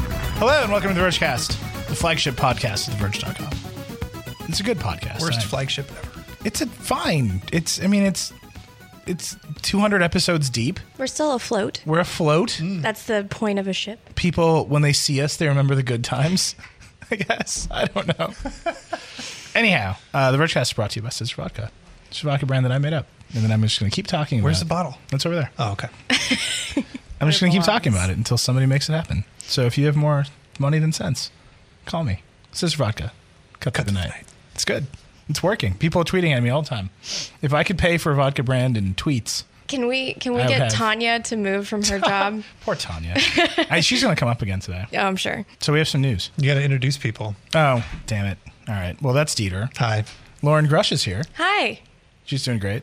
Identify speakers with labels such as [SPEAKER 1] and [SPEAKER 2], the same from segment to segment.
[SPEAKER 1] Hello and welcome to the Vergecast, the flagship podcast of TheVerge.com. It's a good podcast.
[SPEAKER 2] Worst
[SPEAKER 1] I-
[SPEAKER 2] flagship ever.
[SPEAKER 1] it's a fine. It's I mean it's it's 200 episodes deep.
[SPEAKER 3] We're still afloat.
[SPEAKER 1] We're afloat.
[SPEAKER 3] That's the point of a ship.
[SPEAKER 1] People when they see us, they remember the good times. I guess I don't know. Anyhow, uh, the Vergecast is brought to you by Scissor Vodka. It's a vodka brand that I made up, and then I'm just going to keep talking.
[SPEAKER 2] Where's the
[SPEAKER 1] about it.
[SPEAKER 2] bottle?
[SPEAKER 1] That's over there.
[SPEAKER 2] Oh, okay.
[SPEAKER 1] I'm just going to keep
[SPEAKER 3] belongs.
[SPEAKER 1] talking about it until somebody makes it happen. So if you have more money than sense, call me. Sister Vodka. Cut, through the, night. It's good. It's working. People are tweeting at me all the time. If I could pay for a vodka brand and tweets,
[SPEAKER 3] Can we can we
[SPEAKER 1] I
[SPEAKER 3] get
[SPEAKER 1] have-
[SPEAKER 3] Tanya to move from her job?
[SPEAKER 1] poor Tanya. I, she's going to come up again today.
[SPEAKER 3] Oh, I'm sure.
[SPEAKER 1] So we have some news.
[SPEAKER 2] You got to introduce people.
[SPEAKER 1] Oh, damn it. All right. Well, that's Dieter.
[SPEAKER 2] Hi.
[SPEAKER 1] Lauren Grush is here.
[SPEAKER 3] Hi.
[SPEAKER 1] She's doing great.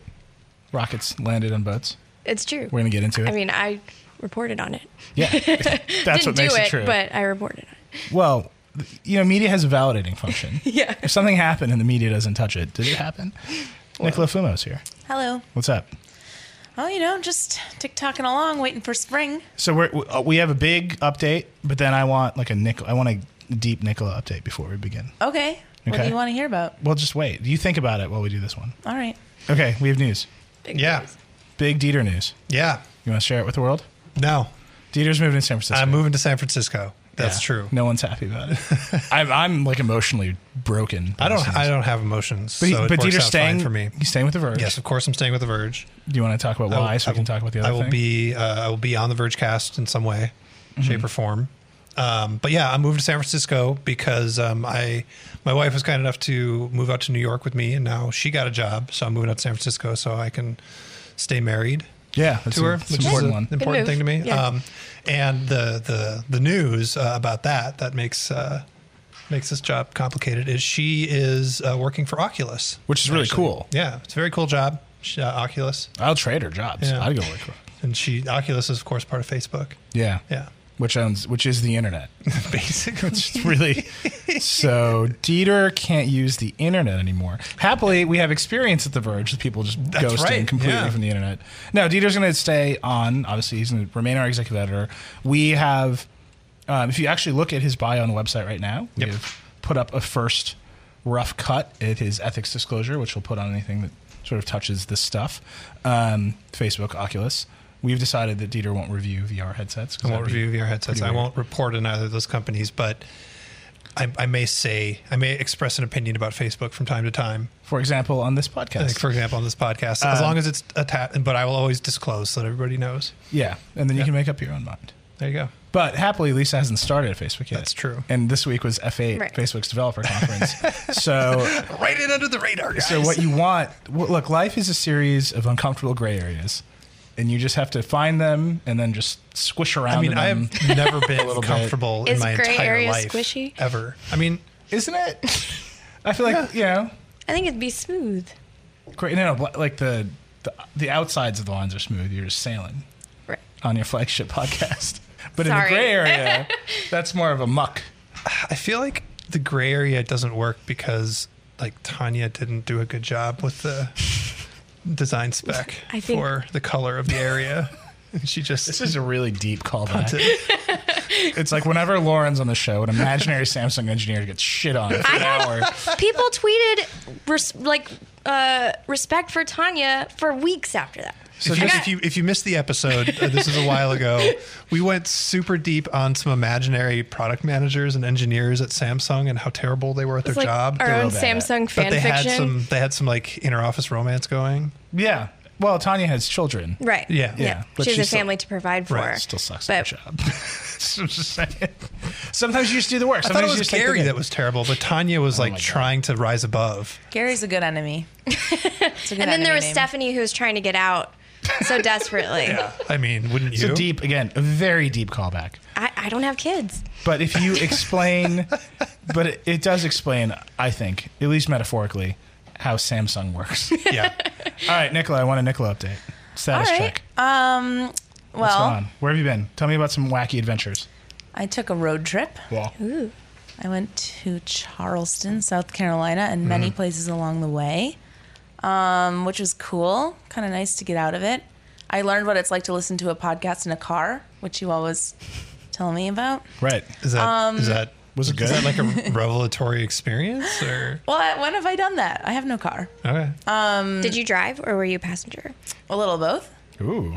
[SPEAKER 1] Rockets landed on boats.
[SPEAKER 3] It's true.
[SPEAKER 1] We're going to get into it.
[SPEAKER 3] I mean, I reported on it.
[SPEAKER 1] yeah. That's
[SPEAKER 3] Didn't
[SPEAKER 1] what makes
[SPEAKER 3] do
[SPEAKER 1] it,
[SPEAKER 3] it,
[SPEAKER 1] true.
[SPEAKER 3] but I reported on it.
[SPEAKER 1] Well, th- you know, media has a validating function.
[SPEAKER 3] Yeah.
[SPEAKER 1] If something happened and the media doesn't touch it, did it happen? Nicola Fumo's here.
[SPEAKER 4] Hello.
[SPEAKER 1] What's up?
[SPEAKER 4] Oh, you know, just tick-tocking along, waiting for spring.
[SPEAKER 1] So we're, we- uh, we have a big update, but then I want like a Nicola, I want a deep Nicola update before we begin.
[SPEAKER 4] Okay. What
[SPEAKER 1] Okay.
[SPEAKER 4] do you want to hear about?
[SPEAKER 1] Well, just wait. You think about it while we do this one.
[SPEAKER 4] All right.
[SPEAKER 1] Okay, we have news.
[SPEAKER 3] Big
[SPEAKER 2] Yeah.
[SPEAKER 3] news.
[SPEAKER 1] Big Dieter news.
[SPEAKER 2] Yeah.
[SPEAKER 1] You want to share it with the world?
[SPEAKER 2] No,
[SPEAKER 1] Dieter's moving to San Francisco.
[SPEAKER 2] I'm moving to San Francisco. Um, That's
[SPEAKER 1] Yeah.
[SPEAKER 2] true.
[SPEAKER 1] No one's happy about it. I'm, I'm like emotionally broken. by
[SPEAKER 2] I don't.
[SPEAKER 1] this news.
[SPEAKER 2] I don't have emotions.
[SPEAKER 1] But, he-
[SPEAKER 2] so it
[SPEAKER 1] but
[SPEAKER 2] works
[SPEAKER 1] Dieter's
[SPEAKER 2] out
[SPEAKER 1] staying
[SPEAKER 2] fine for me.
[SPEAKER 1] He's staying with the Verge.
[SPEAKER 2] Yes, of course, I'm staying with The Verge.
[SPEAKER 1] Do you want to talk about why,
[SPEAKER 2] I will-
[SPEAKER 1] so
[SPEAKER 2] I
[SPEAKER 1] we can
[SPEAKER 2] will-
[SPEAKER 1] talk about the other
[SPEAKER 2] I will
[SPEAKER 1] thing? Mm-hmm.
[SPEAKER 2] be. Uh, I will be on the Verge cast in some way, shape, or form. Um, but yeah, I moved to San Francisco because um, I my wife was kind enough to move out to New York with me, and now she got a job, so I'm moving out to San Francisco so I can stay married
[SPEAKER 1] yeah, that's
[SPEAKER 2] to
[SPEAKER 1] a-
[SPEAKER 2] her,
[SPEAKER 1] that's an
[SPEAKER 2] which
[SPEAKER 1] important
[SPEAKER 2] is
[SPEAKER 1] one.
[SPEAKER 2] an important
[SPEAKER 3] move.
[SPEAKER 2] thing to me.
[SPEAKER 3] Yeah.
[SPEAKER 2] Um, and the the the news uh, about that that makes uh, makes this job complicated is she is uh, working for Oculus,
[SPEAKER 1] Which is really
[SPEAKER 2] actually.
[SPEAKER 1] cool.
[SPEAKER 2] Yeah, it's a very cool job. She, uh, Oculus,
[SPEAKER 1] I'll trade her jobs.
[SPEAKER 2] Yeah.
[SPEAKER 1] I'd go work for her.
[SPEAKER 2] and she Oculus is of course part of Facebook.
[SPEAKER 1] Yeah.
[SPEAKER 2] Yeah,
[SPEAKER 1] Which owns which is the internet.
[SPEAKER 2] basically.
[SPEAKER 1] It's really so Dieter can't use the internet anymore. Happily, we have experience at the Verge with people just
[SPEAKER 2] That's
[SPEAKER 1] ghosting
[SPEAKER 2] right,
[SPEAKER 1] completely
[SPEAKER 2] yeah.
[SPEAKER 1] from the internet. No, Dieter's gonna stay on. Obviously, he's gonna remain our executive editor. We have um, if you actually look at his bio on the website right now,
[SPEAKER 2] Yep.
[SPEAKER 1] we've put up a first rough cut at his ethics disclosure, which we'll put on anything that sort of touches this stuff. Um, Facebook, Oculus. We've decided that Dieter won't review VR headsets. 'cause
[SPEAKER 2] I won't
[SPEAKER 1] that'd be-
[SPEAKER 2] review VR headsets.
[SPEAKER 1] pretty
[SPEAKER 2] I
[SPEAKER 1] weird.
[SPEAKER 2] won't report on either of those companies, but I, I may say I may express an opinion about Facebook from time to time.
[SPEAKER 1] For example, on this podcast.
[SPEAKER 2] Like for example, on this
[SPEAKER 1] Uh,
[SPEAKER 2] podcast, as long as it's attached, but I will always disclose so that everybody knows.
[SPEAKER 1] Yeah, and then you can make up your own mind.
[SPEAKER 2] There you go.
[SPEAKER 1] But happily, Lisa hasn't started at Facebook yet.
[SPEAKER 2] That's true.
[SPEAKER 1] And this week was F8,
[SPEAKER 3] Right.
[SPEAKER 1] Facebook's developer conference. so,
[SPEAKER 2] Right in under the radar, guys.
[SPEAKER 1] so what you want? w- Look, life is a series of uncomfortable gray areas, and you just have to find them and then just squish around.
[SPEAKER 2] I mean,
[SPEAKER 1] in
[SPEAKER 2] I
[SPEAKER 1] them.
[SPEAKER 2] have never been
[SPEAKER 1] bit.
[SPEAKER 2] comfortable in
[SPEAKER 3] Is
[SPEAKER 2] my
[SPEAKER 3] gray
[SPEAKER 2] entire
[SPEAKER 3] area
[SPEAKER 2] life
[SPEAKER 3] squishy?
[SPEAKER 2] ever. I mean,
[SPEAKER 1] isn't it? I feel like you
[SPEAKER 3] I think it'd be smooth.
[SPEAKER 1] know, gray, no, no, bla- like the, the the outsides of the lines are smooth. You're just sailing
[SPEAKER 3] Right.
[SPEAKER 1] on your flagship podcast, but in the
[SPEAKER 3] Sorry.
[SPEAKER 1] gray area, that's more of a muck.
[SPEAKER 2] I feel like the gray area doesn't work because like Tanya didn't do a good job with the design spec
[SPEAKER 3] I think-
[SPEAKER 2] for the color of the area. she just
[SPEAKER 1] This is a really deep callback.
[SPEAKER 2] to-
[SPEAKER 1] It's like whenever Lauren's on the show, an imaginary Samsung engineer gets shit on for an hour.
[SPEAKER 3] People tweeted res- like uh, respect for Tanya for weeks after that.
[SPEAKER 2] if, you,
[SPEAKER 3] just-
[SPEAKER 2] if you if you missed the episode, uh, this is a while ago. We went super deep on some imaginary product managers and engineers at Samsung and how terrible they were at their
[SPEAKER 3] It's like
[SPEAKER 2] job.
[SPEAKER 3] our own
[SPEAKER 1] real bad at it.
[SPEAKER 3] Samsung
[SPEAKER 2] but
[SPEAKER 3] fan
[SPEAKER 2] they had
[SPEAKER 3] fiction.
[SPEAKER 2] some they had some like inner office romance going.
[SPEAKER 1] Yeah. Well, Tanya has children.
[SPEAKER 3] right.
[SPEAKER 2] Yeah.
[SPEAKER 3] Yeah.
[SPEAKER 2] Yeah,
[SPEAKER 1] but
[SPEAKER 3] she has
[SPEAKER 1] she
[SPEAKER 3] a
[SPEAKER 1] still-
[SPEAKER 3] family to provide for.
[SPEAKER 2] Right,
[SPEAKER 1] Still sucks
[SPEAKER 3] But
[SPEAKER 1] at the job. So I'm just saying. Sometimes you just do the work.
[SPEAKER 2] I thought
[SPEAKER 1] Sometimes
[SPEAKER 2] it
[SPEAKER 1] you
[SPEAKER 2] was
[SPEAKER 1] just take the
[SPEAKER 2] Gary
[SPEAKER 1] good.
[SPEAKER 2] that was terrible, but Tanya was
[SPEAKER 1] Oh my
[SPEAKER 2] like
[SPEAKER 1] God.
[SPEAKER 2] trying to rise above.
[SPEAKER 4] Gary's a good enemy. It's a good
[SPEAKER 3] And then there
[SPEAKER 4] enemy
[SPEAKER 3] was
[SPEAKER 4] name.
[SPEAKER 3] Stephanie who was trying to get out so desperately.
[SPEAKER 2] I mean, wouldn't you?
[SPEAKER 1] So deep again, a very deep callback.
[SPEAKER 3] I, I don't have kids.
[SPEAKER 1] But if you explain, but it, it does explain, I think, at least metaphorically, how Samsung works. All
[SPEAKER 2] Yeah.
[SPEAKER 1] right, Nicola, I want a Nicola update. Status
[SPEAKER 4] All right.
[SPEAKER 1] check.
[SPEAKER 4] Um.
[SPEAKER 1] What's going
[SPEAKER 4] Well,
[SPEAKER 1] on? Where have you been? Tell me about some wacky adventures.
[SPEAKER 4] I took a road trip.
[SPEAKER 1] Well,
[SPEAKER 4] I went to Charleston, South Carolina, and many places along the way, um, which was cool. Kind of nice to get out of it. I learned what it's like to listen to a podcast in a car, which you always Tell me about.
[SPEAKER 1] Right.
[SPEAKER 2] Is that is that
[SPEAKER 1] Um, Was it
[SPEAKER 2] Is that
[SPEAKER 1] good?
[SPEAKER 2] like a revelatory experience or
[SPEAKER 4] Well, I- when have I done that? I have no car.
[SPEAKER 2] okay?
[SPEAKER 3] Did you drive or were you a passenger?
[SPEAKER 4] A little of both.
[SPEAKER 1] Ooh.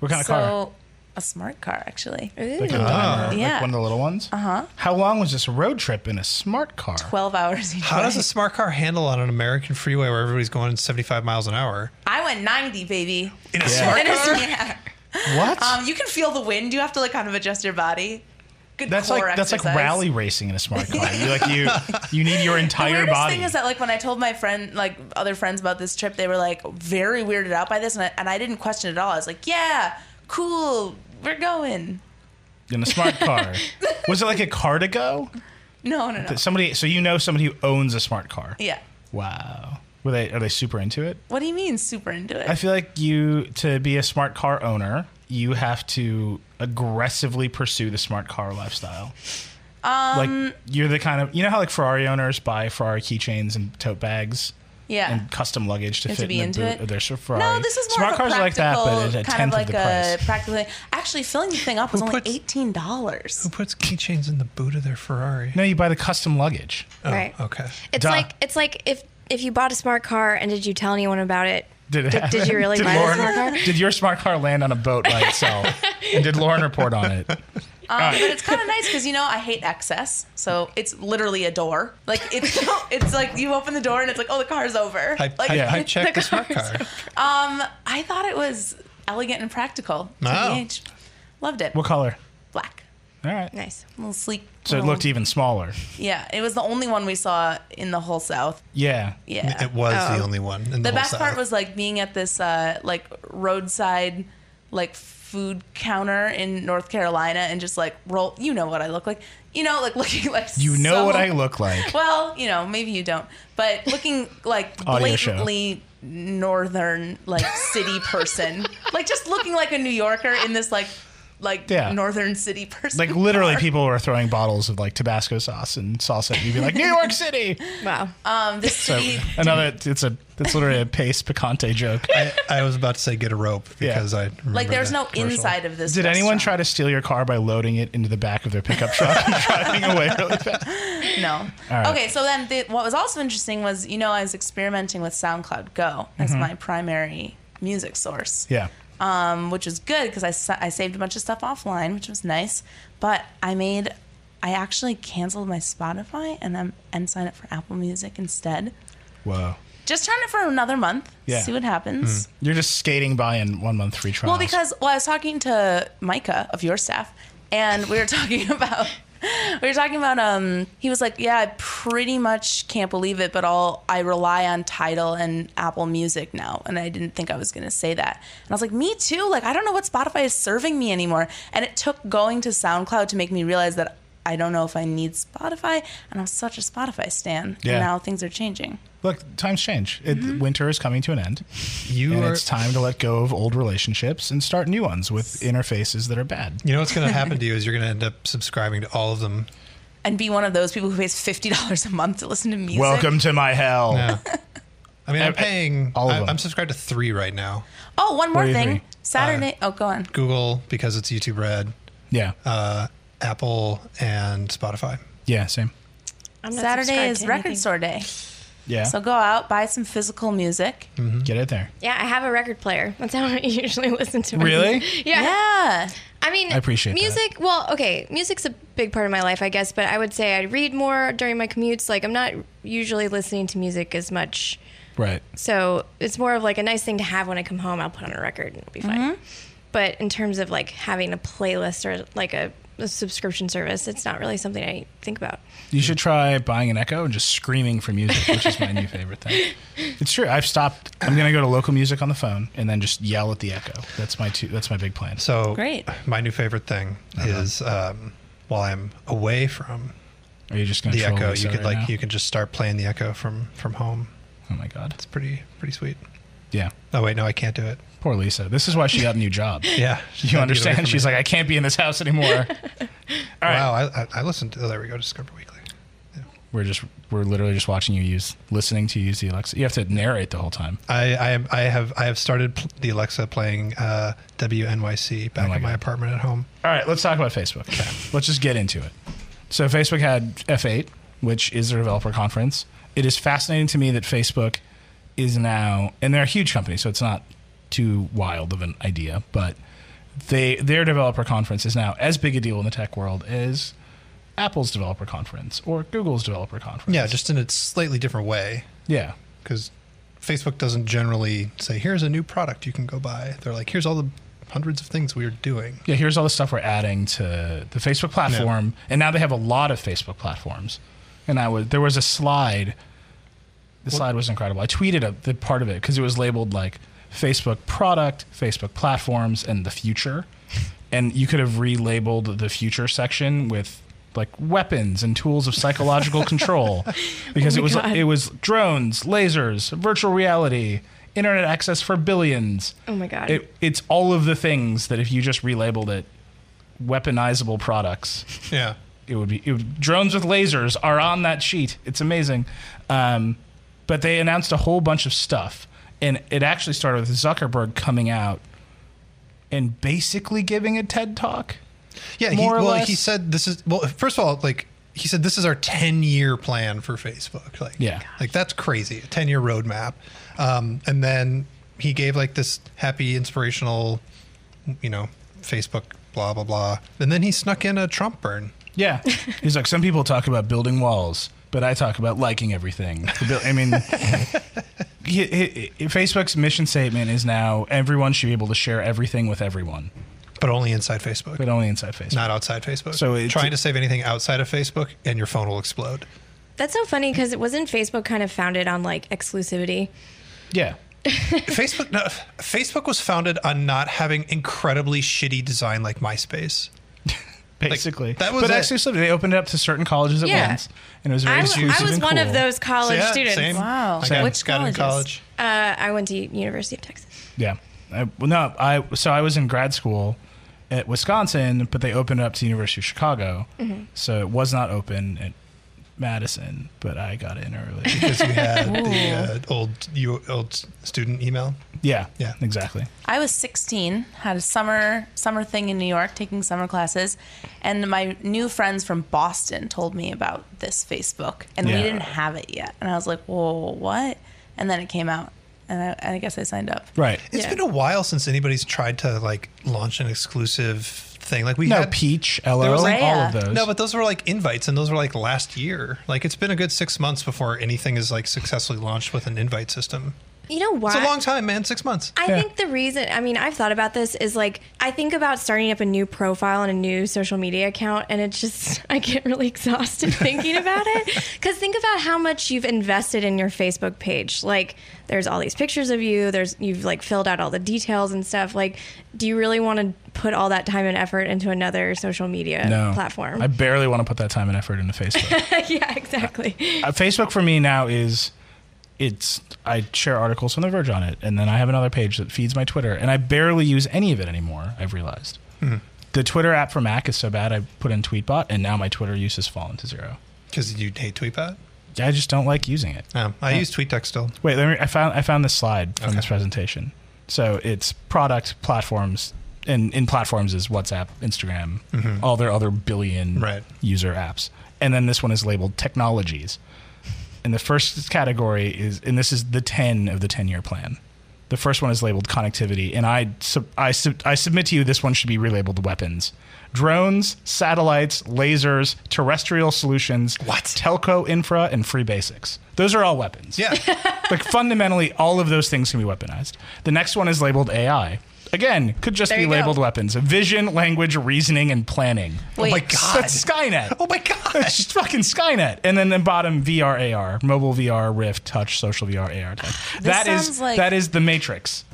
[SPEAKER 1] What kind of
[SPEAKER 4] so,
[SPEAKER 1] car?
[SPEAKER 4] a smart car, actually.
[SPEAKER 1] Like a
[SPEAKER 3] Ooh.
[SPEAKER 1] Daimler,
[SPEAKER 4] Yeah. Uh-huh.
[SPEAKER 1] like one of the little ones. Uh huh. How long was this road trip in a smart car?
[SPEAKER 4] 12 hours each
[SPEAKER 2] How
[SPEAKER 4] way.
[SPEAKER 2] does a smart car handle on an American freeway where everybody's going 75 miles an hour?
[SPEAKER 4] I went 90, baby.
[SPEAKER 2] In a
[SPEAKER 4] And
[SPEAKER 2] smart
[SPEAKER 4] it's-
[SPEAKER 2] car?
[SPEAKER 4] yeah.
[SPEAKER 1] What?
[SPEAKER 4] Um, you can feel the wind. You have to like kind of adjust your body. Good
[SPEAKER 1] that's
[SPEAKER 4] core
[SPEAKER 1] like that's like
[SPEAKER 4] exercise.
[SPEAKER 1] rally racing in a smart car. You like you you need your
[SPEAKER 4] The
[SPEAKER 1] entire
[SPEAKER 4] weirdest
[SPEAKER 1] body.
[SPEAKER 4] thing is that like when I told my friend like other friends about this trip, they were like very weirded out by this, and I, and I didn't question it at all. I was like, yeah, cool, we're going.
[SPEAKER 1] in a smart car. was it like a Cardigo?
[SPEAKER 4] No, no, no.
[SPEAKER 1] That somebody so you know somebody who owns a smart car.
[SPEAKER 4] Yeah.
[SPEAKER 1] Wow. Were they are they super into it?
[SPEAKER 4] What do you mean super into it?
[SPEAKER 1] I feel like you to be a smart car owner, you have to aggressively pursue the smart car lifestyle. Um, like you're the kind of you know how like Ferrari owners buy Ferrari keychains and tote bags
[SPEAKER 4] yeah.
[SPEAKER 1] and custom luggage to
[SPEAKER 4] You have
[SPEAKER 1] fit
[SPEAKER 4] to be
[SPEAKER 1] in the
[SPEAKER 4] into
[SPEAKER 1] boot
[SPEAKER 4] it?
[SPEAKER 1] of their Ferrari.
[SPEAKER 4] No, this is more
[SPEAKER 1] smart
[SPEAKER 4] of a
[SPEAKER 1] cars are like that,
[SPEAKER 4] practical,
[SPEAKER 1] but at a
[SPEAKER 4] kind of
[SPEAKER 1] tenth
[SPEAKER 4] like
[SPEAKER 1] of the
[SPEAKER 4] a
[SPEAKER 1] price.
[SPEAKER 4] practical thing. Actually, filling the thing up was
[SPEAKER 2] Who
[SPEAKER 4] only
[SPEAKER 2] puts-
[SPEAKER 4] eighteen dollars.
[SPEAKER 2] Who puts keychains in the boot of their Ferrari?
[SPEAKER 1] No, you buy the custom luggage.
[SPEAKER 2] Oh,
[SPEAKER 3] Right.
[SPEAKER 2] Okay.
[SPEAKER 3] It's
[SPEAKER 1] Duh.
[SPEAKER 3] like it's like if if you bought a smart car and did you tell anyone about it?
[SPEAKER 1] Did, it
[SPEAKER 3] Did- did you
[SPEAKER 1] happen?
[SPEAKER 3] really
[SPEAKER 1] did
[SPEAKER 3] buy the
[SPEAKER 1] Lauren-
[SPEAKER 3] smart car?
[SPEAKER 1] Did your smart car land on a boat by itself? and did Lauren report on it?
[SPEAKER 4] Um, but it's kind of nice because you know I hate excess, so it's literally a door. Like it's it's like you open the door and it's like oh the car's over.
[SPEAKER 2] I,
[SPEAKER 4] like
[SPEAKER 2] I, I
[SPEAKER 1] the
[SPEAKER 2] checked the smart car.
[SPEAKER 4] um, I thought it was elegant and practical. to
[SPEAKER 2] Wow.
[SPEAKER 4] the age. loved it.
[SPEAKER 1] What color?
[SPEAKER 4] Black,
[SPEAKER 1] All right.
[SPEAKER 3] Nice.
[SPEAKER 4] a little sleek.
[SPEAKER 1] So it
[SPEAKER 4] little-
[SPEAKER 2] e-
[SPEAKER 1] looked even smaller.
[SPEAKER 4] Yeah, it was the only one we saw in the whole South.
[SPEAKER 1] Yeah.
[SPEAKER 4] Yeah.
[SPEAKER 2] It was
[SPEAKER 3] Oh.
[SPEAKER 2] the only one. In the,
[SPEAKER 4] the
[SPEAKER 2] whole
[SPEAKER 4] best part
[SPEAKER 2] South.
[SPEAKER 4] was like being at this uh, like roadside like food counter in North Carolina and just like roll. You know what I look like. You know, like looking like
[SPEAKER 1] You know
[SPEAKER 4] so-
[SPEAKER 1] what I look like.
[SPEAKER 4] Well, you know, maybe you don't, but looking like
[SPEAKER 1] Audio show.
[SPEAKER 4] blatantly northern, like city person, like just looking like a New Yorker in this like, like
[SPEAKER 1] Yeah.
[SPEAKER 4] northern city person.
[SPEAKER 1] Like literally,
[SPEAKER 4] car.
[SPEAKER 1] people were throwing bottles of like Tabasco sauce and salsa. and You'd be like, New York City.
[SPEAKER 3] Wow.
[SPEAKER 4] Um, this
[SPEAKER 1] So
[SPEAKER 4] city.
[SPEAKER 1] another, it's a, it's literally a pace picante joke.
[SPEAKER 2] I, I was about to say get a rope because I remember
[SPEAKER 4] Like there's
[SPEAKER 2] that
[SPEAKER 4] no
[SPEAKER 2] commercial.
[SPEAKER 4] inside of this.
[SPEAKER 1] Did anyone try
[SPEAKER 4] restaurant.
[SPEAKER 1] to steal your car by loading it into the back of their pickup truck and driving away really fast?
[SPEAKER 4] No.
[SPEAKER 1] right.
[SPEAKER 4] Okay, so then the, what was also interesting was you know I was experimenting with SoundCloud Go as my primary music source.
[SPEAKER 1] Mm-hmm. Yeah.
[SPEAKER 4] um, which was good because I, sa- I saved a bunch of stuff offline, which was nice. But I made, I actually canceled my Spotify and um, and signed up for Apple Music instead.
[SPEAKER 1] Whoa.
[SPEAKER 4] Just trying it for another month,
[SPEAKER 1] Yeah. Mm-hmm.
[SPEAKER 4] see what happens.
[SPEAKER 1] You're just skating by in one month free trials.
[SPEAKER 4] Well, because well, I was talking to Micah of your staff, and we were talking about. We were talking about um he was like, Yeah, I pretty much can't believe it, but I'll I rely on Tidal and Apple Music now. And I didn't think I was gonna say that. And I was like, Me too, like I don't know what Spotify is serving me anymore. And it took going to SoundCloud to make me realize that I don't know if I need Spotify and I'm such a Spotify stan.
[SPEAKER 1] Yeah.
[SPEAKER 4] And now things are changing.
[SPEAKER 1] look, times change. It,
[SPEAKER 4] Mm-hmm.
[SPEAKER 1] Winter is coming to an end,
[SPEAKER 2] You
[SPEAKER 1] and
[SPEAKER 2] are,
[SPEAKER 1] it's time to let go of old relationships and start new ones with interfaces that are bad.
[SPEAKER 2] you know what's going to happen to you is you're going to end up subscribing to all of them.
[SPEAKER 4] And be one of those people who pays fifty dollars a month to listen to music.
[SPEAKER 1] Welcome to my hell.
[SPEAKER 2] Yeah. I mean, I'm
[SPEAKER 1] Ev-
[SPEAKER 2] paying.
[SPEAKER 1] all of
[SPEAKER 2] I,
[SPEAKER 1] them.
[SPEAKER 2] I'm subscribed to three right now.
[SPEAKER 4] Oh, one more
[SPEAKER 1] do you
[SPEAKER 4] thing.
[SPEAKER 1] think?
[SPEAKER 4] Saturday. oh, go on.
[SPEAKER 2] Google because it's YouTube Red,
[SPEAKER 1] Yeah.
[SPEAKER 2] uh, Apple, and Spotify.
[SPEAKER 1] yeah. Same.
[SPEAKER 3] I'm not
[SPEAKER 4] Saturday
[SPEAKER 3] subscribed
[SPEAKER 4] is
[SPEAKER 3] to
[SPEAKER 4] record
[SPEAKER 3] anything.
[SPEAKER 4] store day.
[SPEAKER 1] Yeah.
[SPEAKER 4] So go out, buy some physical music.
[SPEAKER 1] Get it there.
[SPEAKER 3] Yeah, I have a record player. That's how I usually listen to. my
[SPEAKER 1] Really?
[SPEAKER 3] music. Yeah.
[SPEAKER 4] Yeah.
[SPEAKER 3] I mean,
[SPEAKER 1] I appreciate that.
[SPEAKER 3] music. Well, okay, music's a big part of my life, I guess. But I would say I read more during my commutes. Like I'm not usually listening to music as much,
[SPEAKER 1] Right.
[SPEAKER 3] so it's more of like a nice thing to have when I come home. I'll put on a record and it'll be fine. But in terms of like having a playlist or like a, a subscription service, it's not really something I think about.
[SPEAKER 1] You should try buying an Echo and just screaming for music, which is my new favorite thing. It's true. I've stopped. I'm gonna go to local music on the phone and then just yell at the Echo. That's my two. That's my big plan.
[SPEAKER 2] So
[SPEAKER 4] Great.
[SPEAKER 2] My new favorite thing
[SPEAKER 1] Uh-huh.
[SPEAKER 2] is um, while I'm away from
[SPEAKER 1] Are you just gonna
[SPEAKER 2] the
[SPEAKER 1] troll
[SPEAKER 2] Echo,
[SPEAKER 1] me
[SPEAKER 2] you
[SPEAKER 1] so
[SPEAKER 2] could
[SPEAKER 1] right
[SPEAKER 2] like
[SPEAKER 1] now?
[SPEAKER 2] you can just start playing the Echo from from home.
[SPEAKER 1] Oh my god.
[SPEAKER 2] It's pretty pretty sweet.
[SPEAKER 1] Yeah.
[SPEAKER 2] Oh wait, no, I can't do it.
[SPEAKER 1] Poor Lisa. This is why she got a new job.
[SPEAKER 2] Yeah,
[SPEAKER 1] You understand? She's like, I can't be in this house anymore. All right.
[SPEAKER 2] wow, I, I, I listened. to Oh, there we go, Discover Weekly.
[SPEAKER 1] We're just we're literally just watching you use, listening to you use the Alexa. You have to narrate the whole time.
[SPEAKER 2] I, I, am- I have I have started pl- the Alexa playing uh, WNYC back
[SPEAKER 1] Oh my
[SPEAKER 2] in my
[SPEAKER 1] God.
[SPEAKER 2] apartment at home.
[SPEAKER 1] All right, let's talk about Facebook. Let's just get into it. So Facebook had F8, which is their developer conference. It is fascinating to me that Facebook is now, and they're a huge company, so it's not too wild of an idea, but they their developer conference is now as big a deal in the tech world as Apple's developer conference or Google's developer conference.
[SPEAKER 2] Yeah, just in a slightly different way
[SPEAKER 1] Yeah.
[SPEAKER 2] because Facebook doesn't generally say here's a new product you can go buy. They're like here's all the hundreds of things we are doing.
[SPEAKER 1] yeah, here's all the stuff we're adding to the Facebook platform, and now they have a lot of Facebook platforms. And I was there was a slide. The slide was incredible. I tweeted a, the part of it because it was labeled like Facebook product, Facebook platforms, and the future. And you could have relabeled the future section with like weapons and tools of psychological control, because
[SPEAKER 3] Oh
[SPEAKER 1] it
[SPEAKER 3] my
[SPEAKER 1] was
[SPEAKER 3] God.
[SPEAKER 1] it was drones, lasers, virtual reality, internet access for billions.
[SPEAKER 3] Oh my God.
[SPEAKER 1] It, it's all of the things that if you just relabeled it weaponizable products
[SPEAKER 2] Yeah,
[SPEAKER 1] it would be it would, drones with lasers are on that sheet it's amazing um, but they announced a whole bunch of stuff and it actually started with zuckerberg coming out and basically giving a ted talk
[SPEAKER 2] yeah. he,
[SPEAKER 1] More or
[SPEAKER 2] well,
[SPEAKER 1] less.
[SPEAKER 2] he said this is well. First of all, like he said this is our ten year plan for Facebook. Like
[SPEAKER 1] Yeah.
[SPEAKER 2] like that's crazy. A ten year roadmap. Um, and then he gave like this happy inspirational, you know, Facebook blah blah blah. And then he snuck in a Trump burn.
[SPEAKER 1] yeah he's like some people talk about building walls but i talk about liking everything The buil- i mean he- he- he- facebook's mission statement is now everyone should be able to share everything with everyone
[SPEAKER 2] but only inside Facebook,
[SPEAKER 1] but only inside facebook
[SPEAKER 2] not outside Facebook.
[SPEAKER 1] So it's-
[SPEAKER 2] trying to save anything outside of Facebook, and your phone will explode.
[SPEAKER 3] That's so funny because it wasn't Facebook kind of founded on like exclusivity.
[SPEAKER 1] yeah
[SPEAKER 2] Facebook, no, Facebook was founded on not having incredibly shitty design like MySpace.
[SPEAKER 1] basically.
[SPEAKER 2] that was
[SPEAKER 1] but
[SPEAKER 2] it.
[SPEAKER 1] actually, so they opened it up to certain colleges at
[SPEAKER 3] Yeah.
[SPEAKER 1] once, and it was very
[SPEAKER 3] I, w-
[SPEAKER 1] exclusive
[SPEAKER 3] I was
[SPEAKER 1] and
[SPEAKER 3] one of
[SPEAKER 1] cool.
[SPEAKER 3] those college
[SPEAKER 2] So, yeah,
[SPEAKER 3] students.
[SPEAKER 2] Same.
[SPEAKER 4] Wow.
[SPEAKER 2] I
[SPEAKER 4] Same.
[SPEAKER 2] got-
[SPEAKER 4] Which
[SPEAKER 2] got in
[SPEAKER 4] colleges?
[SPEAKER 2] college.
[SPEAKER 3] Uh, I went to University of Texas.
[SPEAKER 1] Yeah. I, well, no, I so I was in grad school at Wisconsin, but they opened it up to University of Chicago,
[SPEAKER 3] Mm-hmm.
[SPEAKER 1] so it was not open at Madison, but I got in early.
[SPEAKER 2] Because you had the uh, old you old student email.
[SPEAKER 1] yeah.
[SPEAKER 2] Yeah.
[SPEAKER 1] Exactly.
[SPEAKER 4] I was 16, had a summer summer thing in New York, taking summer classes, and my new friends from Boston told me about this Facebook, and
[SPEAKER 1] Yeah.
[SPEAKER 4] we didn't have it yet, and I was like, "Whoa, what?" And then it came out, and I, and I guess I signed up.
[SPEAKER 1] Right.
[SPEAKER 2] It's
[SPEAKER 3] Yeah.
[SPEAKER 2] been a while since anybody's tried to like launch an exclusive thing. Like we
[SPEAKER 1] No,
[SPEAKER 2] had
[SPEAKER 1] Peach, LO,
[SPEAKER 2] was
[SPEAKER 1] all
[SPEAKER 2] like-
[SPEAKER 1] of those.
[SPEAKER 2] No, but those were like invites, and those were like last year. Like it's been a good six months before anything is like successfully launched with an invite system.
[SPEAKER 3] You know why?
[SPEAKER 2] It's a long time, man. Six months.
[SPEAKER 3] I
[SPEAKER 1] Yeah.
[SPEAKER 3] think the reason, I mean, I've thought about this is like, I think about starting up a new profile and a new social media account, and it's just, I get really exhausted thinking about it. Because think about how much you've invested in your Facebook page. Like, there's all these pictures of you, there's, you've like filled out all the details and stuff. Like, do you really want to put all that time and effort into another social media
[SPEAKER 1] no
[SPEAKER 3] platform?
[SPEAKER 1] I barely want to put that time and effort into Facebook.
[SPEAKER 3] yeah, exactly.
[SPEAKER 1] uh, Facebook for me now is it's I share articles from The Verge on it, and then I have another page that feeds my Twitter, and I barely use any of it anymore. I've realized
[SPEAKER 2] Hmm.
[SPEAKER 1] the Twitter app for Mac is so bad. I put in Tweetbot, and now my Twitter use has fallen to zero.
[SPEAKER 2] Because you hate Tweetbot?
[SPEAKER 1] I just don't like using it.
[SPEAKER 2] No, I use TweetDeck still.
[SPEAKER 1] Wait, let me, I found I found this slide from
[SPEAKER 2] Okay.
[SPEAKER 1] this presentation. So it's product platforms, and in platforms is WhatsApp, Instagram, all their other billion
[SPEAKER 2] Mm-hmm. Right.
[SPEAKER 1] user apps, and then this one is labeled technologies. And the first category is, and this is the ten of the ten-year plan. The first one is labeled connectivity, and I sub, I sub, I submit to you this one should be relabeled weapons, drones, satellites, lasers, terrestrial solutions,
[SPEAKER 2] What?
[SPEAKER 1] telco infra, and free basics. Those are all weapons
[SPEAKER 2] Yeah.
[SPEAKER 1] like fundamentally, all of those things can be weaponized. The next one is labeled AI. Again, could just
[SPEAKER 3] There
[SPEAKER 1] be
[SPEAKER 3] you go.
[SPEAKER 1] labeled weapons: vision, language, reasoning, and planning.
[SPEAKER 2] oh my
[SPEAKER 4] Wait.
[SPEAKER 2] God.
[SPEAKER 1] That's Skynet.
[SPEAKER 2] oh my God.
[SPEAKER 1] That's just fucking Skynet. And then the bottom VR, AR, mobile VR, Rift, Touch, social VR, AR. Tech. That is
[SPEAKER 4] sounds like-
[SPEAKER 1] that is the Matrix.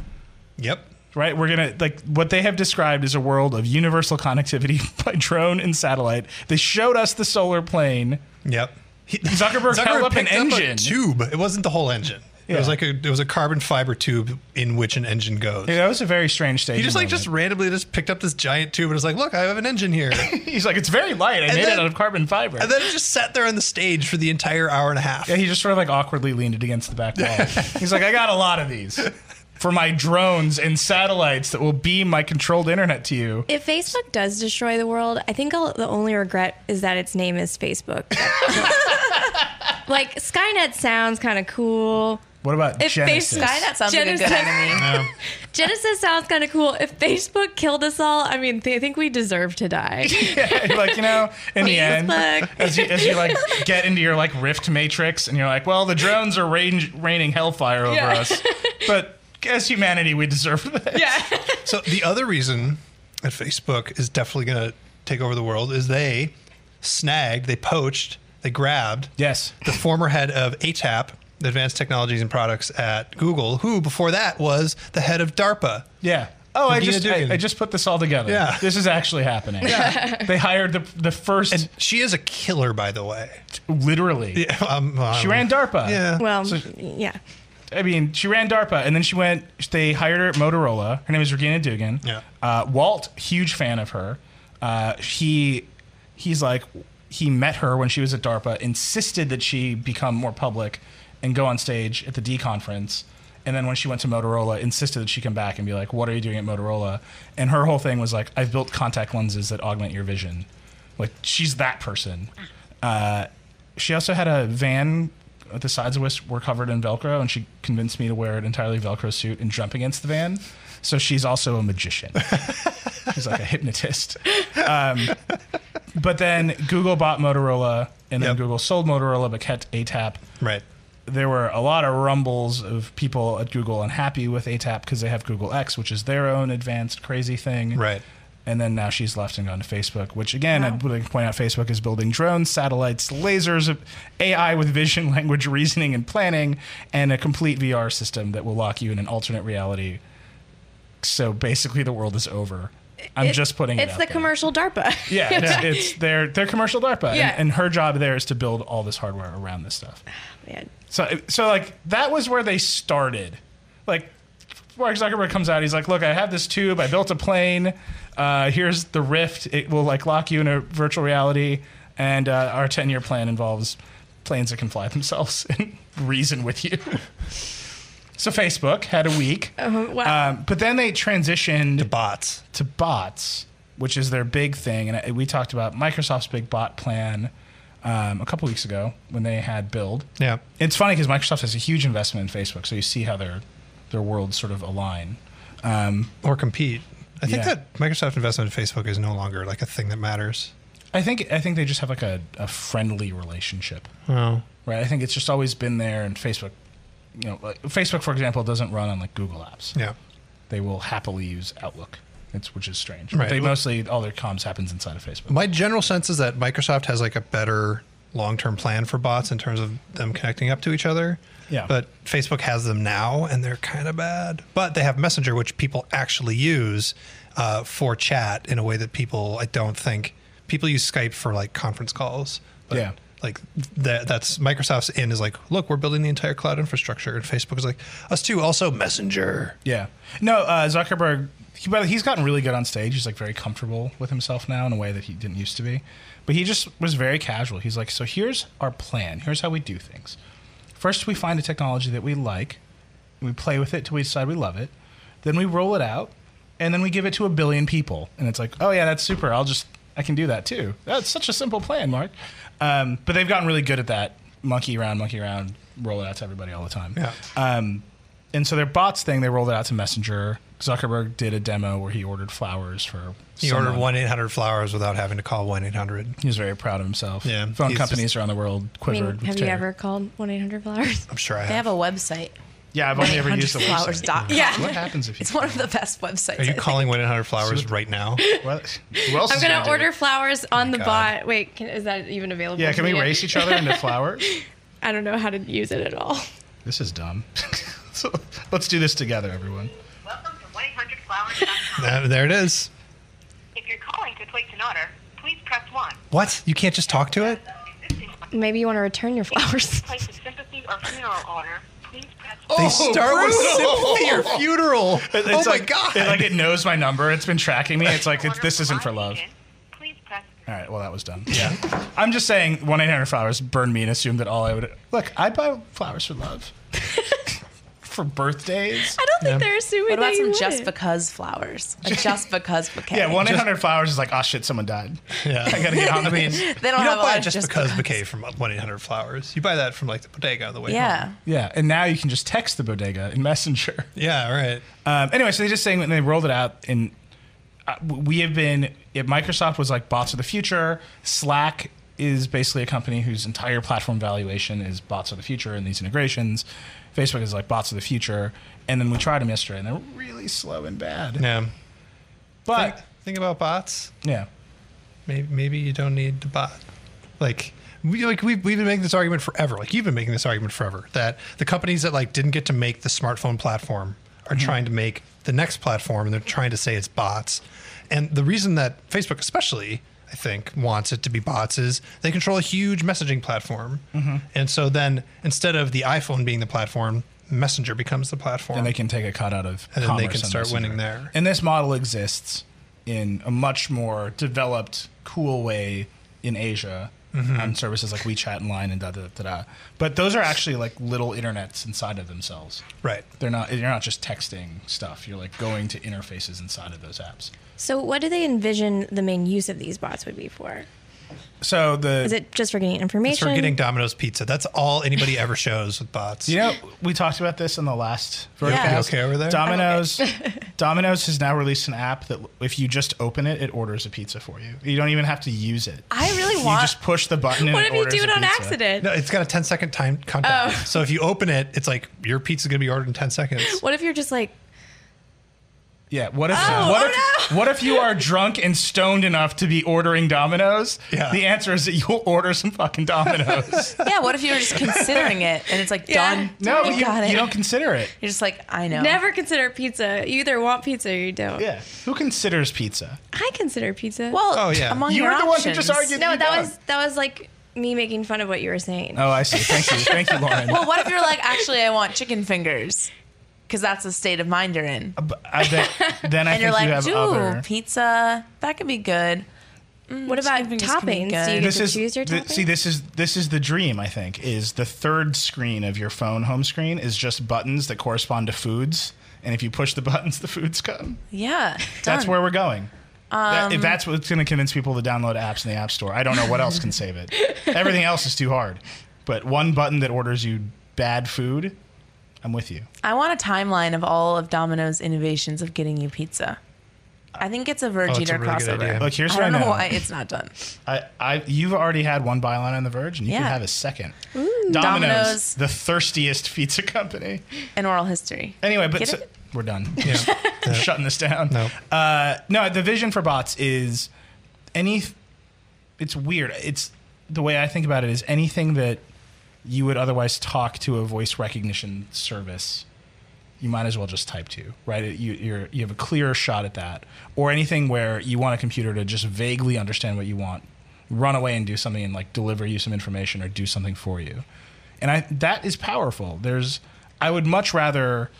[SPEAKER 2] Yep.
[SPEAKER 1] Right, we're gonna like what they have described is a world of universal connectivity by drone and satellite. They showed us the solar plane.
[SPEAKER 2] Yep. He,
[SPEAKER 1] Zuckerberg held up an
[SPEAKER 2] picked a
[SPEAKER 1] engine.
[SPEAKER 2] tube. It wasn't the whole engine. It was
[SPEAKER 1] Yeah.
[SPEAKER 2] like a it was a carbon fiber tube in which an engine goes.
[SPEAKER 1] Yeah, that was a very strange stage.
[SPEAKER 2] He just like just randomly just picked up this giant tube and was like, "Look, I have an engine here," and
[SPEAKER 1] he's like, it's very light. I made
[SPEAKER 2] then-
[SPEAKER 1] it out of carbon fiber.
[SPEAKER 2] then it just sat there on the stage for the entire hour and a half.
[SPEAKER 1] yeah, he just sort of like awkwardly leaned it against the back wall. he's like, I got a lot of these for my drones and satellites that will beam my controlled internet to you.
[SPEAKER 3] If Facebook does destroy the world, I think I'll, the only regret is that its name is Facebook. like Skynet sounds kind of cool.
[SPEAKER 1] What about
[SPEAKER 3] If
[SPEAKER 1] Genesis?
[SPEAKER 3] Facebook-
[SPEAKER 4] Skynet sounds like a
[SPEAKER 3] Genesis.
[SPEAKER 4] good enemy.
[SPEAKER 3] Genesis sounds kind of cool. If Facebook killed us all, I mean, th- I think we deserve to die.
[SPEAKER 1] You're like you know, in the end,
[SPEAKER 3] Facebook.
[SPEAKER 1] as you as you like get into your like rift matrix, and you're like, well, the drones are rain- raining hellfire over
[SPEAKER 3] Yeah.
[SPEAKER 1] us, but as humanity, we deserve this.
[SPEAKER 3] yeah.
[SPEAKER 2] So the other reason that Facebook is definitely going to take over the world is they snagged, they poached, they grabbed
[SPEAKER 1] Yes.
[SPEAKER 2] the former head of ATAP, the Advanced Technologies and Products at Google, who before that was the head of DARPA.
[SPEAKER 1] Yeah. Oh, I
[SPEAKER 2] Medina
[SPEAKER 1] just I,
[SPEAKER 2] Dugan.
[SPEAKER 1] I just put this all together.
[SPEAKER 2] Yeah.
[SPEAKER 1] This is actually happening. Yeah. they hired the the first
[SPEAKER 2] And she is a killer, by the way.
[SPEAKER 1] literally.
[SPEAKER 2] Yeah, um, um,
[SPEAKER 1] She ran DARPA.
[SPEAKER 2] Yeah.
[SPEAKER 3] Well,
[SPEAKER 1] So-
[SPEAKER 3] yeah.
[SPEAKER 1] I mean, she ran DARPA, and then she went. They hired her at Motorola. Her name is Regina Dugan.
[SPEAKER 2] Yeah.
[SPEAKER 1] Uh, Walt, huge fan of her. Uh, he, he's like, he met her when she was at DARPA, insisted that she become more public, and go on stage at the D conference. And then when she went to Motorola, insisted that she come back and be like, "What are you doing at Motorola?" And her whole thing was like, "I've built contact lenses that augment your vision." Like she's that person. Uh, she also had a van. The sides of which were covered in Velcro, and she convinced me to wear an entirely Velcro suit and jump against the van. So she's also a magician. she's like a hypnotist. Um, but then Google bought Motorola, and then
[SPEAKER 2] Yep.
[SPEAKER 1] Google sold Motorola, but kept ATAP.
[SPEAKER 2] Right.
[SPEAKER 1] There were a lot of rumbles of people at Google unhappy with ATAP because they have Google X, which is their own advanced crazy thing.
[SPEAKER 2] Right.
[SPEAKER 1] And then now she's left and gone to Facebook, which again, I would like to point out Facebook is building drones, satellites, lasers, AI with vision, language, reasoning, and planning, and a complete VR system that will lock you in an alternate reality. So basically, the world is over. I'm
[SPEAKER 3] It's-
[SPEAKER 1] just putting it
[SPEAKER 3] It's
[SPEAKER 1] out
[SPEAKER 3] the
[SPEAKER 1] there.
[SPEAKER 3] commercial DARPA.
[SPEAKER 1] Yeah, it's, it's their their commercial DARPA,
[SPEAKER 3] Yeah.
[SPEAKER 1] and, and her job there is to build all this hardware around this stuff.
[SPEAKER 3] Man.
[SPEAKER 1] So, so like that was where they started. Like Mark Zuckerberg comes out, he's like, "Look, I have this tube. I built a plane. Uh, here's the Rift. It will like lock you in a virtual reality, and uh, our ten-year plan involves planes that can fly themselves and reason with you." so Facebook had a week,
[SPEAKER 3] Oh, wow.
[SPEAKER 1] um, but then they transitioned
[SPEAKER 2] The bots.
[SPEAKER 1] to bots, which is their big thing. And I- we talked about Microsoft's big bot plan um, a couple weeks ago when they had Build.
[SPEAKER 2] Yeah.
[SPEAKER 1] It's funny because Microsoft has a huge investment in Facebook, so you see how their their worlds sort of align. Um,
[SPEAKER 2] Or compete. I think
[SPEAKER 1] Yeah.
[SPEAKER 2] that Microsoft investment in Facebook is no longer like a thing that matters.
[SPEAKER 1] I think I think they just have like a, a friendly relationship,
[SPEAKER 2] Oh.
[SPEAKER 1] right? I think it's just always been there, and Facebook, you know, like, Facebook for example doesn't run on like Google Apps.
[SPEAKER 2] Yeah.
[SPEAKER 1] They will happily use Outlook, it's, which is strange.
[SPEAKER 2] Right.
[SPEAKER 1] They mostly all their comms happens inside of Facebook.
[SPEAKER 2] My general sense is that Microsoft has like a better long-term plan for bots in terms of them connecting up to each other.
[SPEAKER 1] Yeah.
[SPEAKER 2] But Facebook has them now, and they're kind of bad. But they have Messenger, which people actually use uh, for chat in a way that people, I don't think, people use Skype for like conference calls. But
[SPEAKER 1] Yeah.
[SPEAKER 2] Like that, that's Microsoft's in is like, look, we're building the entire cloud infrastructure, and Facebook is like, us too, also Messenger.
[SPEAKER 1] Yeah. No, uh, Zuckerberg. He, but he's gotten really good on stage. He's like very comfortable with himself now in a way that he didn't used to be. But he just was very casual. He's like, so here's our plan. Here's how we do things. First, we find a technology that we like. We play with it till we decide we love it. Then we roll it out, and then we give it to a billion people. And it's like, oh yeah, that's super. I'll just I can do that too. That's such a simple plan, Mark. Um, but they've gotten really good at that. Monkey around, monkey around, roll it out to everybody all the time.
[SPEAKER 2] Yeah.
[SPEAKER 1] Um, and so their bots thing, they rolled it out to Messenger. Zuckerberg did a demo where he ordered flowers for.
[SPEAKER 2] You
[SPEAKER 1] someone.
[SPEAKER 2] ordered one eight hundred flowers without having to call one eight hundred.
[SPEAKER 1] He was very proud of himself.
[SPEAKER 2] Yeah.
[SPEAKER 1] Phone
[SPEAKER 2] He's
[SPEAKER 1] companies
[SPEAKER 2] just-
[SPEAKER 1] around the world
[SPEAKER 3] I
[SPEAKER 1] quivered.
[SPEAKER 3] mean,
[SPEAKER 1] with
[SPEAKER 3] have you
[SPEAKER 1] terror.
[SPEAKER 3] ever called 1 800 Flowers?
[SPEAKER 2] I'm sure I have.
[SPEAKER 4] They have a website.
[SPEAKER 1] Yeah, I've only ever used the
[SPEAKER 4] flowers.
[SPEAKER 1] website.
[SPEAKER 4] Dot,
[SPEAKER 3] Yeah.
[SPEAKER 1] What happens if you?
[SPEAKER 4] It's one of the best websites.
[SPEAKER 2] Are
[SPEAKER 4] I
[SPEAKER 2] you
[SPEAKER 4] think.
[SPEAKER 2] calling one eight hundred flowers right now?
[SPEAKER 1] What, who else
[SPEAKER 3] I'm
[SPEAKER 1] is
[SPEAKER 3] going
[SPEAKER 1] gonna
[SPEAKER 3] to
[SPEAKER 1] do
[SPEAKER 3] order
[SPEAKER 1] it?
[SPEAKER 3] flowers on the
[SPEAKER 2] God.
[SPEAKER 3] bot. Wait, can, is that even available?
[SPEAKER 1] Oh Yeah, can we
[SPEAKER 3] here?
[SPEAKER 1] race each other into flowers?
[SPEAKER 3] I don't know how to use it at all.
[SPEAKER 1] This is dumb. so, let's do this together, everyone.
[SPEAKER 5] Welcome to 1-800-Flowers.com.
[SPEAKER 2] Uh, there it is.
[SPEAKER 5] if you're calling to place an order, please press 1.
[SPEAKER 2] What? You can't just talk to it?
[SPEAKER 5] Existing
[SPEAKER 3] Maybe you want to return your flowers.
[SPEAKER 5] place a sympathy or funeral order, please press
[SPEAKER 2] They start with
[SPEAKER 1] brutal.
[SPEAKER 2] sympathy or funeral.
[SPEAKER 1] It-
[SPEAKER 2] oh
[SPEAKER 1] it's
[SPEAKER 2] my
[SPEAKER 1] like,
[SPEAKER 2] god!
[SPEAKER 1] It, like it knows my number. It's been tracking me. It's like it's, this isn't for love.
[SPEAKER 5] Please press.
[SPEAKER 1] All right, well that was dumb. Yeah, I'm just saying one eight hundred flowers burned me and assumed that all I would look. I buy flowers for love, for birthdays.
[SPEAKER 3] I don't think they're assuming
[SPEAKER 4] What about
[SPEAKER 3] that you
[SPEAKER 4] some
[SPEAKER 3] would.
[SPEAKER 4] just because flowers? A just because bouquet.
[SPEAKER 1] Yeah, one eight hundred flowers is like, oh shit, someone died.
[SPEAKER 2] Yeah.
[SPEAKER 1] I gotta get on the beach.
[SPEAKER 2] you
[SPEAKER 4] They don't have
[SPEAKER 2] don't
[SPEAKER 4] a lot
[SPEAKER 2] buy
[SPEAKER 4] of
[SPEAKER 2] just, because bouquet from one eight hundred flowers. You buy that from like the bodega on the way.
[SPEAKER 4] Yeah.
[SPEAKER 2] home.
[SPEAKER 1] Yeah, and now you can just text the bodega in Messenger.
[SPEAKER 2] yeah, right.
[SPEAKER 1] Um, anyway, so they just saying when they rolled it out, and uh, we have been. If Microsoft was like bots of the future, Slack is basically a company whose entire platform valuation is bots of the future and these integrations. Facebook is like bots of the future, and then we tried them yesterday, and they're really slow and bad.
[SPEAKER 2] Yeah.
[SPEAKER 1] But
[SPEAKER 2] Think, think about bots.
[SPEAKER 1] yeah,
[SPEAKER 2] Maybe, maybe you don't need the bot. Like we like we've, we've been making this argument forever. Like you've been making this argument forever that the companies that like didn't get to make the smartphone platform are
[SPEAKER 1] Mm-hmm.
[SPEAKER 2] trying to make the next platform and they're trying to say it's bots. And the reason that Facebook especially I think wants it to be bots is they control a huge messaging platform.
[SPEAKER 1] Mm-hmm.
[SPEAKER 2] And so then instead of the iPhone being the platform, Messenger becomes the platform.
[SPEAKER 1] and they can take a cut out of
[SPEAKER 2] And then they
[SPEAKER 1] commerce
[SPEAKER 2] can
[SPEAKER 1] on
[SPEAKER 2] start
[SPEAKER 1] Messenger.
[SPEAKER 2] winning there.
[SPEAKER 1] And this model exists in a much more developed, cool way in Asia
[SPEAKER 2] Mm-hmm.
[SPEAKER 1] on services like WeChat and Line and da da da da. But those are actually like little internets inside of themselves.
[SPEAKER 2] right.
[SPEAKER 1] They're not. You're not just texting stuff. You're like going to interfaces inside of those apps.
[SPEAKER 3] So, what do they envision the main use of these bots would be for?
[SPEAKER 1] So the
[SPEAKER 3] Is it just for getting information?
[SPEAKER 2] So we're getting Domino's pizza. That's all anybody ever shows with bots.
[SPEAKER 1] you know we talked about this in the last
[SPEAKER 4] Yeah.
[SPEAKER 1] vertical.
[SPEAKER 4] You
[SPEAKER 2] okay over there?
[SPEAKER 1] Domino's. Domino's has now released an app that if you just open it, it orders a pizza for you. You don't even have to use it.
[SPEAKER 4] I really
[SPEAKER 1] You
[SPEAKER 4] want.
[SPEAKER 1] just push the button. And
[SPEAKER 3] what
[SPEAKER 1] it
[SPEAKER 3] if you
[SPEAKER 1] orders
[SPEAKER 3] do
[SPEAKER 1] a
[SPEAKER 3] it on
[SPEAKER 1] pizza.
[SPEAKER 3] accident?
[SPEAKER 2] No, it's got a 10 second time countdown.
[SPEAKER 3] Oh.
[SPEAKER 2] So if you open it, it's like your pizza's gonna be ordered in 10 seconds.
[SPEAKER 3] What if you're just like,
[SPEAKER 1] Yeah. What if? what if? What if you are drunk and stoned enough to be ordering Domino's?
[SPEAKER 2] Yeah.
[SPEAKER 1] The answer is that you'll order some fucking Domino's.
[SPEAKER 4] yeah. What if you were just considering it and it's like
[SPEAKER 3] Yeah.
[SPEAKER 4] done?
[SPEAKER 1] no,
[SPEAKER 4] I
[SPEAKER 1] you,
[SPEAKER 4] got it.
[SPEAKER 1] you don't consider it.
[SPEAKER 4] You're just like I know.
[SPEAKER 3] never consider pizza? You either want pizza or you don't.
[SPEAKER 1] Yeah. Who considers pizza?
[SPEAKER 3] I consider pizza.
[SPEAKER 4] Well,
[SPEAKER 2] Oh, yeah.
[SPEAKER 4] Among
[SPEAKER 1] You
[SPEAKER 4] your
[SPEAKER 1] were the one who
[SPEAKER 4] options.
[SPEAKER 1] just argued-
[SPEAKER 3] no,
[SPEAKER 1] you
[SPEAKER 3] that
[SPEAKER 1] don't.
[SPEAKER 3] was that was like me making fun of what you were saying.
[SPEAKER 1] Oh, I see. Thank you. Thank you, Lauren.
[SPEAKER 4] Well, what if you're like, actually, I want chicken fingers, because that's the state of mind you're in.
[SPEAKER 1] But I bet, then I think
[SPEAKER 4] and you're
[SPEAKER 1] you
[SPEAKER 4] like,
[SPEAKER 1] have
[SPEAKER 4] ooh,
[SPEAKER 1] other.
[SPEAKER 4] pizza, that could be good.
[SPEAKER 3] what about
[SPEAKER 4] chicken fingers can
[SPEAKER 3] toppings? Do
[SPEAKER 4] be
[SPEAKER 3] you
[SPEAKER 4] good.
[SPEAKER 3] get
[SPEAKER 1] This
[SPEAKER 3] to
[SPEAKER 1] is
[SPEAKER 3] choose your
[SPEAKER 1] th-
[SPEAKER 3] toppings?
[SPEAKER 1] see. This is this is the dream. I think is the third screen of your phone home screen is just buttons that correspond to foods, and if you push the buttons, the foods come.
[SPEAKER 4] Yeah,
[SPEAKER 1] That's
[SPEAKER 4] done. Um,
[SPEAKER 1] where we're going. That- if that's what's going to convince people to download apps in the App Store, I don't know what else can save it. Everything else is too hard. But one button that orders you bad food, I'm with you.
[SPEAKER 4] I want a timeline of all of Domino's innovations of getting you pizza. I think it's a
[SPEAKER 1] Oh,
[SPEAKER 4] Verge
[SPEAKER 2] it's a
[SPEAKER 4] Eater
[SPEAKER 2] really good idea.
[SPEAKER 4] crossover.
[SPEAKER 1] Look, here's
[SPEAKER 4] I
[SPEAKER 1] what I
[SPEAKER 4] don't know
[SPEAKER 1] know.
[SPEAKER 4] why it's not done.
[SPEAKER 1] I, I, you've already had one byline on The Verge, and you could
[SPEAKER 4] Yeah.
[SPEAKER 1] have a second. Domino's,
[SPEAKER 4] Domino's.
[SPEAKER 1] the thirstiest pizza company.
[SPEAKER 4] In oral history.
[SPEAKER 1] Anyway, but
[SPEAKER 4] Get
[SPEAKER 1] so-
[SPEAKER 4] it?
[SPEAKER 1] we're done.
[SPEAKER 2] Yeah.
[SPEAKER 1] We're shutting this down.
[SPEAKER 2] No.
[SPEAKER 1] Uh, no, the vision for bots is any. It's weird. It's the way I think about it is anything that you would otherwise talk to a voice recognition service, you might as well just type to, right? It- You, you're, you have a clearer shot at that. Or anything where you want a computer to just vaguely understand what you want, run away and do something and like deliver you some information or do something for you. And I, that is powerful. There's, I would much rather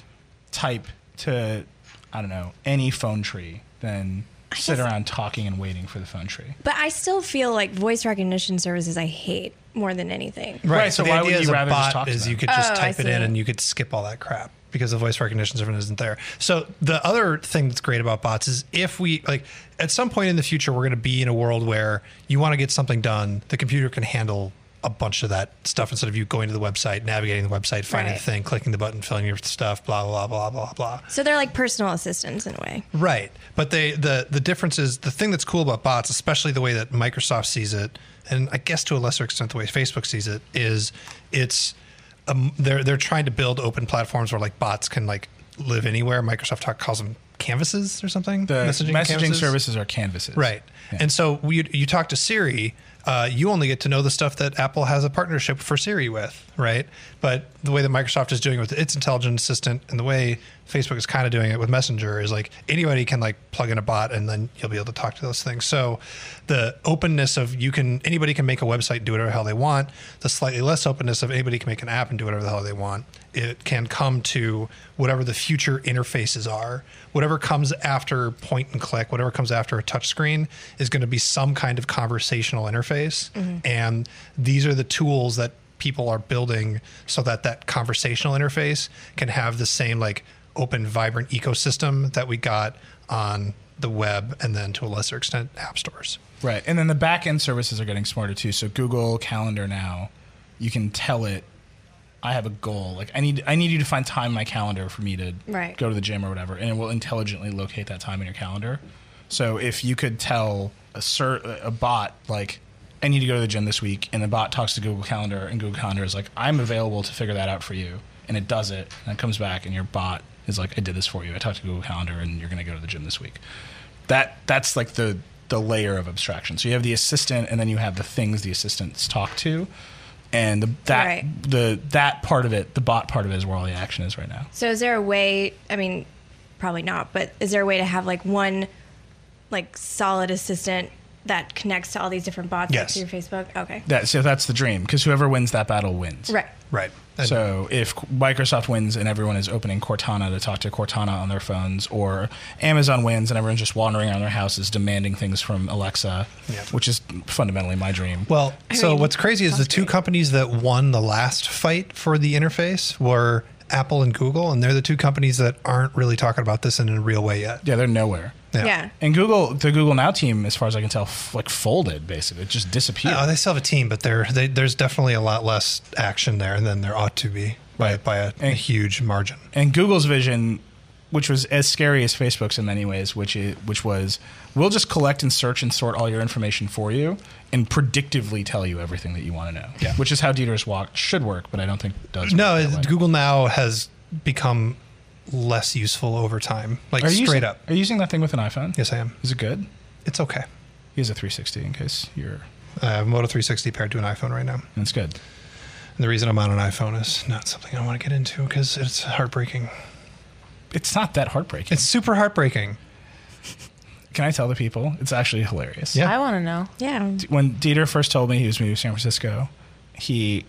[SPEAKER 1] type to, I don't know, any phone tree than sit
[SPEAKER 3] guess-
[SPEAKER 1] around talking and waiting for the phone tree.
[SPEAKER 3] but I still feel like voice recognition services I hate more than anything.
[SPEAKER 2] Right.
[SPEAKER 1] Right, so
[SPEAKER 2] So, the
[SPEAKER 1] why
[SPEAKER 2] idea
[SPEAKER 1] would you
[SPEAKER 2] is a
[SPEAKER 1] rather just
[SPEAKER 2] bot
[SPEAKER 1] talk to
[SPEAKER 2] is
[SPEAKER 1] them?
[SPEAKER 2] you could just
[SPEAKER 3] Oh, I
[SPEAKER 2] type it in
[SPEAKER 3] see.
[SPEAKER 2] and you could skip all that crap because the voice recognition service isn't there. So the other thing that's great about bots is if we like at some point in the future we're going to be in a world where you want to get something done, the computer can handle a bunch of that stuff instead of you going to the website, navigating the website, finding
[SPEAKER 3] Right.
[SPEAKER 2] the thing, clicking the button, filling your stuff, blah blah blah blah blah.
[SPEAKER 3] So they're like personal assistants in a way.
[SPEAKER 2] Right. But they the the difference is the thing that's cool about bots, especially the way that Microsoft sees it, and I guess to a lesser extent the way Facebook sees it, is it's um, they're they're trying to build open platforms where like bots can like live anywhere. Microsoft talk, calls them canvases or something.
[SPEAKER 1] The messaging,
[SPEAKER 2] canvases.
[SPEAKER 1] services are canvases.
[SPEAKER 2] Right.
[SPEAKER 1] Yeah.
[SPEAKER 2] And so we, you talk to Siri uh, you only get to know the stuff that Apple has a partnership for Siri with, right? But the way that Microsoft is doing it with its intelligent assistant and the way Facebook is kind of doing it with Messenger is like anybody can like plug in a bot and then you'll be able to talk to those things. So the openness of you can anybody can make a website and do whatever the hell they want. The slightly less openness of anybody can make an app and do whatever the hell they want. It can come to whatever the future interfaces are. Whatever comes after point and click, whatever comes after a touch screen is going to be some kind of conversational interface. And these are the tools that people are building so that that conversational interface can have the same like open vibrant ecosystem that we got on the web and then to a lesser extent app stores
[SPEAKER 1] Right. And then the back end services are getting smarter too. So Google Calendar now, you can tell it I have a goal. Like I need I need you to find time in my calendar for me to
[SPEAKER 3] Right.
[SPEAKER 1] go to the gym or whatever and it will intelligently locate that time in your calendar. So if you could tell a ser- a bot like I need to go to the gym this week and the bot talks to Google Calendar and Google Calendar is like I'm available to figure that out for you and it does it and it comes back and your bot is like I did this for you. I talked to Google Calendar and you're going to go to the gym this week that that's like the the layer of abstraction. So you have the assistant, and then you have the things the assistants talk to, and the, that
[SPEAKER 3] Right.
[SPEAKER 1] the that part of it, the bot part of it, is where all the action is right now.
[SPEAKER 3] So is there a way? I mean, probably not, but is there a way to have like one, like solid assistant that connects to all these different bots
[SPEAKER 2] Yes.
[SPEAKER 3] like, through Facebook? Okay,
[SPEAKER 1] That so that's the dream because whoever wins that battle wins.
[SPEAKER 3] right.
[SPEAKER 2] right And-
[SPEAKER 1] So if Microsoft wins and everyone is opening Cortana to talk to Cortana on their phones, or Amazon wins and everyone's just wandering around their houses demanding things from Alexa,
[SPEAKER 2] Yeah.
[SPEAKER 1] which is fundamentally my dream.
[SPEAKER 2] Well,
[SPEAKER 3] I
[SPEAKER 2] so
[SPEAKER 3] mean,
[SPEAKER 2] what's crazy is the
[SPEAKER 3] sounds
[SPEAKER 2] two
[SPEAKER 3] great.
[SPEAKER 2] companies that won the last fight for the interface were Apple and Google, and they're the two companies that aren't really talking about this in a real way yet. Uh,
[SPEAKER 1] yeah, they're nowhere.
[SPEAKER 3] Yeah.
[SPEAKER 1] And Google, the Google Now team, as far as I can tell, f- like folded basically, it just disappeared.
[SPEAKER 2] Oh, they still have a team, but there they, there's definitely a lot less action there than there ought to be by
[SPEAKER 1] Right.
[SPEAKER 2] by a, a
[SPEAKER 1] And-
[SPEAKER 2] huge margin.
[SPEAKER 1] and Google's vision, which was as scary as Facebook's in many ways, which is, which was we'll just collect and search and sort all your information for you and predictively tell you everything that you want to know.
[SPEAKER 2] Yeah.
[SPEAKER 1] Which is how Dieter's walk should work, but I don't think it does.
[SPEAKER 2] No,
[SPEAKER 1] work
[SPEAKER 2] it-
[SPEAKER 1] that way.
[SPEAKER 2] Google now has become less useful over time, like
[SPEAKER 1] Are you
[SPEAKER 2] straight
[SPEAKER 1] using,
[SPEAKER 2] up.
[SPEAKER 1] Are you using that thing with an iPhone?
[SPEAKER 2] Yes, I am.
[SPEAKER 1] Is it good?
[SPEAKER 2] It's okay.
[SPEAKER 1] He has a 360 in case you're.
[SPEAKER 2] I have Moto 360 paired to an iPhone right now.
[SPEAKER 1] And it's good.
[SPEAKER 2] And the reason I'm on an iPhone is not something I want to get into because it's heartbreaking.
[SPEAKER 1] It's not that heartbreaking.
[SPEAKER 2] It's super heartbreaking.
[SPEAKER 1] Can I tell the people? It's actually hilarious.
[SPEAKER 2] Yeah.
[SPEAKER 4] I want to know.
[SPEAKER 3] Yeah.
[SPEAKER 1] when Dieter first told me he was moving to San Francisco, he,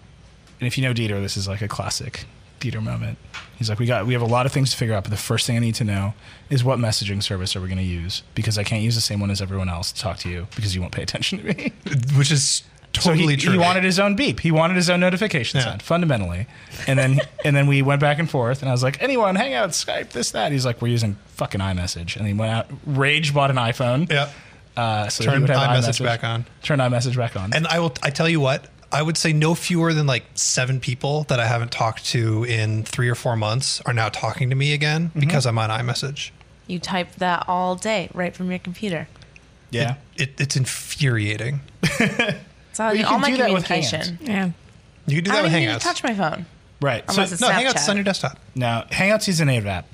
[SPEAKER 1] and if you know Dieter, this is like a classic Dieter moment. He's like, we got, we have a lot of things to figure out, but the first thing I need to know is what messaging service are we going to use because I can't use the same one as everyone else to talk to you because you won't pay attention to me.
[SPEAKER 2] which is
[SPEAKER 1] So
[SPEAKER 2] totally
[SPEAKER 1] he,
[SPEAKER 2] true.
[SPEAKER 1] he wanted his own beep. He wanted his own notification
[SPEAKER 2] Yeah.
[SPEAKER 1] sound, fundamentally. And then and then we went back and forth, and I was like, anyone, hang out, Skype, this, that. He's like, we're using fucking iMessage. And he went out, rage bought an iPhone.
[SPEAKER 2] Yeah,
[SPEAKER 1] Uh, so he
[SPEAKER 2] Turned
[SPEAKER 1] would have
[SPEAKER 2] iMessage back on.
[SPEAKER 1] Turned iMessage back on.
[SPEAKER 2] and I will. I tell you what. I would say no fewer than like seven people that I haven't talked to in three or four months are now talking to me again because I'm on iMessage.
[SPEAKER 4] You type that all day right from your computer.
[SPEAKER 1] yeah.
[SPEAKER 2] It, it's infuriating.
[SPEAKER 4] It's all,
[SPEAKER 1] you
[SPEAKER 4] all
[SPEAKER 1] can
[SPEAKER 4] my
[SPEAKER 1] do that with
[SPEAKER 4] communication.
[SPEAKER 3] Yeah.
[SPEAKER 2] You can do
[SPEAKER 4] I
[SPEAKER 2] that
[SPEAKER 4] don't
[SPEAKER 2] with
[SPEAKER 4] even need to
[SPEAKER 2] Hangouts.
[SPEAKER 4] touch my phone.
[SPEAKER 1] Right. So
[SPEAKER 4] Unless it's
[SPEAKER 2] no, Hangouts
[SPEAKER 4] Snapchat.
[SPEAKER 2] is on your desktop.
[SPEAKER 1] now Hangouts is a native app.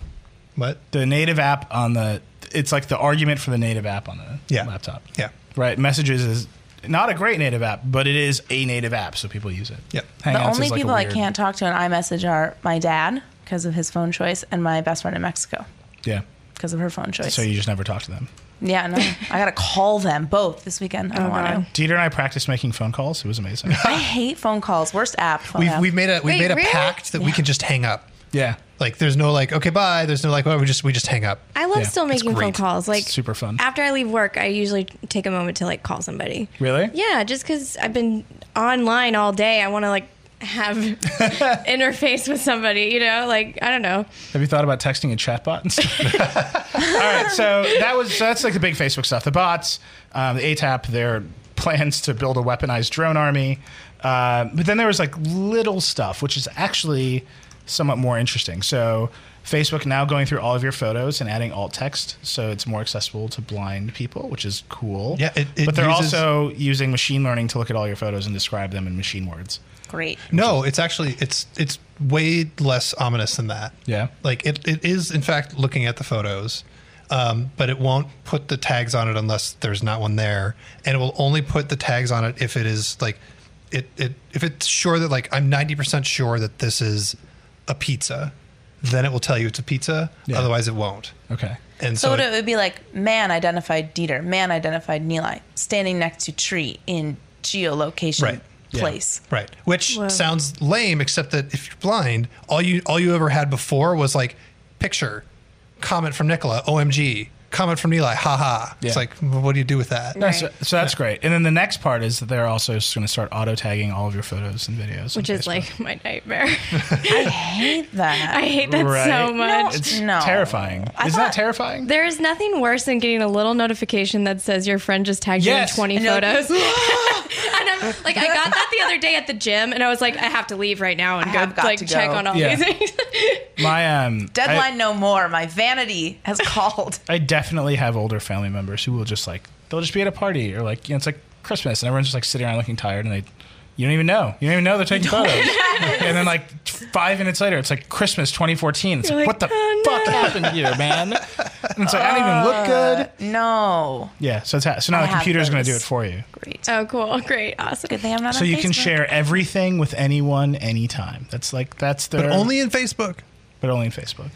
[SPEAKER 2] But
[SPEAKER 1] The native app on the it's like the argument for the native app on the
[SPEAKER 2] Yeah.
[SPEAKER 1] laptop.
[SPEAKER 2] yeah,
[SPEAKER 1] Right. Messages is not a great native app, but it is a native app, so people use it.
[SPEAKER 2] Yep. The
[SPEAKER 1] Hangouts
[SPEAKER 4] the only
[SPEAKER 1] is like a
[SPEAKER 4] people I
[SPEAKER 1] weird-
[SPEAKER 4] can't talk to on iMessage are my dad because of his phone choice and my best friend in Mexico
[SPEAKER 1] Yeah.
[SPEAKER 4] because of her phone choice.
[SPEAKER 1] So you just never talk to them.
[SPEAKER 4] yeah, no, I gotta call them both this weekend. I don't
[SPEAKER 3] Oh,
[SPEAKER 4] want
[SPEAKER 3] God.
[SPEAKER 4] to.
[SPEAKER 1] Dieter and I practiced making phone calls. It was amazing.
[SPEAKER 4] I hate phone calls. Worst app. Phone
[SPEAKER 2] we've
[SPEAKER 4] app.
[SPEAKER 2] we've made a we've
[SPEAKER 3] Wait,
[SPEAKER 2] made a
[SPEAKER 3] really?
[SPEAKER 2] pact that we can just hang up.
[SPEAKER 1] yeah.
[SPEAKER 2] Like there's no like okay bye. There's no like well we just we just hang up.
[SPEAKER 3] I love
[SPEAKER 1] Yeah,
[SPEAKER 3] still making phone
[SPEAKER 2] great.
[SPEAKER 3] calls. Like
[SPEAKER 1] Super fun.
[SPEAKER 3] After I leave work, I usually take a moment to like call somebody.
[SPEAKER 1] Really?
[SPEAKER 3] Yeah, just because I've been online all day, I want to like have interface with somebody. You know, like I don't know.
[SPEAKER 1] Have you thought about texting a chatbot? instead? All right, so that was so that's like the big Facebook stuff. The bots, um, the ATAP, their plans to build a weaponized drone army. Uh, but then there was like little stuff, which is actually somewhat more interesting. So Facebook now going through all of your photos and adding alt text, so it's more accessible to blind people, which is cool.
[SPEAKER 2] Yeah, it- it
[SPEAKER 1] but they're
[SPEAKER 2] uses-
[SPEAKER 1] also using machine learning to look at all your photos and describe them in machine words.
[SPEAKER 4] Great.
[SPEAKER 2] No, it's actually it's it's way less ominous than that.
[SPEAKER 1] Yeah.
[SPEAKER 2] Like it, it is in fact looking at the photos. um, but it won't put the tags on it unless there's not one there, and it will only put the tags on it if it is like it, it if it's sure that like I'm ninety percent sure that this is a pizza, then it will tell you it's a pizza.
[SPEAKER 1] Yeah.
[SPEAKER 2] Otherwise, it won't.
[SPEAKER 1] Okay.
[SPEAKER 2] And
[SPEAKER 4] So
[SPEAKER 2] so,
[SPEAKER 4] it,
[SPEAKER 2] it-
[SPEAKER 4] would be like man identified Dieter, man identified Neely, standing next to tree in geolocation
[SPEAKER 2] Right.
[SPEAKER 1] Yeah.
[SPEAKER 4] place.
[SPEAKER 2] right, which
[SPEAKER 3] Whoa.
[SPEAKER 2] sounds lame, except that if you're blind, all you all you ever had before was like picture, comment from Nicola, OMG, comment from Neil, haha.
[SPEAKER 1] Yeah.
[SPEAKER 2] It's like, what do you do with that?
[SPEAKER 1] No,
[SPEAKER 3] Right.
[SPEAKER 1] so, so that's great. And then the next part is that they're also just going to start auto tagging all of your photos and videos, on
[SPEAKER 3] Which is
[SPEAKER 1] Facebook.
[SPEAKER 3] like my nightmare.
[SPEAKER 4] I hate that.
[SPEAKER 3] I hate that so
[SPEAKER 1] Right?
[SPEAKER 3] much.
[SPEAKER 1] it's
[SPEAKER 4] No.
[SPEAKER 1] terrifying.
[SPEAKER 4] I
[SPEAKER 1] Isn't that
[SPEAKER 4] thought-
[SPEAKER 1] terrifying?
[SPEAKER 3] There is nothing worse than getting a little notification that says your friend just tagged
[SPEAKER 1] Yes.
[SPEAKER 3] you in 20
[SPEAKER 4] And you're like,
[SPEAKER 3] photos. and I'm like, I got that the other day at the gym, and I was like, I have to leave right now and
[SPEAKER 4] I
[SPEAKER 3] go
[SPEAKER 4] have got
[SPEAKER 3] like
[SPEAKER 4] to
[SPEAKER 3] check
[SPEAKER 4] go.
[SPEAKER 3] on all
[SPEAKER 1] Yeah.
[SPEAKER 3] these things.
[SPEAKER 1] My um I-
[SPEAKER 4] Deadline no more. My vanity has called.
[SPEAKER 1] I definitely have older family members who will just like they'll just be at a party or like you know it's like Christmas and everyone's just like sitting around looking tired and they you don't even know you don't even know they're taking photos and then like five minutes later it's like Christmas 2014 it's
[SPEAKER 3] You're
[SPEAKER 1] like,
[SPEAKER 3] like,
[SPEAKER 1] what the
[SPEAKER 3] "Oh,
[SPEAKER 1] fuck happened here man and it's like I don't even look good
[SPEAKER 4] No.
[SPEAKER 1] yeah so it's ha- so now
[SPEAKER 4] Uh, I
[SPEAKER 1] the
[SPEAKER 4] have
[SPEAKER 1] computer's going to do it
[SPEAKER 4] those.
[SPEAKER 1] for you
[SPEAKER 4] Great.
[SPEAKER 3] oh, cool. Great. Awesome.
[SPEAKER 4] Good thing I'm not
[SPEAKER 1] so
[SPEAKER 4] on
[SPEAKER 1] you can
[SPEAKER 4] Facebook.
[SPEAKER 1] share everything with anyone anytime that's like that's their
[SPEAKER 2] But only in Facebook.
[SPEAKER 1] but only in Facebook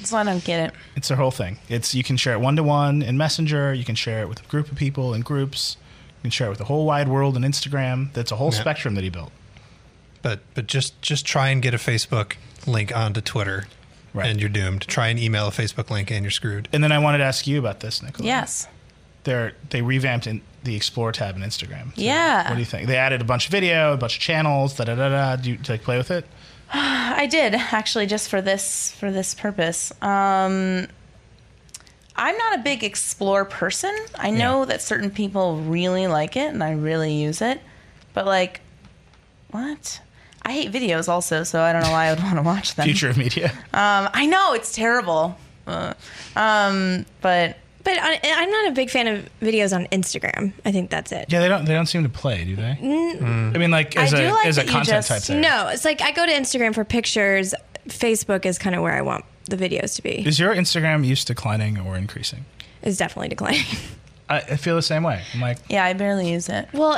[SPEAKER 4] That's why I don't get it.
[SPEAKER 1] It's their whole thing. It's you can share it one to one in Messenger. You can share it with a group of people in groups. You can share it with the whole wide world in Instagram. That's a whole
[SPEAKER 2] Yeah.
[SPEAKER 1] spectrum that he built.
[SPEAKER 2] But but just just try and get a Facebook link onto Twitter,
[SPEAKER 1] Right.
[SPEAKER 2] and you're doomed. Try and email a Facebook link, and you're screwed.
[SPEAKER 1] And then I wanted to ask you about this, Nicola.
[SPEAKER 4] Yes.
[SPEAKER 1] They're, they revamped in the Explore tab in Instagram. So
[SPEAKER 4] Yeah.
[SPEAKER 1] What do you think? They added a bunch of video, a bunch of channels. Da da da da. Do you like play with it?
[SPEAKER 4] I did actually just for this for this purpose. Um, I'm not a big explore person. I know
[SPEAKER 1] Yeah.
[SPEAKER 4] that certain people really like it and I really use it, but like, what? I hate videos also, so I don't know why I would want to watch them.
[SPEAKER 1] Future of media.
[SPEAKER 4] Um, I know it's terrible, uh, um, but
[SPEAKER 3] But I, I'm not a big fan of videos on Instagram. I think that's it.
[SPEAKER 1] yeah, they don't they don't seem to play, do they? Mm. I mean, like as
[SPEAKER 4] I
[SPEAKER 1] a
[SPEAKER 4] do like
[SPEAKER 1] as a
[SPEAKER 4] that you
[SPEAKER 1] content
[SPEAKER 4] just-
[SPEAKER 1] type thing.
[SPEAKER 3] No, it's like I go to Instagram for pictures. Facebook is kind of where I want the videos to be.
[SPEAKER 1] Is your Instagram use declining or increasing?
[SPEAKER 3] It's definitely declining.
[SPEAKER 1] I, I feel the same way. I'm like,
[SPEAKER 4] yeah, I barely use it.
[SPEAKER 3] Well,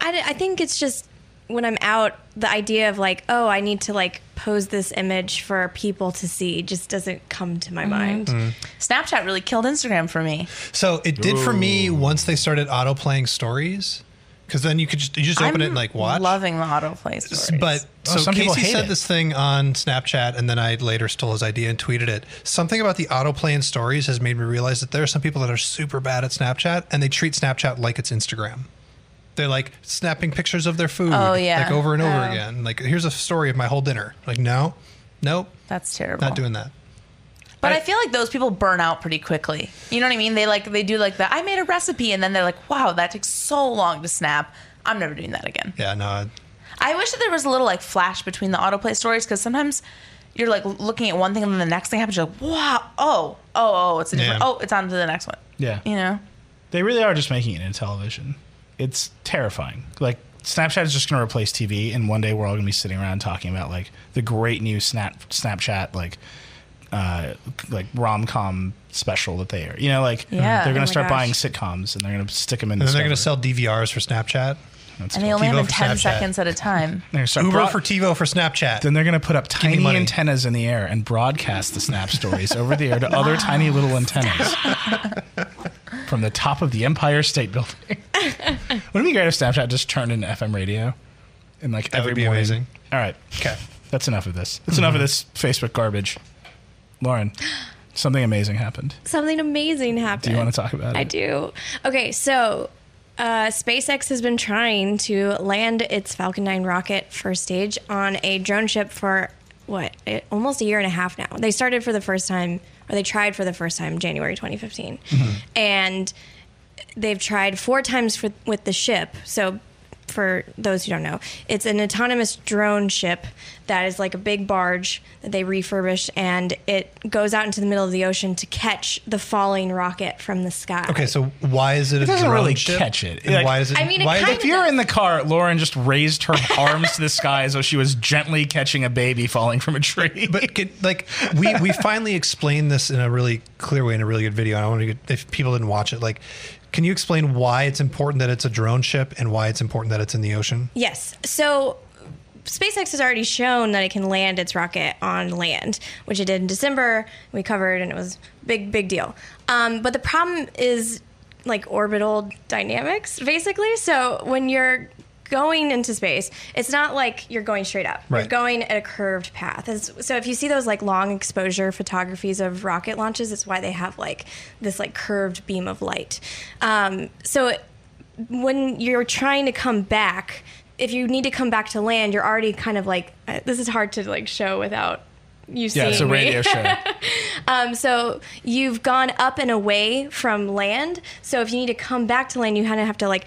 [SPEAKER 3] I, I think it's just when I'm out, the idea of like, oh, I need to like pose this image for people to see just doesn't come to my
[SPEAKER 1] Mm-hmm.
[SPEAKER 3] mind.
[SPEAKER 4] Snapchat really killed Instagram for me.
[SPEAKER 2] So it did for me once they started auto playing stories, because then you could just you just open
[SPEAKER 4] I'm
[SPEAKER 2] it and like watch.
[SPEAKER 4] Loving the autoplay stories.
[SPEAKER 2] But
[SPEAKER 1] Oh,
[SPEAKER 2] so
[SPEAKER 1] some people
[SPEAKER 2] Casey
[SPEAKER 1] hate
[SPEAKER 2] said
[SPEAKER 1] it.
[SPEAKER 2] this thing on Snapchat, and then I later stole his idea and tweeted it. Something about the autoplay in stories has made me realize that there are some people that are super bad at Snapchat, and they treat Snapchat like it's Instagram. They're like snapping pictures of their food,
[SPEAKER 4] Oh, yeah.
[SPEAKER 2] like over and over
[SPEAKER 4] Oh.
[SPEAKER 2] again. Like here's a story of my whole dinner. Like no, nope,
[SPEAKER 4] that's terrible.
[SPEAKER 2] not doing that.
[SPEAKER 4] But
[SPEAKER 1] I-
[SPEAKER 4] I, feel like those people burn out pretty quickly. You know what I mean? They like they do like the I made a recipe and then they're like, wow, that takes so long to snap. I'm never doing that again.
[SPEAKER 2] Yeah, no,
[SPEAKER 4] I wish that there was a little like flash between the autoplay stories because sometimes you're like looking at one thing and then the next thing happens. You're like, wow, oh, oh, oh, it's a different.
[SPEAKER 2] Yeah.
[SPEAKER 4] Oh, it's on to the next one.
[SPEAKER 1] yeah.
[SPEAKER 4] You know?
[SPEAKER 1] They really are just making it into television. It's terrifying. Like Snapchat is just going to replace TV, and one day we're all going to be sitting around talking about like the great new Snap Snapchat like uh, like rom com special that they are. You know, like
[SPEAKER 4] Yeah.
[SPEAKER 1] they're
[SPEAKER 4] Oh
[SPEAKER 1] going
[SPEAKER 4] my
[SPEAKER 1] to start
[SPEAKER 4] gosh.
[SPEAKER 1] buying sitcoms and they're going to stick them in.
[SPEAKER 2] and then they're going to sell DVRs for Snapchat.
[SPEAKER 4] And they only
[SPEAKER 2] TiVo
[SPEAKER 4] have them
[SPEAKER 2] for
[SPEAKER 4] ten
[SPEAKER 2] Snapchat.
[SPEAKER 4] seconds at a time.
[SPEAKER 1] They're gonna start
[SPEAKER 2] Uber
[SPEAKER 1] broad-
[SPEAKER 2] for TiVo for Snapchat.
[SPEAKER 1] Then they're going to put up
[SPEAKER 2] me
[SPEAKER 1] tiny
[SPEAKER 2] money.
[SPEAKER 1] antennas in the air and broadcast the snap stories over the air to other tiny little antennas from the top of the Empire State Building. Wouldn't it be great if Snapchat just turned into FM radio? And like
[SPEAKER 2] That would
[SPEAKER 1] every
[SPEAKER 2] be
[SPEAKER 1] morning.
[SPEAKER 2] amazing.
[SPEAKER 1] All right,
[SPEAKER 2] okay.
[SPEAKER 1] that's enough of this. That's enough of this Facebook garbage. Lauren, something amazing happened.
[SPEAKER 3] Something amazing happened.
[SPEAKER 1] Do you want to talk about it?
[SPEAKER 3] I do. Okay, so uh, SpaceX has been trying to land its Falcon 9 rocket first stage on a drone ship for what eh, almost a year and a half now. They started for the first time, or they tried for the first time, January 2015,
[SPEAKER 1] Mm-hmm.
[SPEAKER 3] and they've tried four times for, with the ship. So for those who don't know, it's an autonomous drone ship that is like a big barge that they refurbish, and it goes out into the middle of the ocean to catch the falling rocket from the sky.
[SPEAKER 2] Okay, so why is it, a
[SPEAKER 1] doesn't
[SPEAKER 2] drone
[SPEAKER 1] really
[SPEAKER 2] ship?
[SPEAKER 1] catch it.
[SPEAKER 2] And
[SPEAKER 1] Like-
[SPEAKER 2] why is it?
[SPEAKER 3] I mean, it
[SPEAKER 2] why is
[SPEAKER 3] kind
[SPEAKER 1] If you're
[SPEAKER 3] does.
[SPEAKER 1] in the car, Lauren just raised her arms to the sky as though she was gently catching a baby falling from a tree.
[SPEAKER 2] but can, like we we finally explained this in a really clear way in a really good video. And I want to get if people didn't watch it, like, can you explain why it's important that it's a drone ship and why it's important that it's in the ocean?
[SPEAKER 3] Yes. So SpaceX has already shown that it can land its rocket on land, which it did in December. We covered, and it was a big, big deal. Um, but the problem is like orbital dynamics, basically. So when you're going into space, it's not like you're going straight up. You're
[SPEAKER 2] Right.
[SPEAKER 3] going at a curved path. It's- So if you see those like long exposure photographies of rocket launches, it's why they have like this like curved beam of light. Um, so it, when you're trying to come back, if you need to come back to land, you're already kind of like uh, this is hard to like show without you
[SPEAKER 1] yeah,
[SPEAKER 3] seeing
[SPEAKER 1] it's a
[SPEAKER 3] me.
[SPEAKER 1] radio show.
[SPEAKER 3] Um, so you've gone up and away from land. So if you need to come back to land, you kind of have to like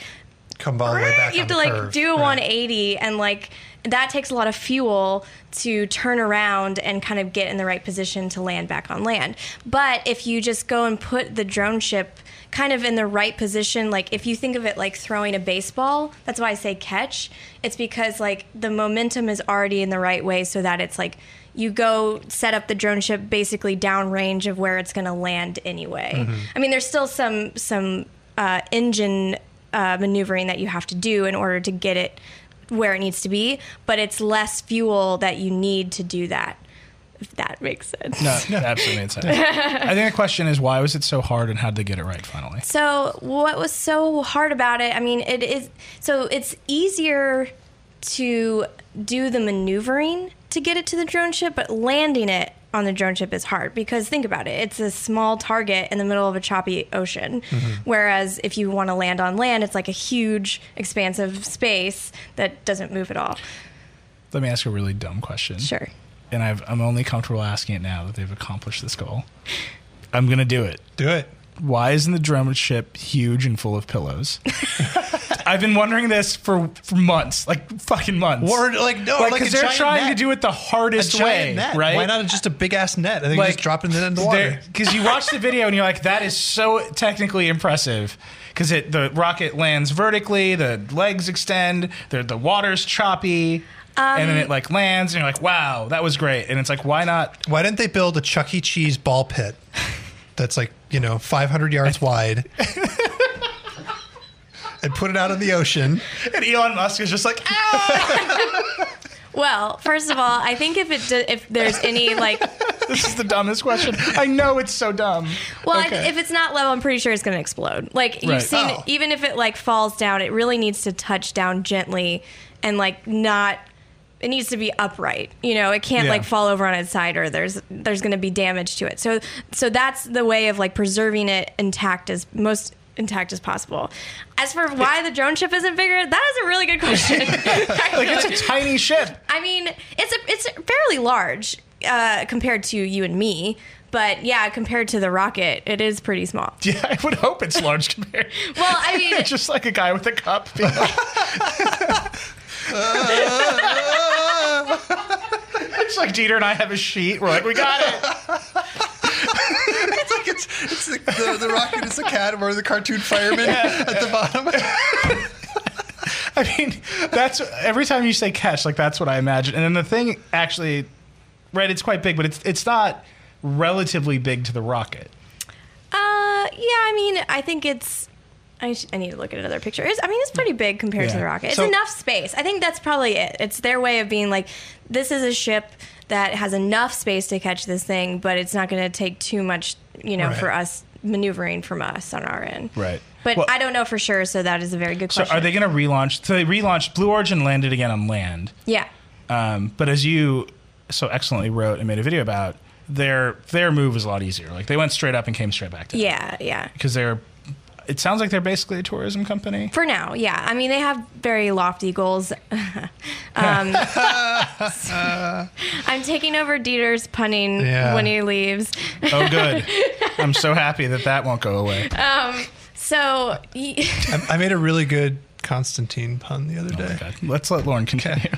[SPEAKER 2] Come all the way back.
[SPEAKER 3] you have
[SPEAKER 2] on
[SPEAKER 3] to
[SPEAKER 2] the
[SPEAKER 3] like
[SPEAKER 2] curve.
[SPEAKER 3] do a
[SPEAKER 2] Right.
[SPEAKER 3] 180 and like that takes a lot of fuel to turn around and kind of get in the right position to land back on land. But if you just go and put the drone ship kind of in the right position, like if you think of it like throwing a baseball, that's why I say catch. It's because like the momentum is already in the right way so that it's like you go set up the drone ship basically downrange of where it's going to land anyway.
[SPEAKER 2] Mm-hmm.
[SPEAKER 3] I mean, there's still some some uh, engine uh, maneuvering that you have to do in order to get it where it needs to be, but it's less fuel that you need to do that. If that makes sense.
[SPEAKER 1] No, that absolutely made sense. I think the question is why was it so hard and how did they get it right finally?
[SPEAKER 3] So what was so hard about it? I mean, it is so it's easier to do the maneuvering to get it to the drone ship, but landing it on the drone ship is hard because think about it. It's a small target in the middle of a choppy ocean. Whereas if you want to land on land, it's like a huge expanse of space that doesn't move at all.
[SPEAKER 1] Let me ask a really dumb question.
[SPEAKER 3] Sure.
[SPEAKER 1] And I've, I'm only comfortable asking it now that they've accomplished this goal. I'm going to do it.
[SPEAKER 2] Do it.
[SPEAKER 1] Why isn't the drone ship huge and full of pillows? I've been wondering this for, for months, like fucking months.
[SPEAKER 2] Or like no,
[SPEAKER 1] like
[SPEAKER 2] like
[SPEAKER 1] because
[SPEAKER 2] a
[SPEAKER 1] they're
[SPEAKER 2] giant
[SPEAKER 1] trying
[SPEAKER 2] net.
[SPEAKER 1] to do it the
[SPEAKER 2] a
[SPEAKER 1] hardest
[SPEAKER 2] giant
[SPEAKER 1] way,
[SPEAKER 2] net.
[SPEAKER 1] right?
[SPEAKER 2] Why not just a big ass net? I think just drop it in the water.
[SPEAKER 1] Because you watch the video and you're like, that is so technically impressive. Because it the rocket lands vertically, the legs extend, the the water's choppy, and then it like lands, and you're like, wow, that was great. And it's like, why not?
[SPEAKER 2] Why didn't they build a Chuck E. Cheese ball pit that's like, you know, 500 yards wide and put it out in the ocean?
[SPEAKER 1] And Elon Musk is just like, ah!
[SPEAKER 3] Well, first of all, I think if it do, if there's any like
[SPEAKER 1] this is the dumbest question. I know it's so dumb.
[SPEAKER 3] Well, I-
[SPEAKER 1] Okay.
[SPEAKER 3] if it's not low, I'm pretty sure it's going to explode. Like you've
[SPEAKER 1] Right.
[SPEAKER 3] seen,
[SPEAKER 2] Oh.
[SPEAKER 3] even if it like falls down, it really needs to touch down gently and like not. It needs to be upright. You know, it can't
[SPEAKER 1] Yeah.
[SPEAKER 3] like fall over on its side or there's there's going to be damage to it. So so that's the way of like preserving it intact as most intact as possible. As for why the drone ship isn't bigger, that is a really good question.
[SPEAKER 1] like it's a tiny ship.
[SPEAKER 3] I mean, it's a, it's fairly large uh, compared to you and me, but yeah, compared to the rocket, it is pretty small.
[SPEAKER 1] Yeah, I would hope it's large compared.
[SPEAKER 3] Well, I mean,
[SPEAKER 1] It's just like a guy with a cup. it's like Dieter and I have a sheet. We're like, we got it.
[SPEAKER 2] It's like it's, it's the, the, the rocket is a cat or the cartoon fireman at the bottom.
[SPEAKER 1] I mean, that's every time you say catch, like that's what I imagine. And then the thing actually, right? It's quite big, but it's it's not relatively big to the rocket.
[SPEAKER 3] uh, yeah, I mean, I think it's. I, sh- I need to look at another picture. It's, I mean, it's pretty big compared to
[SPEAKER 1] Yeah.
[SPEAKER 3] the rocket. It's
[SPEAKER 2] So-
[SPEAKER 3] enough space. I think that's probably it. It's their way of being like, this is a ship that has enough space to catch this thing, but it's not going to take too much, you know,
[SPEAKER 2] Right.
[SPEAKER 3] for us maneuvering from us on our end.
[SPEAKER 1] Right.
[SPEAKER 3] But
[SPEAKER 1] Well-
[SPEAKER 3] I don't know for sure, so that is a very good
[SPEAKER 1] So
[SPEAKER 3] question.
[SPEAKER 1] are they going to relaunch? So they relaunched. Blue Origin landed again on land.
[SPEAKER 3] Yeah.
[SPEAKER 1] Um, but as you so excellently wrote and made a video about, their their move was a lot easier. Like they went straight up and came straight back down.
[SPEAKER 3] Yeah, yeah.
[SPEAKER 1] because they're. It sounds like they're basically a tourism company.
[SPEAKER 3] For now, yeah. I mean, they have very lofty goals. um, I'm taking over Dieter's punning
[SPEAKER 2] Yeah.
[SPEAKER 3] when he leaves.
[SPEAKER 1] Oh, good.
[SPEAKER 3] Uh,
[SPEAKER 1] I'm so happy that that won't go away.
[SPEAKER 3] So, y-
[SPEAKER 2] I, I made a really good Constantine pun the other day.
[SPEAKER 1] Okay. Let's let Lauren continue.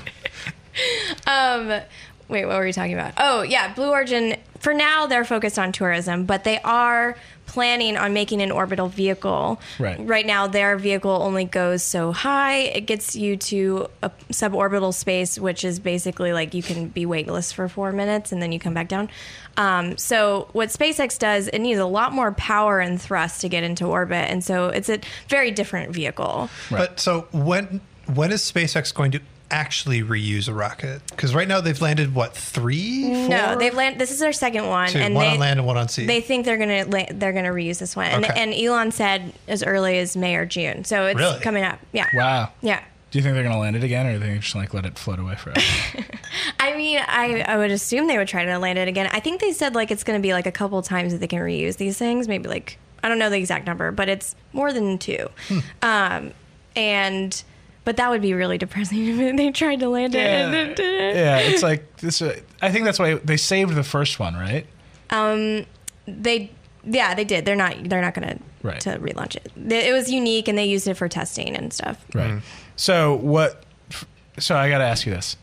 [SPEAKER 3] Um, Wait, what were we talking about? Oh, yeah, Blue Origin. For now, they're focused on tourism, but they are planning on making an orbital vehicle.
[SPEAKER 1] Right.
[SPEAKER 3] Right now, their vehicle only goes so high; it gets you to a suborbital space, which is basically like you can be weightless for four minutes and then you come back down. Um, so, what SpaceX does, it needs a lot more power and thrust to get into orbit, and so it's a very different vehicle.
[SPEAKER 2] But so when when is SpaceX going to actually reuse a rocket? Because right now they've landed what three?
[SPEAKER 3] No,
[SPEAKER 2] four?
[SPEAKER 3] they've land. This is their second one,
[SPEAKER 2] Two,
[SPEAKER 3] and
[SPEAKER 2] one
[SPEAKER 3] they,
[SPEAKER 2] on land and one on sea.
[SPEAKER 3] They think they're gonna la- they're gonna reuse this one, and,
[SPEAKER 2] Okay.
[SPEAKER 3] and Elon said as early as May or June, so it's
[SPEAKER 2] Really?
[SPEAKER 3] coming up. Yeah.
[SPEAKER 1] wow.
[SPEAKER 3] Yeah.
[SPEAKER 1] Do you think they're gonna land it again, or do they just like let it float away forever?
[SPEAKER 3] I mean, I, I would assume they would try to land it again. I think they said like it's gonna be like a couple times that they can reuse these things, maybe like I don't know the exact number, but it's more than two.
[SPEAKER 1] Hmm.
[SPEAKER 3] Um, and but that would be really depressing if they tried to land it and then didn't.
[SPEAKER 1] yeah, it's like this. Uh, I think that's why they saved the first one, right?
[SPEAKER 3] they yeah they did they're not they're not gonna
[SPEAKER 1] Right.
[SPEAKER 3] to relaunch it They- it was unique and they used it for testing and stuff
[SPEAKER 1] Right. Mm-hmm. So what? f- So I got to ask you this.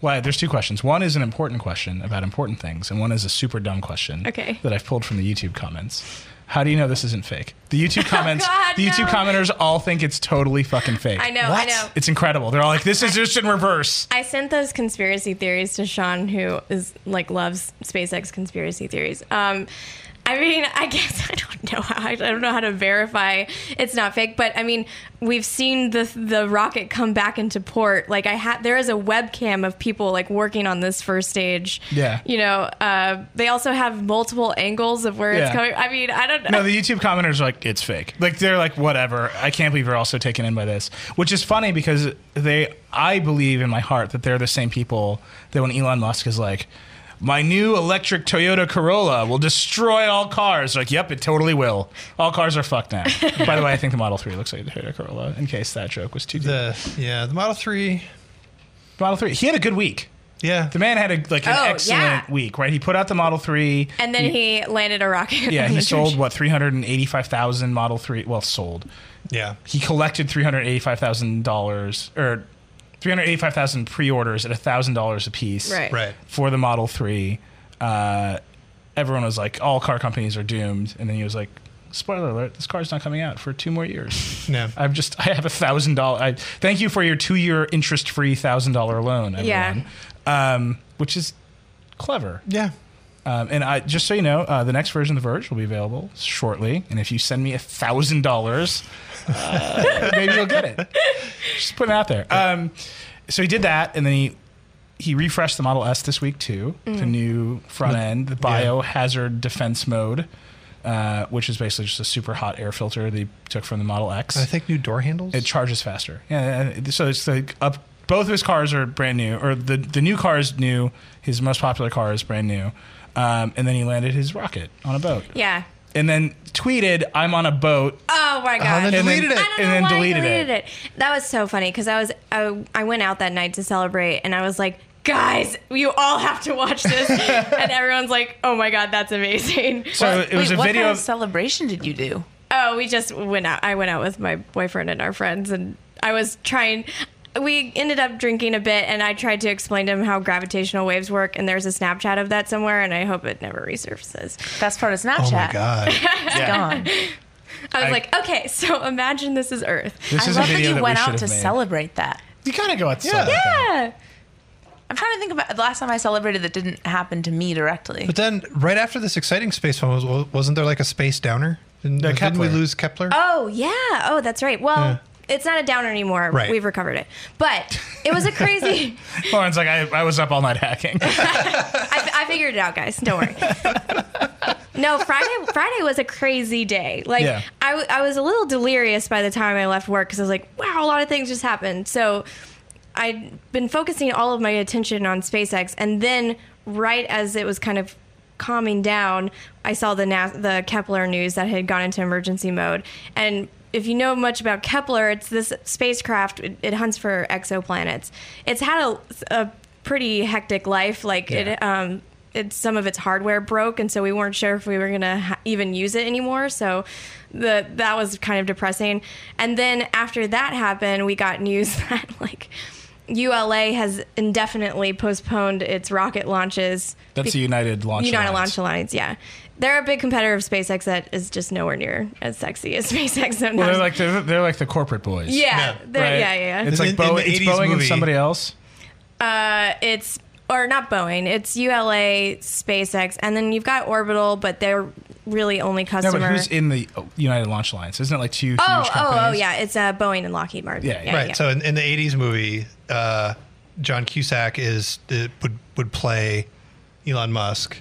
[SPEAKER 1] Why? There's two questions. One is an important question about important things, and one is a super dumb question.
[SPEAKER 3] Okay.
[SPEAKER 1] That I've pulled from the YouTube comments. How do you know this isn't fake? The YouTube comments.
[SPEAKER 3] God,
[SPEAKER 1] the YouTube
[SPEAKER 3] no.
[SPEAKER 1] commenters all think it's totally fucking fake.
[SPEAKER 3] i know i
[SPEAKER 2] What?
[SPEAKER 3] know
[SPEAKER 1] It's incredible. They're all like, "This is just in reverse."
[SPEAKER 3] i sent those conspiracy theories to sean who is like loves spacex conspiracy theories um I mean, I guess I don't know how I don't know how to verify it's not fake, but I mean, we've seen the the rocket come back into port. Like I had, there is a webcam of people like working on this first stage.
[SPEAKER 1] Yeah.
[SPEAKER 3] you know, uh, they also have multiple angles of where
[SPEAKER 1] Yeah.
[SPEAKER 3] it's coming. I mean, I don't know.
[SPEAKER 1] No, the YouTube commenters are like, it's fake. Like they're like, whatever. I can't believe you're also taken in by this. Which is funny because they I believe in my heart that they're the same people that when Elon Musk is like, My new electric Toyota Corolla will destroy all cars. Like, yep, it totally will. All cars are fucked now. by the way, I think the Model Three looks like a Toyota Corolla, in case that joke was too deep.
[SPEAKER 2] the yeah the Model Three.
[SPEAKER 1] Model Three. He had a good week.
[SPEAKER 2] Yeah,
[SPEAKER 1] The man had a like an
[SPEAKER 3] Oh,
[SPEAKER 1] excellent
[SPEAKER 3] yeah.
[SPEAKER 1] week, right? He put out the Model Three.
[SPEAKER 3] And then he landed a rocket.
[SPEAKER 1] yeah,
[SPEAKER 3] on
[SPEAKER 1] he
[SPEAKER 3] the
[SPEAKER 1] sold
[SPEAKER 3] church.
[SPEAKER 1] what three hundred and eighty-five thousand Model Three. Well, sold.
[SPEAKER 2] yeah.
[SPEAKER 1] he collected three hundred eighty-five thousand dollars or three hundred eighty-five thousand pre-orders at thousand dollars a piece,
[SPEAKER 3] Right.
[SPEAKER 2] Right.
[SPEAKER 1] For the Model Three, uh, everyone was like, "All car companies are doomed," and then he was like, "Spoiler alert: This car's not coming out for two more years."
[SPEAKER 2] No.
[SPEAKER 1] I've just I have a thousand dollar. Thank you for your two-year interest-free thousand dollar loan, everyone. Um, which is clever.
[SPEAKER 2] yeah.
[SPEAKER 1] Um, and I, just so you know, uh, the next version of The Verge will be available shortly. And if you send me a thousand dollars, uh, maybe you'll get it. Just putting it out there. Um, so he did that, and then he he refreshed the Model S this week too. The new front end, the biohazard defense mode, uh, which is basically just a super hot air filter they took from the Model X.
[SPEAKER 2] I think new door handles.
[SPEAKER 1] It charges faster. Yeah, and so it's like up. Both of his cars are brand new, or the the new car is new. His most popular car is brand new, um, and then he landed his rocket on a boat,
[SPEAKER 3] Yeah.
[SPEAKER 1] and then tweeted, "I'm on a boat."
[SPEAKER 3] Oh my
[SPEAKER 2] Oh,
[SPEAKER 3] god.
[SPEAKER 2] they
[SPEAKER 1] And then-
[SPEAKER 2] deleted
[SPEAKER 3] I
[SPEAKER 2] it.
[SPEAKER 3] don't
[SPEAKER 1] and
[SPEAKER 3] know
[SPEAKER 1] then
[SPEAKER 3] why I
[SPEAKER 1] deleted
[SPEAKER 3] deleted,
[SPEAKER 1] it.
[SPEAKER 3] it. That was so funny because I was I, I went out that night to celebrate and I was like, guys, you all have to watch this, and everyone's like, oh my god, that's amazing.
[SPEAKER 1] So it was
[SPEAKER 4] Wait,
[SPEAKER 1] a
[SPEAKER 4] what
[SPEAKER 1] video
[SPEAKER 4] kind
[SPEAKER 1] of
[SPEAKER 4] of celebration did you do?
[SPEAKER 3] Oh, we just went out. I went out with my boyfriend and our friends, and I was trying. We ended up drinking a bit, and I tried to explain to him how gravitational waves work. And there's a Snapchat of that somewhere, and I hope it never resurfaces.
[SPEAKER 4] That's part of Snapchat.
[SPEAKER 2] Oh my god.
[SPEAKER 4] It's gone.
[SPEAKER 3] I was
[SPEAKER 1] I-
[SPEAKER 3] like, okay, so imagine this is Earth.
[SPEAKER 1] this
[SPEAKER 4] I
[SPEAKER 1] is a
[SPEAKER 4] love that
[SPEAKER 1] video
[SPEAKER 4] you
[SPEAKER 1] that we
[SPEAKER 4] went
[SPEAKER 1] should
[SPEAKER 4] out
[SPEAKER 1] have
[SPEAKER 4] to
[SPEAKER 1] made.
[SPEAKER 4] celebrate that.
[SPEAKER 1] You gotta go out.
[SPEAKER 2] Yeah.
[SPEAKER 3] Yeah.
[SPEAKER 4] I'm trying to think about the last time I celebrated that didn't happen to me directly.
[SPEAKER 2] But then right after this exciting space one was wasn't there like a space downer? Didn't,
[SPEAKER 1] Yeah,
[SPEAKER 2] didn't we
[SPEAKER 1] Kepler.
[SPEAKER 2] lose Kepler?
[SPEAKER 3] Oh yeah. Oh, that's right. Well, it's not a downer anymore.
[SPEAKER 2] Right.
[SPEAKER 3] We've recovered it, but it was a crazy.
[SPEAKER 1] Lauren's like, I, I was up all night hacking.
[SPEAKER 3] I, I figured it out, guys. Don't worry. no, Friday Friday was a crazy day. Like
[SPEAKER 1] Yeah.
[SPEAKER 3] I, w- I was a little delirious by the time I left work because I was like, wow, a lot of things just happened. So I'd been focusing all of my attention on SpaceX, and then right as it was kind of calming down, I saw the Nas- the Kepler news that had gone into emergency mode, and. If you know much about Kepler, it's this spacecraft. It, it hunts for exoplanets. It's had a, a pretty hectic life. Like
[SPEAKER 1] Yeah.
[SPEAKER 3] it um, it's some of its hardware broke, and so we weren't sure if we were gonna ha- even use it anymore. So the that was kind of depressing. And then after that happened, we got news that like ULA has indefinitely postponed its rocket launches.
[SPEAKER 1] That's the United Launch
[SPEAKER 3] United
[SPEAKER 1] Alliance.
[SPEAKER 3] Launch Alliance, yeah. They're a big competitor of SpaceX that is just nowhere near as sexy as SpaceX. Sometimes.
[SPEAKER 1] Well, they're like they're, they're like the corporate boys.
[SPEAKER 3] yeah,
[SPEAKER 2] Yeah,
[SPEAKER 3] they're-
[SPEAKER 1] right?
[SPEAKER 3] yeah, yeah, yeah.
[SPEAKER 1] It's like
[SPEAKER 2] In- in
[SPEAKER 1] Boeing,
[SPEAKER 2] the
[SPEAKER 1] it's
[SPEAKER 2] 80s
[SPEAKER 1] Boeing and
[SPEAKER 2] movie.
[SPEAKER 1] somebody else.
[SPEAKER 3] Uh, it's or not Boeing. It's ULA, SpaceX, and then you've got Orbital, but they're really only
[SPEAKER 1] No,
[SPEAKER 3] customer.
[SPEAKER 1] but who's in the oh, United Launch Alliance? Isn't it like two huge
[SPEAKER 3] oh,
[SPEAKER 1] companies?
[SPEAKER 3] oh, oh, yeah. It's uh, Boeing and Lockheed Martin.
[SPEAKER 1] Yeah,
[SPEAKER 2] right. So in, in the '80s movie, uh, John Cusack is uh, would would play Elon Musk.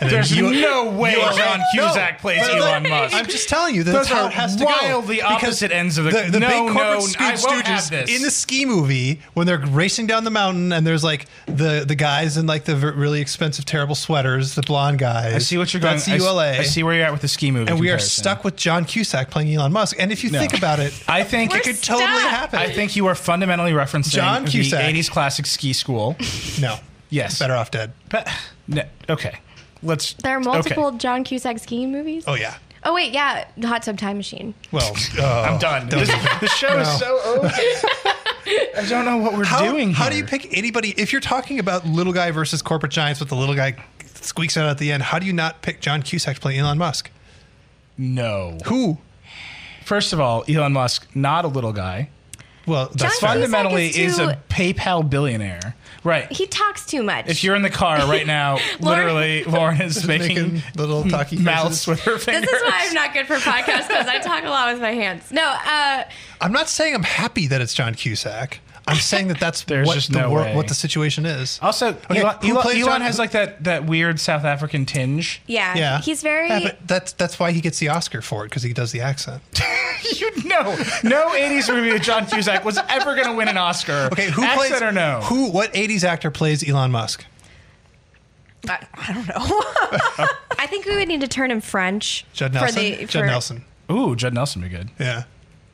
[SPEAKER 2] And
[SPEAKER 1] There's
[SPEAKER 2] then you-
[SPEAKER 1] no way
[SPEAKER 2] you are-
[SPEAKER 1] John
[SPEAKER 2] No.
[SPEAKER 1] Cusack plays
[SPEAKER 2] But
[SPEAKER 1] Elon
[SPEAKER 2] look,
[SPEAKER 1] Musk.
[SPEAKER 2] I'm just telling you,
[SPEAKER 1] Those
[SPEAKER 2] that's how
[SPEAKER 1] are
[SPEAKER 2] it has to
[SPEAKER 1] wildly
[SPEAKER 2] go. Because
[SPEAKER 1] opposite ends of the-
[SPEAKER 2] the, the
[SPEAKER 1] No,
[SPEAKER 2] big corporate
[SPEAKER 1] no,
[SPEAKER 2] Scrooge
[SPEAKER 1] I won't have
[SPEAKER 2] stooges
[SPEAKER 1] this.
[SPEAKER 2] in the ski movie when they're racing down the mountain and there's like the the guys in like the ver- really expensive terrible sweaters, the blonde guys.
[SPEAKER 1] I see what you're going.
[SPEAKER 2] That's
[SPEAKER 1] I s-
[SPEAKER 2] ULA.
[SPEAKER 1] I see where you're at with the ski movie.
[SPEAKER 2] and we are
[SPEAKER 1] comparison.
[SPEAKER 2] stuck with John Cusack playing Elon Musk. And if you
[SPEAKER 1] No.
[SPEAKER 2] think about it,
[SPEAKER 1] I think
[SPEAKER 3] We're
[SPEAKER 2] it could totally
[SPEAKER 3] stuck.
[SPEAKER 2] happen.
[SPEAKER 1] I think you are fundamentally referencing
[SPEAKER 2] John
[SPEAKER 1] the
[SPEAKER 2] Cusack.
[SPEAKER 1] 80s classic ski school.
[SPEAKER 2] no.
[SPEAKER 1] Yes.
[SPEAKER 2] Better off dead.
[SPEAKER 1] But- no, okay. Let's.
[SPEAKER 3] There are
[SPEAKER 1] okay.
[SPEAKER 3] multiple John Cusack skiing movies.
[SPEAKER 2] Oh yeah.
[SPEAKER 3] Oh wait, yeah, The Hot Tub Time Machine.
[SPEAKER 2] Well, uh,
[SPEAKER 1] I'm done. This, the show is so over. I don't know what we're
[SPEAKER 2] how,
[SPEAKER 1] doing.
[SPEAKER 2] how do
[SPEAKER 1] here.
[SPEAKER 2] you pick anybody if you're talking about little guy versus corporate giants with the little guy squeaks out at the end? How do you not pick John Cusack to play Elon Musk?
[SPEAKER 1] No.
[SPEAKER 2] Who?
[SPEAKER 1] First of all, Elon Musk, not a little guy.
[SPEAKER 2] Well, that's fun.
[SPEAKER 3] John Cusack-
[SPEAKER 1] Fundamentally,
[SPEAKER 3] is
[SPEAKER 1] is,
[SPEAKER 3] too-
[SPEAKER 1] a PayPal billionaire. Right.
[SPEAKER 3] He talks too much.
[SPEAKER 1] if you're in the car right now,
[SPEAKER 3] Lauren-
[SPEAKER 1] literally, Lauren is making
[SPEAKER 2] Making little talky
[SPEAKER 1] mouths
[SPEAKER 2] faces.
[SPEAKER 1] with her
[SPEAKER 3] this
[SPEAKER 1] fingers.
[SPEAKER 3] is why I'm not good for podcasts because I talk a lot with my hands. No, uh,
[SPEAKER 2] I'm not saying I'm happy that it's John Cusack. I'm saying that that's
[SPEAKER 1] There's
[SPEAKER 2] what
[SPEAKER 1] just
[SPEAKER 2] the
[SPEAKER 1] no
[SPEAKER 2] wor-
[SPEAKER 1] way.
[SPEAKER 2] what the situation is.
[SPEAKER 1] Also, Elon,
[SPEAKER 2] who
[SPEAKER 1] Elon,
[SPEAKER 2] plays
[SPEAKER 1] Elon
[SPEAKER 2] John-
[SPEAKER 1] has like that, that weird South African tinge.
[SPEAKER 3] yeah,
[SPEAKER 2] yeah,
[SPEAKER 3] he's very.
[SPEAKER 2] Yeah, but that's that's why he gets the Oscar for it because he does the accent.
[SPEAKER 1] you know, no 80s movie with John Cusack was ever going to win an Oscar.
[SPEAKER 2] Okay, who
[SPEAKER 1] Accent
[SPEAKER 2] plays
[SPEAKER 1] or no?
[SPEAKER 2] Who? What '80s actor plays Elon Musk?
[SPEAKER 4] I, I don't know.
[SPEAKER 3] I think we would need to turn him French.
[SPEAKER 2] Judd Nelson.
[SPEAKER 3] For the,
[SPEAKER 2] Judd
[SPEAKER 3] for-
[SPEAKER 2] Nelson.
[SPEAKER 1] Ooh, Judd Nelson would be good.
[SPEAKER 2] Yeah.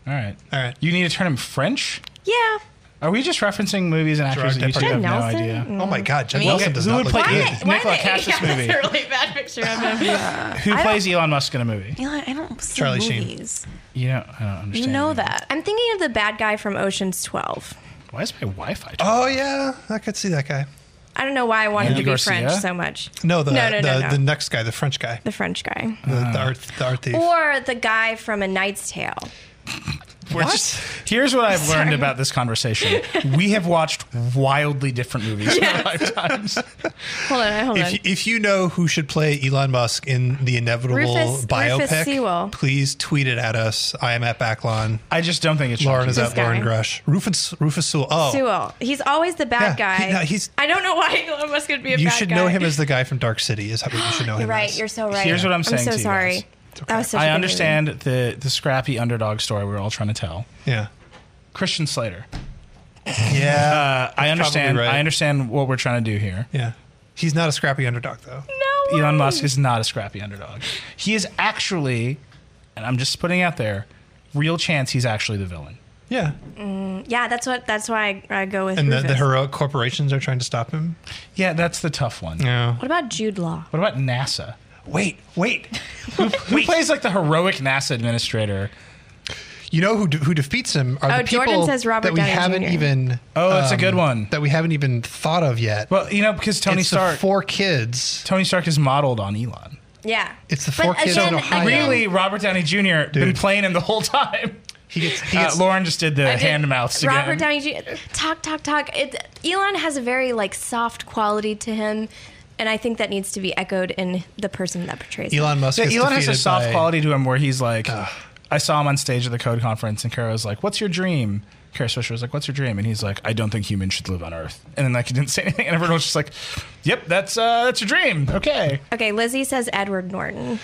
[SPEAKER 1] All right.
[SPEAKER 2] All right.
[SPEAKER 1] You need to turn him French?
[SPEAKER 3] Yeah.
[SPEAKER 1] Are we just referencing movies and actors
[SPEAKER 2] Gerard
[SPEAKER 1] that you two have
[SPEAKER 2] Depardieu.
[SPEAKER 3] Judd
[SPEAKER 1] no
[SPEAKER 3] Nelson. Mm.
[SPEAKER 1] idea?
[SPEAKER 2] Oh my
[SPEAKER 3] Mm-hmm.
[SPEAKER 2] God, Judd
[SPEAKER 4] Me?
[SPEAKER 2] Nelson does
[SPEAKER 1] Who
[SPEAKER 2] not
[SPEAKER 1] would
[SPEAKER 2] look
[SPEAKER 1] play
[SPEAKER 2] good.
[SPEAKER 1] Elon? Nicola
[SPEAKER 3] did-
[SPEAKER 1] Cash this movie.
[SPEAKER 3] That's a really bad picture of him.
[SPEAKER 1] Who plays Elon Musk in a movie?
[SPEAKER 4] Eli, I don't see
[SPEAKER 2] Charlie Sheen.
[SPEAKER 4] movies.
[SPEAKER 1] You know, I don't understand.
[SPEAKER 4] You know that.
[SPEAKER 3] I'm thinking of the bad guy from Ocean's 12.
[SPEAKER 1] Why is my Wi-Fi?
[SPEAKER 2] Oh yeah, I could see that guy.
[SPEAKER 3] I don't know why I wanted
[SPEAKER 1] Andy
[SPEAKER 3] to be
[SPEAKER 1] Garcia?
[SPEAKER 3] French so much.
[SPEAKER 2] No, the
[SPEAKER 3] no,
[SPEAKER 2] the,
[SPEAKER 3] no, no, no.
[SPEAKER 2] the next guy, the French guy,
[SPEAKER 3] the French guy.
[SPEAKER 2] the, the art the art thief.
[SPEAKER 3] Or the guy from A Knight's Tale.
[SPEAKER 1] We're
[SPEAKER 2] What?
[SPEAKER 1] just- here's what I've learned about this conversation: we have watched wildly different movies in our lifetimes.
[SPEAKER 3] Hold on, hold on.
[SPEAKER 2] if, you, if you know who should play Elon Musk in the inevitable
[SPEAKER 3] Rufus-
[SPEAKER 2] biopic,
[SPEAKER 3] Rufus Sewell.
[SPEAKER 2] please tweet it at us. I am at Backlon.
[SPEAKER 1] I just don't think it's
[SPEAKER 2] Lauren is
[SPEAKER 3] This
[SPEAKER 2] at Lauren
[SPEAKER 3] guy.
[SPEAKER 2] Grush. Rufus Rufus Sewell. Oh,
[SPEAKER 3] Sewell. He's always the bad
[SPEAKER 2] Yeah,
[SPEAKER 3] guy.
[SPEAKER 2] he- no, he's-
[SPEAKER 3] I don't know why Elon Musk would be a
[SPEAKER 2] you
[SPEAKER 3] bad
[SPEAKER 2] should
[SPEAKER 3] guy.
[SPEAKER 2] know him as the guy from Dark City. Is how you should know
[SPEAKER 3] You're
[SPEAKER 2] him.
[SPEAKER 3] right.
[SPEAKER 2] as.
[SPEAKER 3] You're so right.
[SPEAKER 1] Here's what I'm saying
[SPEAKER 3] I'm so
[SPEAKER 1] to you
[SPEAKER 3] sorry.
[SPEAKER 1] guys.
[SPEAKER 3] That was such a
[SPEAKER 1] I
[SPEAKER 3] good
[SPEAKER 1] understand the the scrappy underdog story we're all trying to tell.
[SPEAKER 2] yeah.
[SPEAKER 1] Christian Slater.
[SPEAKER 2] Yeah.
[SPEAKER 1] Uh, I understand.
[SPEAKER 2] right.
[SPEAKER 1] I understand what we're trying to do here.
[SPEAKER 2] yeah. He's not a scrappy underdog though.
[SPEAKER 3] movie. No.
[SPEAKER 1] Elon Musk is not a scrappy underdog. He is actually, and I'm just putting it out there, real chance he's actually the villain.
[SPEAKER 2] Yeah.
[SPEAKER 3] Yeah, that's what. That's why I, I go with.
[SPEAKER 2] And the, the
[SPEAKER 3] Rufus.
[SPEAKER 2] heroic corporations are trying to stop him.
[SPEAKER 1] Yeah, that's the tough one.
[SPEAKER 2] Yeah.
[SPEAKER 3] what about Jude Law?
[SPEAKER 1] What about NASA?
[SPEAKER 2] Wait, wait.
[SPEAKER 1] Who plays like the heroic NASA administrator?
[SPEAKER 2] You know who de- who defeats him are
[SPEAKER 3] Oh,
[SPEAKER 2] the people
[SPEAKER 3] Jordan says Robert
[SPEAKER 2] that we
[SPEAKER 3] Downey
[SPEAKER 2] haven't
[SPEAKER 3] Jr..
[SPEAKER 2] even. um,
[SPEAKER 1] Oh, that's a good one.
[SPEAKER 2] That we haven't even thought of yet.
[SPEAKER 1] Well, you know, because Tony
[SPEAKER 2] it's
[SPEAKER 1] Stark.
[SPEAKER 2] the four kids.
[SPEAKER 1] Tony Stark is modeled on Elon.
[SPEAKER 3] Yeah.
[SPEAKER 2] It's the
[SPEAKER 3] But
[SPEAKER 2] four kids in
[SPEAKER 3] again-
[SPEAKER 2] Ohio.
[SPEAKER 3] again-
[SPEAKER 1] Really, Robert Downey Jr. been
[SPEAKER 2] Dude.
[SPEAKER 1] playing him the whole time.
[SPEAKER 2] He gets. He
[SPEAKER 1] Uh,
[SPEAKER 2] gets
[SPEAKER 1] Lauren just did the
[SPEAKER 3] I did-
[SPEAKER 1] hand mouths again.
[SPEAKER 3] Robert Downey Jr. Talk, talk, talk. It, Elon has a very like soft quality to him, and I think that needs to be echoed in the person that portrays him.
[SPEAKER 2] Elon Musk.
[SPEAKER 1] Yeah,
[SPEAKER 2] gets
[SPEAKER 1] Elon has a
[SPEAKER 2] defeated
[SPEAKER 1] soft
[SPEAKER 2] by-
[SPEAKER 1] quality to him where he's like, I saw him on stage at the Code Conference, and Kara was like, "What's your dream?" Kara Swisher was like, "What's your dream?" And he's like, "I don't think humans should live on Earth." And then like he didn't say anything, and everyone was just like, "Yep, that's uh, that's your dream." Okay,
[SPEAKER 3] Okay, Lizzie says Edward Norton.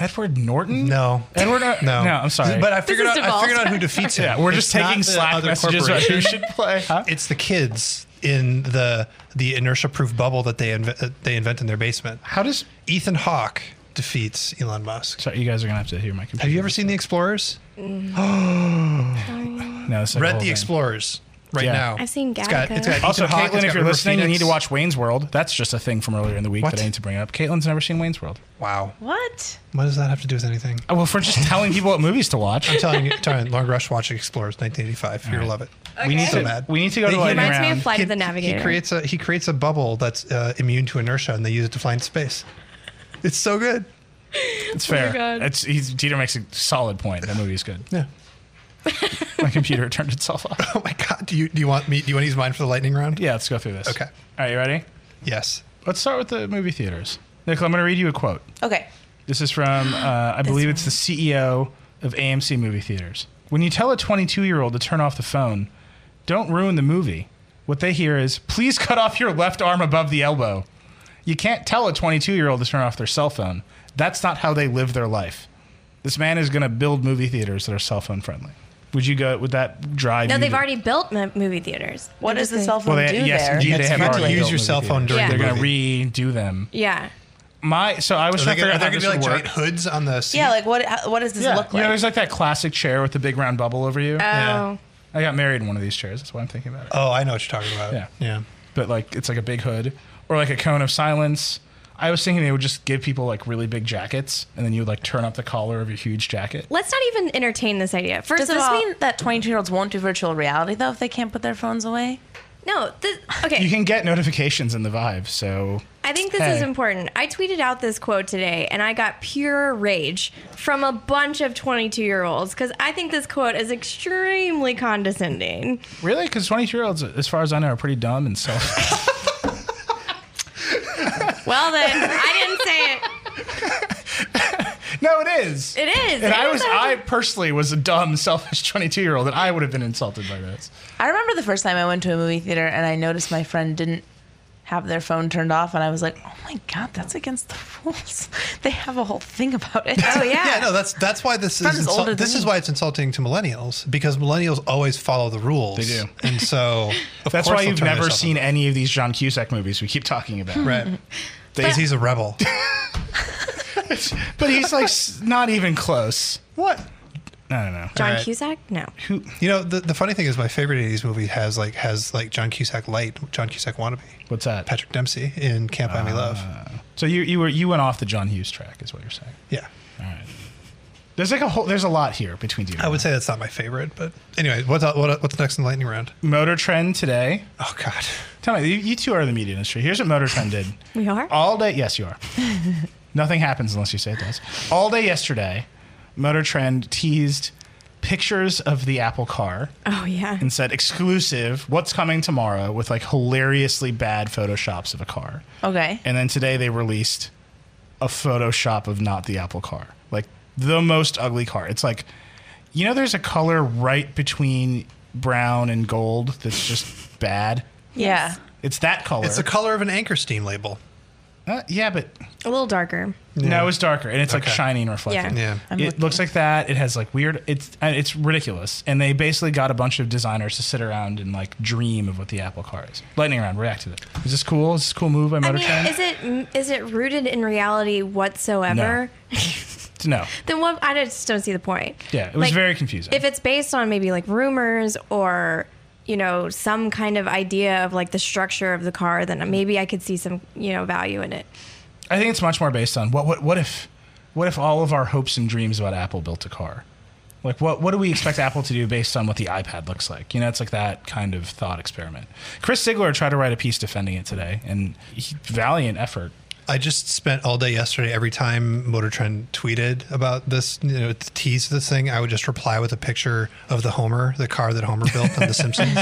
[SPEAKER 1] Edward Norton.
[SPEAKER 2] No.
[SPEAKER 1] Edward. Nor-
[SPEAKER 2] No.
[SPEAKER 1] no, I'm sorry.
[SPEAKER 2] But I figured out.
[SPEAKER 3] is
[SPEAKER 2] I figured
[SPEAKER 3] devolved.
[SPEAKER 2] out who defeats him.
[SPEAKER 1] yeah, we're just
[SPEAKER 2] It's not
[SPEAKER 1] taking
[SPEAKER 2] the
[SPEAKER 1] Slack
[SPEAKER 2] other
[SPEAKER 1] messages about who
[SPEAKER 2] corporation.
[SPEAKER 1] should play. Huh?
[SPEAKER 2] It's the kids in the the inertia-proof bubble that they inve- that they invent in their basement.
[SPEAKER 1] How does?
[SPEAKER 2] Ethan Hawke defeats Elon Musk.
[SPEAKER 1] Sorry, you guys are gonna have to hear my computer.
[SPEAKER 2] Have you ever seen The Explorers?
[SPEAKER 1] No, it's like a
[SPEAKER 2] Read
[SPEAKER 1] whole
[SPEAKER 2] The
[SPEAKER 1] thing.
[SPEAKER 2] Explorers. right
[SPEAKER 1] Oh, Yeah.
[SPEAKER 2] now.
[SPEAKER 3] I've seen
[SPEAKER 2] It's got,
[SPEAKER 3] Gattaca.
[SPEAKER 2] it's got
[SPEAKER 1] Also,
[SPEAKER 2] Ethan Hawke,
[SPEAKER 1] Caitlin,
[SPEAKER 2] it's
[SPEAKER 1] if
[SPEAKER 2] got
[SPEAKER 1] you're
[SPEAKER 2] River
[SPEAKER 1] listening, you need
[SPEAKER 2] Phoenix.
[SPEAKER 1] to watch Wayne's World. That's just a thing from earlier in the week
[SPEAKER 2] What?
[SPEAKER 1] that I need to bring up. Caitlin's never seen Wayne's World.
[SPEAKER 2] Wow.
[SPEAKER 4] What?
[SPEAKER 2] What does that have to do with anything?
[SPEAKER 1] Oh, well, for just telling people what movies to watch.
[SPEAKER 2] I'm telling you, telling Long Rush Watch Explorers, 1985. You'll love it.
[SPEAKER 1] We need
[SPEAKER 2] So
[SPEAKER 1] to
[SPEAKER 2] bad.
[SPEAKER 1] we need to go
[SPEAKER 2] They
[SPEAKER 1] to lightning
[SPEAKER 2] hit-
[SPEAKER 3] Reminds me
[SPEAKER 1] round.
[SPEAKER 3] of Flight
[SPEAKER 2] He-
[SPEAKER 3] of the Navigator.
[SPEAKER 2] He creates a he creates a bubble that's uh, immune to inertia, and they use it to fly into space. It's so good.
[SPEAKER 1] It's fair.
[SPEAKER 2] Oh
[SPEAKER 3] God.
[SPEAKER 1] It's he's, Dieter makes a solid point. That movie's good.
[SPEAKER 2] Yeah.
[SPEAKER 1] My computer turned itself off.
[SPEAKER 2] Oh my god. Do you do you want me? Do you want to use mine for the lightning round?
[SPEAKER 1] Yeah, let's go through this.
[SPEAKER 2] Okay.
[SPEAKER 1] All right, you ready?
[SPEAKER 2] Yes.
[SPEAKER 1] Let's start with the movie theaters. Nicole, I'm going to read you a quote.
[SPEAKER 4] Okay.
[SPEAKER 1] This is from, uh, I believe it's the CEO of AMC Movie Theaters. When you tell a 22 year old to turn off the phone, don't ruin the movie. What they hear is, please cut off your left arm above the elbow. You can't tell a 22 year old to turn off their cell phone. That's not how they live their life. This man is going to build movie theaters that are cell phone friendly. Would you go? Would that drive?
[SPEAKER 3] no,
[SPEAKER 1] you
[SPEAKER 3] they've
[SPEAKER 1] to-
[SPEAKER 3] already built mo- movie theaters.
[SPEAKER 4] What
[SPEAKER 3] I'm just
[SPEAKER 4] does the
[SPEAKER 3] saying.
[SPEAKER 4] cell phone
[SPEAKER 1] they-
[SPEAKER 4] do
[SPEAKER 1] yes,
[SPEAKER 4] there?
[SPEAKER 1] indeed,
[SPEAKER 2] You
[SPEAKER 1] they have
[SPEAKER 2] have to
[SPEAKER 1] already
[SPEAKER 2] use
[SPEAKER 1] built
[SPEAKER 2] your
[SPEAKER 1] movie
[SPEAKER 2] cell phone
[SPEAKER 1] theaters.
[SPEAKER 3] during
[SPEAKER 1] They're
[SPEAKER 3] the
[SPEAKER 1] going to redo them.
[SPEAKER 3] Yeah.
[SPEAKER 1] My so I was
[SPEAKER 2] Are they
[SPEAKER 1] trying to figure
[SPEAKER 2] Oh, gonna, are
[SPEAKER 1] out
[SPEAKER 2] there
[SPEAKER 1] how
[SPEAKER 2] gonna
[SPEAKER 1] this
[SPEAKER 2] be like
[SPEAKER 1] would work.
[SPEAKER 2] giant hoods on the seat?
[SPEAKER 4] Yeah, like what? How, what does this
[SPEAKER 1] Yeah,
[SPEAKER 4] look
[SPEAKER 1] you
[SPEAKER 4] like?
[SPEAKER 1] know, there's like that classic chair with the big round bubble over you.
[SPEAKER 3] Oh.
[SPEAKER 2] Yeah.
[SPEAKER 1] I got married in one of these chairs. That's why I'm thinking about it.
[SPEAKER 2] oh, I know what you're talking about.
[SPEAKER 1] Yeah.
[SPEAKER 2] Yeah.
[SPEAKER 1] But like, it's like a big hood or like a cone of silence. I was thinking they would just give people like really big jackets, and then you would like turn up the collar of your huge jacket.
[SPEAKER 3] Let's not even entertain this idea. First
[SPEAKER 4] Does
[SPEAKER 3] of
[SPEAKER 4] this
[SPEAKER 3] all,
[SPEAKER 4] mean that 22 year olds won't do virtual reality though if they can't put their phones away?
[SPEAKER 3] no. This, okay.
[SPEAKER 1] You can get notifications in the Vive, so
[SPEAKER 3] I think this
[SPEAKER 1] Hey.
[SPEAKER 3] is important. I tweeted out this quote today and I got pure rage from a bunch of 22 year olds because I think this quote is extremely condescending.
[SPEAKER 1] really, because 22 year olds, as far as I know, are pretty dumb and self.
[SPEAKER 3] Well, then, I didn't say it.
[SPEAKER 1] no, it is.
[SPEAKER 3] It is.
[SPEAKER 1] And I
[SPEAKER 3] It
[SPEAKER 1] was,
[SPEAKER 3] is.
[SPEAKER 1] I personally was a dumb, selfish 22 year old, and I would have been insulted by this.
[SPEAKER 4] I remember the first time I went to a movie theater and I noticed my friend didn't have their phone turned off, and I was like, "Oh my god, that's against the rules." they have a whole thing about it.
[SPEAKER 3] Oh, yeah.
[SPEAKER 2] Yeah, no, that's that's why this
[SPEAKER 4] Friends
[SPEAKER 2] is
[SPEAKER 4] older
[SPEAKER 2] insult-
[SPEAKER 4] than
[SPEAKER 2] this is
[SPEAKER 4] me.
[SPEAKER 2] why it's insulting to millennials because millennials always follow the rules.
[SPEAKER 1] They do.
[SPEAKER 2] and so of
[SPEAKER 1] That's
[SPEAKER 2] course
[SPEAKER 1] why
[SPEAKER 2] they'll
[SPEAKER 1] you've
[SPEAKER 2] turn
[SPEAKER 1] never
[SPEAKER 2] themselves
[SPEAKER 1] seen
[SPEAKER 2] on.
[SPEAKER 1] any of these John Cusack movies we keep talking about.
[SPEAKER 2] Hmm.
[SPEAKER 4] Mm-hmm.
[SPEAKER 2] Right, because he's a rebel.
[SPEAKER 1] But he's like s- not even close. What? I don't know.
[SPEAKER 3] John
[SPEAKER 2] Alright.
[SPEAKER 3] Cusack? No.
[SPEAKER 1] Who?
[SPEAKER 2] You know, the, the funny thing is, my favorite '80s movie has like has like John Cusack light, John Cusack wannabe,
[SPEAKER 1] What's that?
[SPEAKER 2] Patrick Dempsey in Camp I May Love.
[SPEAKER 1] So you you were you went off the John Hughes track, is what you're saying.
[SPEAKER 2] Yeah,
[SPEAKER 1] There's like a whole there's a lot here between you. and
[SPEAKER 2] I would
[SPEAKER 1] I.
[SPEAKER 2] say that's not my favorite, but anyway, what's what, what's next in the lightning round?
[SPEAKER 1] Motor Trend today.
[SPEAKER 2] Oh God,
[SPEAKER 1] Tell me, you, you two are in the media industry. Here's what Motor Trend did.
[SPEAKER 3] We are?
[SPEAKER 1] all day. Yes, you are. Nothing happens unless you say it does. All day yesterday, Motor Trend teased pictures of the Apple car.
[SPEAKER 3] Oh, yeah.
[SPEAKER 1] and said exclusive what's coming tomorrow with like hilariously bad photoshops of a car
[SPEAKER 4] Okay.
[SPEAKER 1] and then today they released a photoshop of not the apple car like the most ugly car it's like you know there's a color right between brown and gold that's just bad
[SPEAKER 4] yeah.
[SPEAKER 1] it's that color
[SPEAKER 2] it's the color of an anchor steam label.
[SPEAKER 1] Uh, yeah but
[SPEAKER 3] A little darker.
[SPEAKER 1] no it's darker and it's
[SPEAKER 2] Okay.
[SPEAKER 1] like shiny and reflective
[SPEAKER 2] Yeah.
[SPEAKER 4] I'm
[SPEAKER 1] it
[SPEAKER 4] looking.
[SPEAKER 1] looks like that. It has like weird. It's uh, it's ridiculous, and they basically got a bunch of designers to sit around and like dream of what the Apple car is. Lightning round, react to it. Is this cool? Is this a cool move by
[SPEAKER 3] I
[SPEAKER 1] Motor
[SPEAKER 3] mean,
[SPEAKER 1] Trend?
[SPEAKER 3] is it is it rooted in reality whatsoever?
[SPEAKER 1] no.
[SPEAKER 3] then what? I just don't see the point.
[SPEAKER 1] Yeah, it was very confusing.
[SPEAKER 3] If it's based on maybe like rumors or you know some kind of idea of like the structure of the car, then maybe I could see some you know value in it.
[SPEAKER 1] I think it's much more based on what what what if what if all of our hopes and dreams about Apple built a car. Like what? What do we expect Apple to do based on what the iPad looks like? You know, it's like that kind of thought experiment. Chris Sigler tried to write a piece defending it today, and he, valiant effort.
[SPEAKER 2] I just spent all day yesterday. Every time Motor Trend tweeted about this, you know, to tease this thing, I would just reply with a picture of the Homer, the car that Homer built on The Simpsons,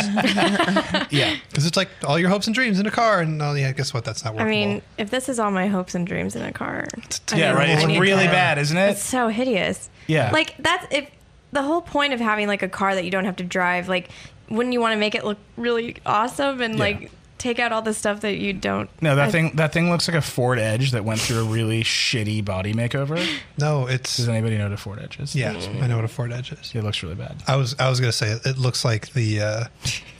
[SPEAKER 1] Yeah,
[SPEAKER 2] because it's like all your hopes and dreams in a car. And oh, yeah, guess what? That's not
[SPEAKER 3] I
[SPEAKER 2] workable.
[SPEAKER 3] mean, if this is all my hopes and dreams in a car, I
[SPEAKER 1] yeah,
[SPEAKER 3] mean,
[SPEAKER 1] right.
[SPEAKER 3] I
[SPEAKER 1] It's
[SPEAKER 3] need
[SPEAKER 1] really
[SPEAKER 3] that.
[SPEAKER 1] bad, isn't it?
[SPEAKER 3] It's so hideous.
[SPEAKER 1] Yeah.
[SPEAKER 3] Like that's if the whole point of having like a car that you don't have to drive, like wouldn't you want to make it look really awesome and
[SPEAKER 1] Yeah.
[SPEAKER 3] like take out all the stuff that you don't
[SPEAKER 1] No, that
[SPEAKER 3] I-
[SPEAKER 1] thing that thing looks like a Ford Edge that went through a really shitty body makeover.
[SPEAKER 2] no, it's
[SPEAKER 1] Does anybody know what a Ford Edge is?
[SPEAKER 2] yeah. I know what a Ford Edge is.
[SPEAKER 1] It looks really bad.
[SPEAKER 2] I was I was gonna say it, it looks like the uh,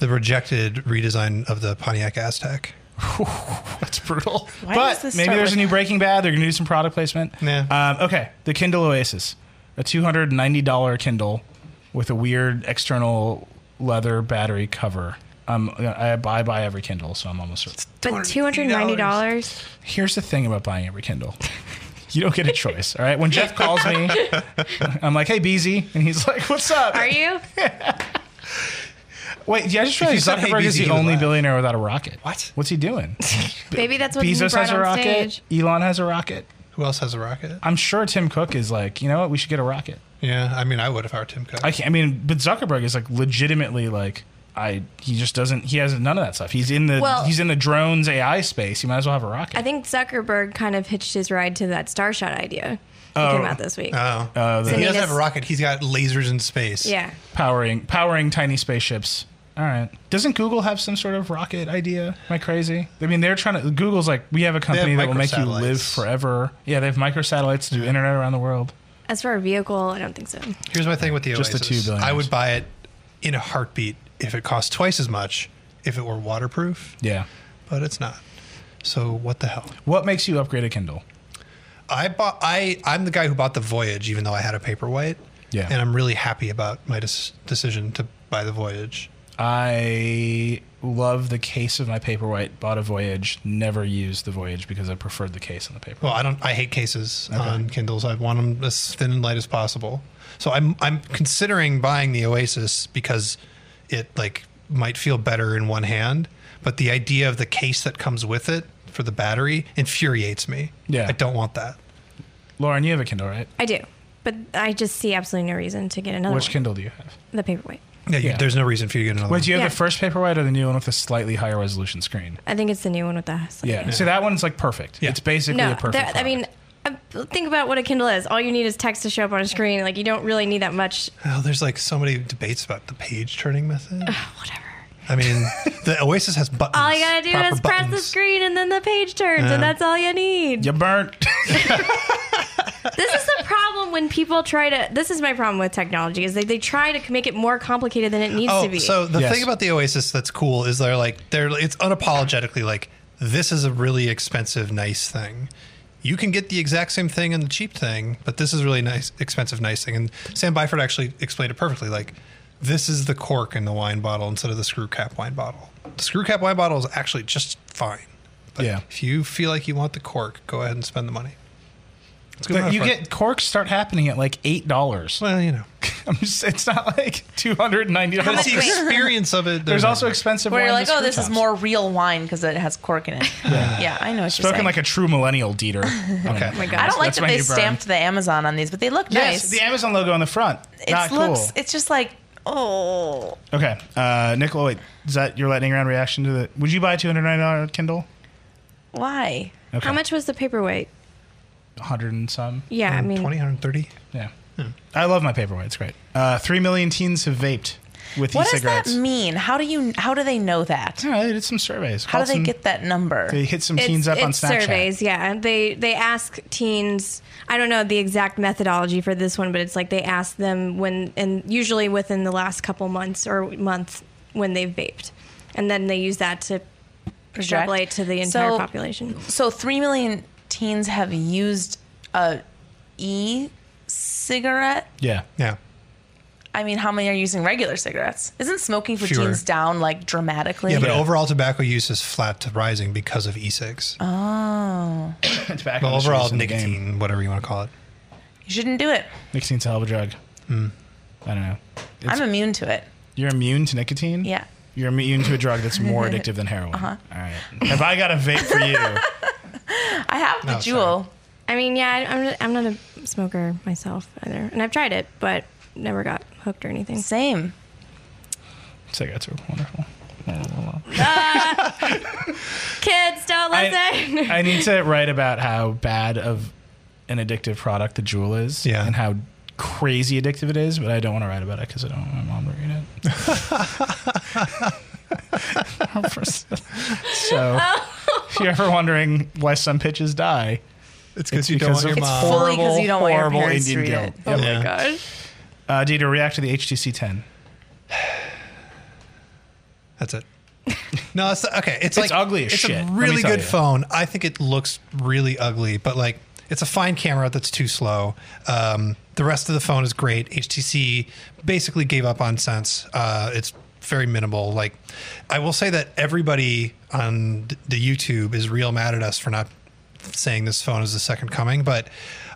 [SPEAKER 2] the rejected redesign of the Pontiac Aztec.
[SPEAKER 1] That's brutal.
[SPEAKER 4] Why does
[SPEAKER 1] but
[SPEAKER 4] this
[SPEAKER 1] maybe
[SPEAKER 4] start
[SPEAKER 1] there's
[SPEAKER 4] with-
[SPEAKER 1] a new Breaking Bad. They're gonna do some product placement.
[SPEAKER 2] Yeah.
[SPEAKER 1] Um, okay, the Kindle Oasis, a two hundred ninety dollar Kindle with a weird external leather battery cover. Um, I, I buy every Kindle, so I'm almost certain.
[SPEAKER 3] But two hundred ninety dollars.
[SPEAKER 1] Here's the thing about buying every Kindle. You don't get a choice, all right? When Jeff calls me, I'm like, "Hey, BZ," and he's like, "What's up?"
[SPEAKER 3] Are you?
[SPEAKER 1] Wait, yeah, I just realized
[SPEAKER 2] you said, "Hey,
[SPEAKER 1] Zuckerberg is
[SPEAKER 2] BZ,"
[SPEAKER 1] the
[SPEAKER 2] he would
[SPEAKER 1] only
[SPEAKER 2] laugh.
[SPEAKER 1] billionaire without a rocket.
[SPEAKER 2] What?
[SPEAKER 1] What's he doing?
[SPEAKER 3] Maybe that's what he
[SPEAKER 1] Bezos
[SPEAKER 3] brought
[SPEAKER 1] has a
[SPEAKER 3] on
[SPEAKER 1] rocket.
[SPEAKER 3] stage.
[SPEAKER 1] Elon has a rocket.
[SPEAKER 2] Who else has a rocket?
[SPEAKER 1] I'm sure Tim Cook is like, you know what? We should get a rocket.
[SPEAKER 2] Yeah, I mean, I would if I were Tim Cook.
[SPEAKER 1] I, can't, I mean, but Zuckerberg is like legitimately like I. He just doesn't. He has none of that stuff. He's in the
[SPEAKER 3] Well-
[SPEAKER 1] he's in the drones AI space. He might as well have a rocket.
[SPEAKER 3] I think Zuckerberg kind of hitched his ride to that Starshot idea that came out this week.
[SPEAKER 2] oh,
[SPEAKER 1] uh, the
[SPEAKER 2] he
[SPEAKER 3] mean,
[SPEAKER 2] doesn't
[SPEAKER 3] it's-
[SPEAKER 2] have a rocket. He's got lasers in space.
[SPEAKER 3] yeah.
[SPEAKER 1] powering powering tiny spaceships. All right. Doesn't Google have some sort of rocket idea? Am I crazy? I mean, they're trying to. Google's like, we have a company that will make you live
[SPEAKER 2] microsatellites.
[SPEAKER 1] forever. Yeah, they have microsatellites to do internet around the world.
[SPEAKER 3] As for a vehicle, I don't think so.
[SPEAKER 2] Here's my thing with the
[SPEAKER 1] Just the
[SPEAKER 2] Oasis.
[SPEAKER 1] two billionaires.
[SPEAKER 2] I would buy it in a heartbeat if it cost twice as much, if it were waterproof,
[SPEAKER 1] Yeah.
[SPEAKER 2] but it's not. So what the hell?
[SPEAKER 1] What makes you upgrade a Kindle?
[SPEAKER 2] I bought. I I'm the guy who bought the Voyage, even though I had a Paperwhite.
[SPEAKER 1] Yeah.
[SPEAKER 2] And I'm really happy about my des- decision to buy the Voyage.
[SPEAKER 1] I love the case of my paperwhite. Bought a Voyage. Never used the Voyage because I preferred the case on the paper.
[SPEAKER 2] Well, I don't. I hate cases on Kindles. I want them as thin and light as possible. So I'm I'm considering buying the Oasis because it like might feel better in one hand, but the idea of the case that comes with it for the battery infuriates me.
[SPEAKER 1] Yeah.
[SPEAKER 2] I don't want that.
[SPEAKER 1] Lauren, you have a Kindle, right?
[SPEAKER 3] I do. But I just see absolutely no reason to get
[SPEAKER 4] Oh.
[SPEAKER 3] another
[SPEAKER 1] Which
[SPEAKER 3] one.
[SPEAKER 1] Kindle do you have?
[SPEAKER 3] The paperweight.
[SPEAKER 2] Yeah, you,
[SPEAKER 1] Yeah.
[SPEAKER 2] there's no reason for you to get another.
[SPEAKER 1] Wait, do you have
[SPEAKER 3] Yeah.
[SPEAKER 1] the first paperwhite or the new one with a slightly higher resolution screen?
[SPEAKER 3] I think it's the new one with the house.
[SPEAKER 1] Yeah. So that one's like perfect.
[SPEAKER 2] Yeah.
[SPEAKER 1] It's basically
[SPEAKER 3] No,
[SPEAKER 1] a perfect.
[SPEAKER 3] that, I mean, uh, think about what a Kindle is. All you need is text to show up on a screen. Like you don't really need that much.
[SPEAKER 2] one. Oh, there's like so many debates about the page turning method.
[SPEAKER 3] Whatever.
[SPEAKER 2] I mean, the Oasis has buttons.
[SPEAKER 3] All you gotta do
[SPEAKER 2] proper
[SPEAKER 3] is press the
[SPEAKER 2] buttons.
[SPEAKER 3] screen, and then the page turns,
[SPEAKER 2] Yeah.
[SPEAKER 3] and that's all you need.
[SPEAKER 1] you burnt.
[SPEAKER 3] This is the problem when people try to. This is my problem with technology is they they try to make it more complicated than it needs
[SPEAKER 2] Oh,
[SPEAKER 3] to be.
[SPEAKER 2] so the
[SPEAKER 1] Yes.
[SPEAKER 2] thing about the Oasis that's cool is they're like they're it's unapologetically like this is a really expensive nice thing. You can get the exact same thing and the cheap thing, but this is a really nice expensive nice thing. And Sam Byford actually explained it perfectly. Like this is the cork in the wine bottle instead of the screw cap wine bottle. The screw cap wine bottle is actually just fine. But
[SPEAKER 1] Yeah.
[SPEAKER 2] if you feel like you want the cork, go ahead and spend the money. It's good
[SPEAKER 1] but
[SPEAKER 2] enough
[SPEAKER 1] you
[SPEAKER 2] for-
[SPEAKER 1] get corks start happening at like eight dollars.
[SPEAKER 2] well, you know.
[SPEAKER 1] It's not like two hundred and ninety
[SPEAKER 2] But
[SPEAKER 1] dollars.
[SPEAKER 2] it's the experience of it.
[SPEAKER 1] There's also
[SPEAKER 2] expensive.
[SPEAKER 1] expensive.
[SPEAKER 4] Where
[SPEAKER 1] wine
[SPEAKER 4] you're like,
[SPEAKER 1] with
[SPEAKER 4] oh,
[SPEAKER 1] screw
[SPEAKER 4] this is
[SPEAKER 1] tops."
[SPEAKER 4] more real wine because it has cork in it. Yeah, I know. What you're
[SPEAKER 1] spoken
[SPEAKER 4] saying.
[SPEAKER 1] like a true millennial Dieter.
[SPEAKER 2] Okay.
[SPEAKER 3] my
[SPEAKER 4] Oh I don't like
[SPEAKER 1] That's
[SPEAKER 4] that
[SPEAKER 1] my
[SPEAKER 4] they
[SPEAKER 1] new burn.
[SPEAKER 4] stamped the Amazon on these, but they look
[SPEAKER 1] Yes,
[SPEAKER 4] nice.
[SPEAKER 1] the Amazon logo on the front.
[SPEAKER 4] it
[SPEAKER 1] not
[SPEAKER 4] looks.
[SPEAKER 1] cool.
[SPEAKER 4] It's just like oh.
[SPEAKER 1] Okay, uh, Nicole, wait, is that your lightning round reaction to the? Would you buy a two hundred ninety dollar Kindle?
[SPEAKER 4] Why?
[SPEAKER 1] Okay.
[SPEAKER 3] How much was the paperweight?
[SPEAKER 1] Hundred and some.
[SPEAKER 3] Yeah, I mean,
[SPEAKER 2] 120, 130.
[SPEAKER 1] Yeah. I love my paperweight. It's great. Uh, Three million teens have vaped with
[SPEAKER 4] What does
[SPEAKER 1] e-cigarettes.
[SPEAKER 4] that mean? How do you? How do they know that?
[SPEAKER 1] Yeah, they did some surveys.
[SPEAKER 4] How
[SPEAKER 1] Called
[SPEAKER 4] do they
[SPEAKER 1] some-
[SPEAKER 4] get that number?
[SPEAKER 1] They hit some
[SPEAKER 3] it's,
[SPEAKER 1] teens up on
[SPEAKER 3] it's
[SPEAKER 1] Snapchat.
[SPEAKER 3] surveys. Yeah, they they ask teens. I don't know the exact methodology for this one, but it's like they ask them when, and usually within the last couple months or month when they've vaped, and then they use that to extrapolate to the entire
[SPEAKER 4] So-
[SPEAKER 3] population.
[SPEAKER 4] So three million teens have used a e-cigarette.
[SPEAKER 1] Yeah.
[SPEAKER 2] Yeah.
[SPEAKER 4] I mean, how many are using regular cigarettes? Isn't smoking for
[SPEAKER 2] Fewer.
[SPEAKER 4] teens down like dramatically?
[SPEAKER 2] Yeah, but
[SPEAKER 1] Yeah.
[SPEAKER 2] overall tobacco use is flat to rising because of e-cigs.
[SPEAKER 4] Oh,
[SPEAKER 1] Tobacco
[SPEAKER 2] Well,
[SPEAKER 1] industry
[SPEAKER 2] overall
[SPEAKER 1] is Oh. in the game.
[SPEAKER 2] nicotine, whatever you want to call it.
[SPEAKER 4] you shouldn't do it.
[SPEAKER 1] Nicotine's a hell of a drug. I don't know.
[SPEAKER 4] I'm immune to it.
[SPEAKER 1] You're immune to nicotine?
[SPEAKER 4] Yeah. Uh-huh.
[SPEAKER 1] You're immune to a drug that's more addictive than heroin. All right. Have I got a vape for you?
[SPEAKER 4] I have the
[SPEAKER 2] Oh,
[SPEAKER 4] jewel.
[SPEAKER 3] I mean, yeah, I- I'm I'm not a smoker myself either, and I've tried it, but never got hooked or anything.
[SPEAKER 4] Same.
[SPEAKER 1] Cigarettes are wonderful.
[SPEAKER 3] Kids, don't listen.
[SPEAKER 1] I, I need to write about how bad of an addictive product the Juul is
[SPEAKER 2] Yeah.
[SPEAKER 1] and how crazy addictive it is, but I don't want to write about it because I don't want my mom to read it. so, if you're ever wondering why some pitches die,
[SPEAKER 2] It's
[SPEAKER 1] it's because of
[SPEAKER 4] your mom- It's fully
[SPEAKER 1] horrible,
[SPEAKER 4] 'cause you don't want your
[SPEAKER 1] horrible
[SPEAKER 4] parents to
[SPEAKER 1] Indian
[SPEAKER 4] read
[SPEAKER 1] guilt.
[SPEAKER 4] it.
[SPEAKER 3] Oh
[SPEAKER 1] Yep.
[SPEAKER 2] Yeah.
[SPEAKER 4] gosh.
[SPEAKER 1] Uh, Dieter, react to the HTC 10.
[SPEAKER 2] That's it. No, it's okay. It's, like
[SPEAKER 1] ugly as
[SPEAKER 2] it's
[SPEAKER 1] shit, let
[SPEAKER 2] a
[SPEAKER 1] me
[SPEAKER 2] really
[SPEAKER 1] tell
[SPEAKER 2] good
[SPEAKER 1] you.
[SPEAKER 2] phone. I think it looks really ugly, but like it's a fine camera that's too slow. Um, the rest of the phone is great. HTC basically gave up on Sense. Uh, it's very minimal. Like, I will say that everybody on th- the YouTube is real mad at us for not saying this phone is the second coming, but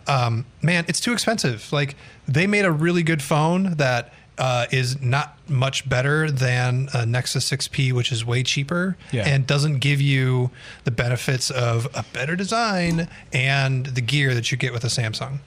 [SPEAKER 2] um, man, it's too expensive. Like, they made a really good phone that. Uh, is not much better than a Nexus 6P, which is way cheaper
[SPEAKER 1] Yeah.
[SPEAKER 2] and doesn't give you the benefits of a better design and the gear that you get with a Samsung.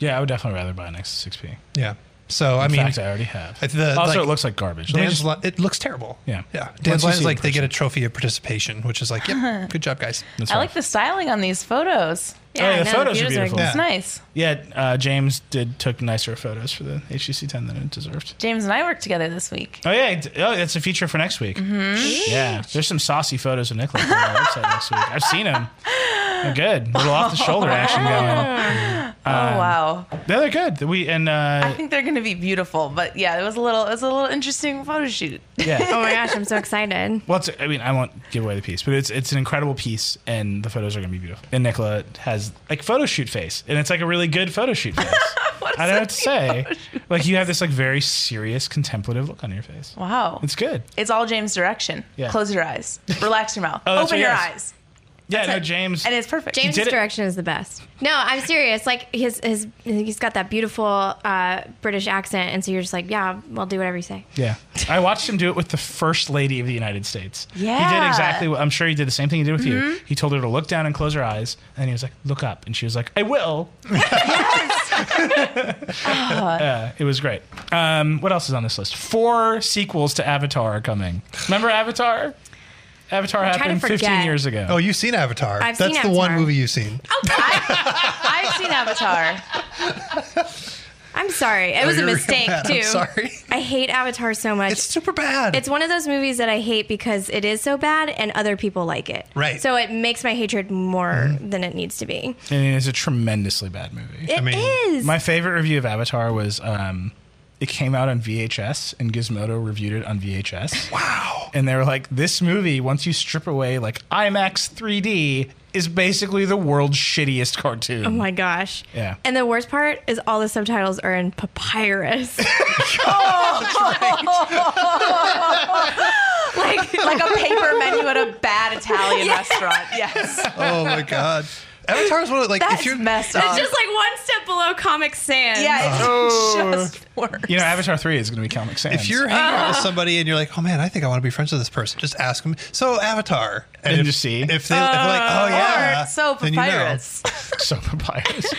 [SPEAKER 1] Yeah, I would definitely rather buy an Nexus 6P. In
[SPEAKER 2] Yeah. So I
[SPEAKER 1] I
[SPEAKER 2] mean,
[SPEAKER 1] fact, I already have.
[SPEAKER 2] I- the-
[SPEAKER 1] also,
[SPEAKER 2] like-
[SPEAKER 1] it looks like garbage. Let me
[SPEAKER 2] Dan's
[SPEAKER 1] just-
[SPEAKER 2] li- it looks terrible.
[SPEAKER 1] Yeah.
[SPEAKER 2] yeah.
[SPEAKER 1] Once
[SPEAKER 2] Dan's
[SPEAKER 1] you
[SPEAKER 2] line
[SPEAKER 1] see it
[SPEAKER 2] is like
[SPEAKER 1] in
[SPEAKER 2] they get a trophy of participation, which is like, yep, good job, guys.
[SPEAKER 1] that's
[SPEAKER 4] I
[SPEAKER 1] right.
[SPEAKER 4] like the styling on these photos.
[SPEAKER 1] Oh, yeah,
[SPEAKER 3] I
[SPEAKER 1] the
[SPEAKER 3] know,
[SPEAKER 1] photos are beautiful.
[SPEAKER 2] Yeah.
[SPEAKER 4] It's nice.
[SPEAKER 1] Yeah, uh, James did took nicer photos for the HTC 10 than it deserved.
[SPEAKER 4] James and I worked together this week.
[SPEAKER 1] Oh yeah, it- oh that's a feature for next week.
[SPEAKER 4] Mm-hmm.
[SPEAKER 1] Yeah, there's some saucy photos of Nicholas on our website next week. I've seen them. They're good. A little off the shoulder action going. Um,
[SPEAKER 4] oh wow.
[SPEAKER 1] No, they're good. We and
[SPEAKER 4] I
[SPEAKER 1] uh,
[SPEAKER 4] think they're gonna be beautiful. But yeah, it was a little it was a little interesting photo shoot.
[SPEAKER 1] yeah.
[SPEAKER 3] Oh my gosh, I'm so excited.
[SPEAKER 1] Well, it's, I mean, I won't give away the piece, but it's it's an incredible piece, and the photos are gonna be beautiful. And Nicola has like photo shoot face, and it's like a really good photo shoot face. I don't know what to say. Like you have this like very serious contemplative look on your face.
[SPEAKER 4] Wow.
[SPEAKER 1] It's good.
[SPEAKER 4] It's all James' direction.
[SPEAKER 1] Yeah.
[SPEAKER 4] Close your eyes. Relax your mouth.
[SPEAKER 1] Oh, that's
[SPEAKER 4] Open
[SPEAKER 1] what he
[SPEAKER 4] your
[SPEAKER 1] has.
[SPEAKER 4] eyes.
[SPEAKER 1] Yeah,
[SPEAKER 4] That's
[SPEAKER 1] no,
[SPEAKER 4] it.
[SPEAKER 1] James.
[SPEAKER 4] And it's perfect.
[SPEAKER 3] James's
[SPEAKER 1] did it.
[SPEAKER 3] direction is the best. No, I'm serious. Like his his he's got that beautiful uh, British accent, and so you're just like, yeah, I'll do whatever you say.
[SPEAKER 1] Yeah. I watched him do it with the First Lady of the United States. He did
[SPEAKER 4] Yeah.
[SPEAKER 1] exactly what I'm sure he did the same thing he did with you.
[SPEAKER 3] Mm-hmm.
[SPEAKER 1] He told her to look down and close her eyes. And he was like, look up. And she was like, I will. Uh, it was great. Um, what else is on this list? Four sequels to Avatar are coming. Remember Avatar? Avatar
[SPEAKER 3] trying to
[SPEAKER 1] happened 15
[SPEAKER 3] forget.
[SPEAKER 1] years ago.
[SPEAKER 2] Oh, you've seen Avatar.
[SPEAKER 3] I've
[SPEAKER 2] That's
[SPEAKER 3] seen
[SPEAKER 2] the one
[SPEAKER 3] Avatar.
[SPEAKER 2] movie you've seen.
[SPEAKER 4] I, have seen Avatar.
[SPEAKER 3] I'm sorry, it was
[SPEAKER 2] Oh,
[SPEAKER 3] a
[SPEAKER 2] You're real
[SPEAKER 3] mistake
[SPEAKER 2] mad. I'm
[SPEAKER 3] too.
[SPEAKER 2] sorry.
[SPEAKER 3] I hate Avatar so much.
[SPEAKER 2] It's super bad.
[SPEAKER 3] It's one of those movies that I hate because it is so bad and other people like it.
[SPEAKER 2] Right. Mm-hmm.
[SPEAKER 3] So it makes my hatred more than it needs to be.
[SPEAKER 1] And it is a tremendously bad movie.
[SPEAKER 3] It is.
[SPEAKER 2] mean,
[SPEAKER 1] My favorite review of Avatar was um, it came out on VHS and Gizmodo reviewed it on VHS. Wow. And they were like, this movie, once you strip away like IMAX 3D, is basically the world's shittiest cartoon.
[SPEAKER 3] Oh my gosh.
[SPEAKER 1] Yeah.
[SPEAKER 3] And the worst part is all the subtitles are in papyrus.
[SPEAKER 4] Like like a paper menu at a bad Italian restaurant. Yes.
[SPEAKER 2] oh my god. Avatar is one of like
[SPEAKER 4] That's
[SPEAKER 2] if you're
[SPEAKER 4] messed up.
[SPEAKER 2] Um,
[SPEAKER 3] it's just like one step below Comic Sans.
[SPEAKER 4] yeah, it's
[SPEAKER 1] Oh.
[SPEAKER 4] just worse.
[SPEAKER 1] You know, Avatar 3 is going to be Comic Sans.
[SPEAKER 2] if you're hanging
[SPEAKER 4] Ah.
[SPEAKER 2] out with somebody and you're like, oh man, I think I want to be friends with this person, just ask them. So Avatar,
[SPEAKER 1] And
[SPEAKER 2] if,
[SPEAKER 1] you see.
[SPEAKER 2] if, they, if they're like, oh yeah,
[SPEAKER 4] Uh, Or so
[SPEAKER 2] then you know.
[SPEAKER 4] papyrus.
[SPEAKER 1] so papyrus,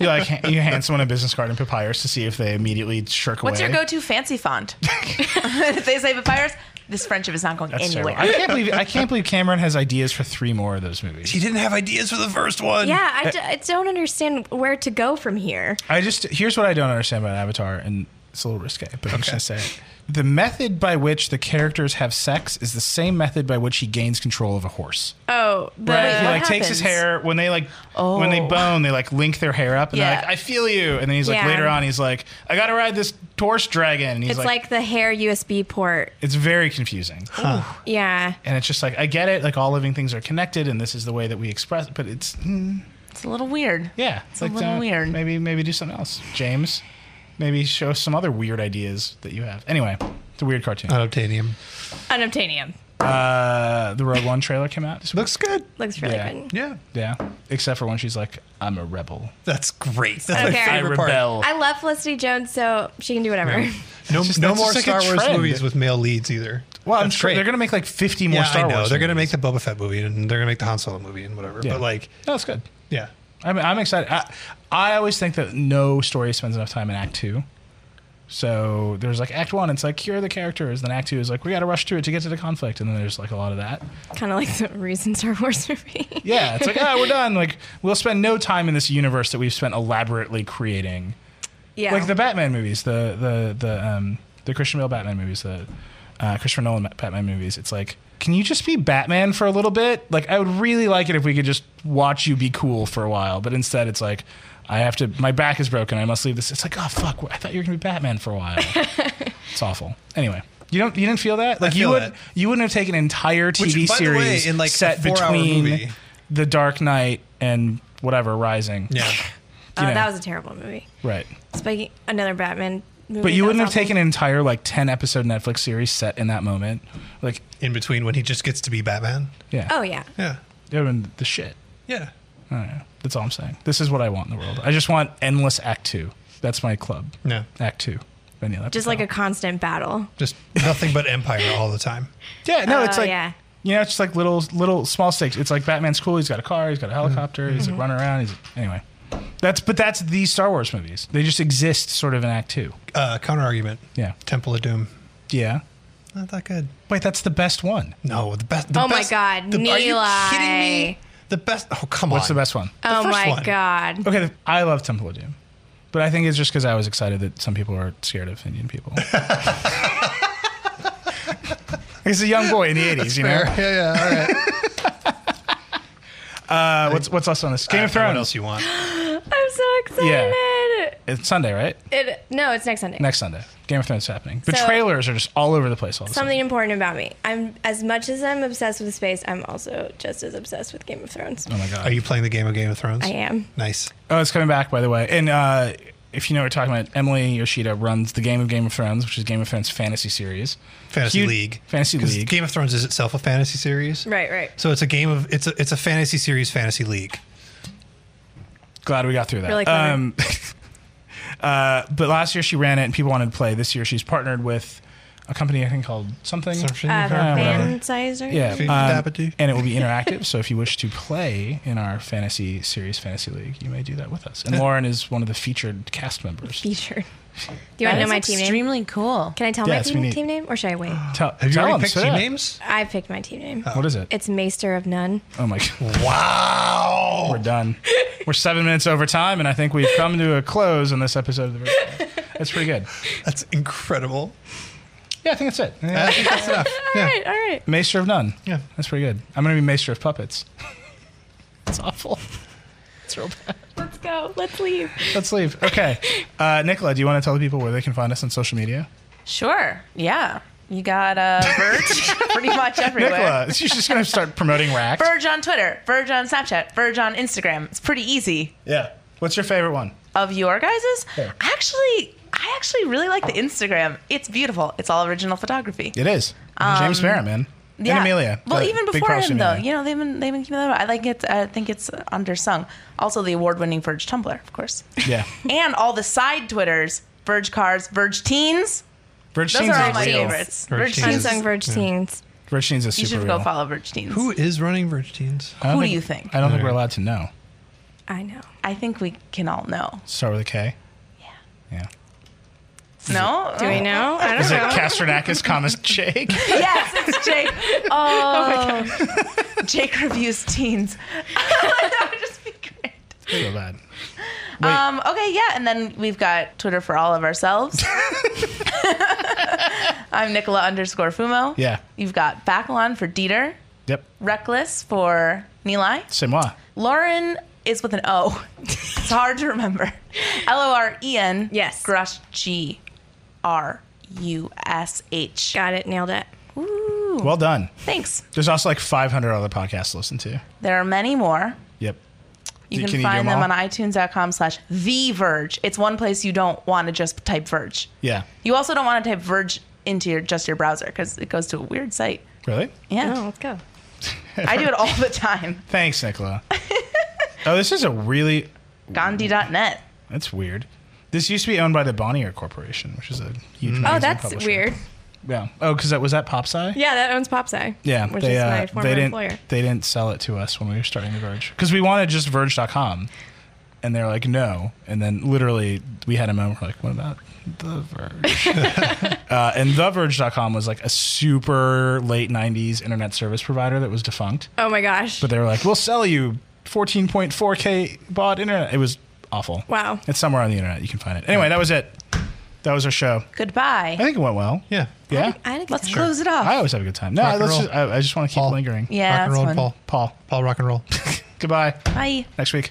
[SPEAKER 1] you like ha- you hand someone a business card in papyrus to see if they immediately shirk
[SPEAKER 4] What's
[SPEAKER 1] away.
[SPEAKER 4] your go-to fancy font? if they say papyrus, this friendship is not going
[SPEAKER 1] That's terrible.
[SPEAKER 4] anywhere.
[SPEAKER 1] I can't believe I can't believe Cameron has ideas for three more of those movies.
[SPEAKER 2] He didn't have ideas for the first one.
[SPEAKER 3] Yeah, I, d- I don't understand where to go from here.
[SPEAKER 1] I just here's what I don't understand about Avatar, and it's a little risque, but I'm just gonna say it. The method by which the characters have sex is the same method by which he gains control of a horse.
[SPEAKER 3] Oh, the,
[SPEAKER 1] Right? he
[SPEAKER 4] what
[SPEAKER 1] like takes his
[SPEAKER 4] happens?
[SPEAKER 1] hair when they like when they
[SPEAKER 4] Oh.
[SPEAKER 1] bone, they like link their hair up and
[SPEAKER 4] Yeah.
[SPEAKER 1] they're like, I feel you. And then he's like
[SPEAKER 3] Yeah.
[SPEAKER 1] later on he's like, I gotta ride this horse dragon. And he's
[SPEAKER 3] it's like, the hair USB port.
[SPEAKER 1] it's very confusing.
[SPEAKER 3] Yeah.
[SPEAKER 1] And it's just like I get it, like all living things are connected and this is the way that we express but it's
[SPEAKER 4] It's a little weird.
[SPEAKER 1] Yeah,
[SPEAKER 4] It's a little
[SPEAKER 1] don't-
[SPEAKER 4] weird.
[SPEAKER 1] uh, Maybe maybe do something else, James. Maybe show some other weird ideas that you have. Anyway, it's a weird cartoon.
[SPEAKER 2] Unobtainium.
[SPEAKER 3] Unobtainium.
[SPEAKER 1] Uh, the Rogue One trailer came out. this week.
[SPEAKER 2] Looks good.
[SPEAKER 3] Looks really
[SPEAKER 1] Yeah.
[SPEAKER 3] good.
[SPEAKER 2] Yeah.
[SPEAKER 1] yeah, except for when she's like, "I'm a rebel.
[SPEAKER 2] That's great. That's
[SPEAKER 3] Okay.
[SPEAKER 2] my
[SPEAKER 3] I
[SPEAKER 1] I
[SPEAKER 2] favorite part.
[SPEAKER 1] rebel."
[SPEAKER 3] I love Felicity Jones, so she can do whatever.
[SPEAKER 2] No,
[SPEAKER 1] just-
[SPEAKER 2] no
[SPEAKER 1] that's
[SPEAKER 2] more
[SPEAKER 1] just like a
[SPEAKER 2] Star Wars
[SPEAKER 1] trend.
[SPEAKER 2] movies with male leads either.
[SPEAKER 1] well, I'm
[SPEAKER 2] That's
[SPEAKER 1] sure
[SPEAKER 2] great.
[SPEAKER 1] they're gonna make like 50 more
[SPEAKER 2] yeah,
[SPEAKER 1] Star
[SPEAKER 2] I know.
[SPEAKER 1] Wars.
[SPEAKER 2] They're gonna make
[SPEAKER 1] movies.
[SPEAKER 2] the Boba Fett movie and they're gonna make the Han Solo movie and whatever.
[SPEAKER 1] Yeah.
[SPEAKER 2] But like,
[SPEAKER 1] No, it's good.
[SPEAKER 2] yeah,
[SPEAKER 1] I mean, I'm excited. I, I always think that no story spends enough time in Act Two. So there's like Act One, it's like here are the characters. Then Act Two is like we got to rush through it to get to the conflict, and then there's like a lot of that.
[SPEAKER 3] kind of like the recent Star Wars movie.
[SPEAKER 1] Yeah, it's like, ah, we're done. Like, we'll spend no time in this universe that we've spent elaborately creating.
[SPEAKER 3] Yeah.
[SPEAKER 1] Like the Batman movies, the the the um the Christian Bale Batman movies, the uh, Christopher Nolan Batman movies. It's like, can you just be Batman for a little bit? Like, I would really like it if we could just watch you be cool for a while. But instead, it's like, I have to. My back is broken. I must leave this. It's like, oh fuck! I thought you were gonna be Batman for a while. it's awful. Anyway. You don't. You didn't feel that. Like you
[SPEAKER 2] feel
[SPEAKER 1] would.
[SPEAKER 2] that.
[SPEAKER 1] You wouldn't have taken an entire TV
[SPEAKER 2] Which, by the
[SPEAKER 1] series
[SPEAKER 2] way, in, like, a
[SPEAKER 1] set
[SPEAKER 2] four-hour
[SPEAKER 1] between
[SPEAKER 2] movie-
[SPEAKER 1] the Dark Knight and whatever Rising.
[SPEAKER 2] yeah.
[SPEAKER 3] oh,
[SPEAKER 1] you know.
[SPEAKER 3] that was a terrible movie.
[SPEAKER 1] Right.
[SPEAKER 3] Speaking another Batman movie.
[SPEAKER 1] But you
[SPEAKER 3] that
[SPEAKER 1] wouldn't have
[SPEAKER 3] was awful.
[SPEAKER 1] taken an entire like ten episode Netflix series set in that moment. Like,
[SPEAKER 2] in between when he just gets to be Batman.
[SPEAKER 1] yeah,
[SPEAKER 3] Oh yeah.
[SPEAKER 2] Yeah.
[SPEAKER 1] it would have been the shit.
[SPEAKER 2] Yeah.
[SPEAKER 1] I don't know. That's all I'm saying. This is what I want in the world. I just want endless Act Two. That's my club.
[SPEAKER 2] No.
[SPEAKER 1] Act Two. Vanilla.
[SPEAKER 3] Just like a constant battle.
[SPEAKER 2] Just nothing but Empire all the time.
[SPEAKER 1] yeah. No, it's
[SPEAKER 3] Oh,
[SPEAKER 1] like
[SPEAKER 3] yeah.
[SPEAKER 1] you know, it's just like little little small stakes. It's like Batman's cool. He's got a car. He's got a helicopter. He's like, running around. He's anyway. That's but that's the Star Wars movies. They just exist sort of in Act Two.
[SPEAKER 2] Uh, counter argument.
[SPEAKER 1] Yeah.
[SPEAKER 2] Temple of Doom.
[SPEAKER 1] Yeah.
[SPEAKER 2] Not that good.
[SPEAKER 1] Wait, that's the best one.
[SPEAKER 2] No, the best. The
[SPEAKER 3] Oh my
[SPEAKER 2] best-
[SPEAKER 3] God,
[SPEAKER 2] the, Are you kidding
[SPEAKER 3] Neelai.
[SPEAKER 2] me? The best. Oh come
[SPEAKER 1] What's
[SPEAKER 2] on.
[SPEAKER 1] the best one?
[SPEAKER 2] The
[SPEAKER 3] oh
[SPEAKER 2] first
[SPEAKER 3] my
[SPEAKER 2] one.
[SPEAKER 3] god.
[SPEAKER 1] Okay, the- I love Temple of Doom, but I think it's just because I was excited that some people are scared of Indian people. He's a young boy in the eighties, you know.
[SPEAKER 2] Yeah, yeah. All right.
[SPEAKER 1] Uh, what's what's less on this? Game of
[SPEAKER 2] Uh, What
[SPEAKER 1] Thrones.
[SPEAKER 2] else you want?
[SPEAKER 3] I'm so excited.
[SPEAKER 1] It's Sunday, right?
[SPEAKER 3] It no, it's next Sunday.
[SPEAKER 1] Next Sunday, Game of Thrones is happening. The
[SPEAKER 3] So-
[SPEAKER 1] trailers are just all over the place. All of a
[SPEAKER 3] Something important about me. I'm as much as I'm obsessed with space, I'm also just as obsessed with Game of Thrones.
[SPEAKER 1] sudden. Oh my god!
[SPEAKER 2] Are you playing the game of Game of Thrones?
[SPEAKER 3] I am.
[SPEAKER 2] Nice.
[SPEAKER 1] Oh, it's coming back, by the way. And uh, if you know what we're talking about, Emily Yoshida runs the game of Game of Thrones, which is Game of Thrones fantasy series.
[SPEAKER 2] Fantasy
[SPEAKER 1] Huge-
[SPEAKER 2] League.
[SPEAKER 1] Fantasy
[SPEAKER 2] 'Cause
[SPEAKER 1] League.
[SPEAKER 2] Game of Thrones is itself a fantasy series.
[SPEAKER 3] Right, right.
[SPEAKER 2] So it's a game of it's a it's a fantasy series fantasy league.
[SPEAKER 1] Glad we got through that. Um,
[SPEAKER 3] Really clever.
[SPEAKER 1] uh, but last year she ran it and people wanted to play. This year she's partnered with a company I think called something.
[SPEAKER 3] Uh,
[SPEAKER 1] Yeah, whatever.
[SPEAKER 3] Fancizer.
[SPEAKER 1] Yeah,
[SPEAKER 2] Feed
[SPEAKER 1] um,
[SPEAKER 2] Dabadoo.
[SPEAKER 1] and it will be interactive. so if you wish to play in our fantasy series, fantasy league, you may do that with us. And Lauren is one of the featured cast members.
[SPEAKER 3] Featured. Do you want to know my team name?
[SPEAKER 4] extremely cool.
[SPEAKER 3] Can I tell
[SPEAKER 1] Yes, we
[SPEAKER 3] my team,
[SPEAKER 1] need- Ah.
[SPEAKER 3] team name, or should I wait?
[SPEAKER 1] Tell,
[SPEAKER 2] Have you
[SPEAKER 1] tell
[SPEAKER 2] already
[SPEAKER 1] them,
[SPEAKER 2] picked
[SPEAKER 1] sit
[SPEAKER 2] team
[SPEAKER 1] up.
[SPEAKER 2] names?
[SPEAKER 3] I picked my team name.
[SPEAKER 1] What is it?
[SPEAKER 3] It's Maester of None.
[SPEAKER 1] oh my god.
[SPEAKER 2] Wow.
[SPEAKER 1] We're done. We're seven minutes over time, and I think we've come to a close on this episode of the Verge. That's pretty good.
[SPEAKER 2] That's incredible.
[SPEAKER 1] Yeah, I think that's it. Yeah.
[SPEAKER 2] I think that's enough. Yeah.
[SPEAKER 3] All right.
[SPEAKER 1] Maester of None.
[SPEAKER 2] Yeah.
[SPEAKER 1] That's pretty good. I'm going to be Maester of Puppets. It's awful. It's real bad.
[SPEAKER 3] Let's go. Let's leave.
[SPEAKER 1] Let's leave. Okay. Uh, Nicola, do you want to tell the people where they can find us on social media?
[SPEAKER 4] Sure. Yeah. You got uh, Verge pretty much everywhere.
[SPEAKER 1] Nicola, she's just going to start promoting Racked.
[SPEAKER 4] Verge on Twitter, Verge on Snapchat, Verge on Instagram. It's pretty easy.
[SPEAKER 1] Yeah. What's your favorite one?
[SPEAKER 4] Of your guys's,
[SPEAKER 1] Yeah.
[SPEAKER 4] actually, I actually really like the Instagram. It's beautiful. It's all original photography.
[SPEAKER 1] It is. James Barron, man.
[SPEAKER 4] Um, Yeah.
[SPEAKER 1] And Amelia.
[SPEAKER 4] Well,
[SPEAKER 1] The
[SPEAKER 4] even
[SPEAKER 1] big
[SPEAKER 4] before
[SPEAKER 1] props to
[SPEAKER 4] him, though,
[SPEAKER 1] Amelia.
[SPEAKER 4] you know, they've been they've been keeping that. up. I like it. I think it's undersung. Also, the award-winning Verge Tumblr, of course,
[SPEAKER 1] Yeah.
[SPEAKER 4] and all the side Twitters: Verge Cars, Verge Teens.
[SPEAKER 1] Verge
[SPEAKER 4] Those
[SPEAKER 1] Teens
[SPEAKER 4] are all
[SPEAKER 1] is
[SPEAKER 4] my
[SPEAKER 1] real.
[SPEAKER 4] favorites.
[SPEAKER 2] Verge
[SPEAKER 4] Verge
[SPEAKER 2] Teens.
[SPEAKER 4] Teens.
[SPEAKER 3] Unsung Verge Teens.
[SPEAKER 1] Verge Teens is
[SPEAKER 4] You
[SPEAKER 1] super
[SPEAKER 4] should
[SPEAKER 1] real.
[SPEAKER 4] go follow Verge Teens.
[SPEAKER 2] Who is running Verge Teens?
[SPEAKER 1] I don't
[SPEAKER 4] who do
[SPEAKER 1] think-
[SPEAKER 4] you think?
[SPEAKER 1] I don't think we're allowed to know.
[SPEAKER 3] I know.
[SPEAKER 4] I think we can all know.
[SPEAKER 1] Start with a K. Yeah.
[SPEAKER 4] No?
[SPEAKER 3] Do we know? I
[SPEAKER 1] Yeah.
[SPEAKER 3] don't
[SPEAKER 1] Is it
[SPEAKER 3] know.
[SPEAKER 1] Castronakis, commas Jake?
[SPEAKER 4] Yes, it's Jake. Oh, Jake reviews teens. that would just be great.
[SPEAKER 1] Real bad.
[SPEAKER 4] Um, okay, yeah, and then we've got Twitter for all of ourselves. I'm Nicola underscore Fumo.
[SPEAKER 1] Yeah.
[SPEAKER 4] You've got Backlon for Dieter,
[SPEAKER 1] Yep.
[SPEAKER 4] Reckless for Neli.
[SPEAKER 1] C'est moi.
[SPEAKER 4] Lauren is with an O. It's hard to remember. L O R E N.
[SPEAKER 3] Yes.
[SPEAKER 4] Grush G R U S H.
[SPEAKER 3] Got it. Nailed it.
[SPEAKER 4] Ooh.
[SPEAKER 1] Well done.
[SPEAKER 4] Thanks.
[SPEAKER 1] There's also like 500 other podcasts to listen to.
[SPEAKER 4] There are many more.
[SPEAKER 1] Yep.
[SPEAKER 4] You
[SPEAKER 1] You-
[SPEAKER 4] can,
[SPEAKER 1] can you do
[SPEAKER 4] find
[SPEAKER 1] them
[SPEAKER 4] them,
[SPEAKER 1] all?
[SPEAKER 4] on iTunes.com slash The Verge. It's one place you don't want to just type Verge.
[SPEAKER 1] Yeah.
[SPEAKER 4] You also don't want to type Verge into your just your browser because it goes to a weird site.
[SPEAKER 1] Really?
[SPEAKER 4] Yeah.
[SPEAKER 2] Oh.
[SPEAKER 3] No, let's go.
[SPEAKER 4] I do it all the time.
[SPEAKER 1] Thanks, Nicola. oh, this is a really.
[SPEAKER 4] Gandhi.net.
[SPEAKER 1] That's weird. This used to be owned by the Bonnier Corporation, which is a huge.
[SPEAKER 3] Oh,
[SPEAKER 1] magazine
[SPEAKER 3] that's
[SPEAKER 1] publisher.
[SPEAKER 3] weird.
[SPEAKER 1] Yeah. Oh, because that was that Popsci.
[SPEAKER 3] Yeah, that owns Popsci.
[SPEAKER 1] Yeah,
[SPEAKER 3] Which
[SPEAKER 1] they,
[SPEAKER 3] is
[SPEAKER 1] uh,
[SPEAKER 3] my former
[SPEAKER 1] they didn't,
[SPEAKER 3] employer.
[SPEAKER 1] They didn't sell it to us when we were starting The Verge because we wanted just Verge.com, and they're like, no. And then literally we had a moment we're like, what about The Verge? uh, and TheVerge.com was like a super late '90s internet service provider that was defunct,
[SPEAKER 3] Oh my gosh.
[SPEAKER 1] but they were like, we'll sell you 14.4k baud internet. It was awful.
[SPEAKER 3] Wow.
[SPEAKER 1] It's somewhere on the internet. You can find it. Anyway, that was it. That was our show.
[SPEAKER 4] Goodbye.
[SPEAKER 1] I think it went well.
[SPEAKER 2] Yeah.
[SPEAKER 1] Yeah.
[SPEAKER 3] I oh. had a good
[SPEAKER 4] Let's
[SPEAKER 3] time.
[SPEAKER 4] close it off.
[SPEAKER 1] I always have a good time. No,
[SPEAKER 2] Rock and
[SPEAKER 1] let's
[SPEAKER 2] roll.
[SPEAKER 1] just, I, I just want to keep
[SPEAKER 2] Paul.
[SPEAKER 1] lingering.
[SPEAKER 4] yeah.
[SPEAKER 2] rock and
[SPEAKER 4] that's
[SPEAKER 2] roll,
[SPEAKER 4] fun.
[SPEAKER 2] Paul.
[SPEAKER 1] Paul.
[SPEAKER 2] Paul, rock and roll.
[SPEAKER 1] Goodbye.
[SPEAKER 4] Bye.
[SPEAKER 1] Next week.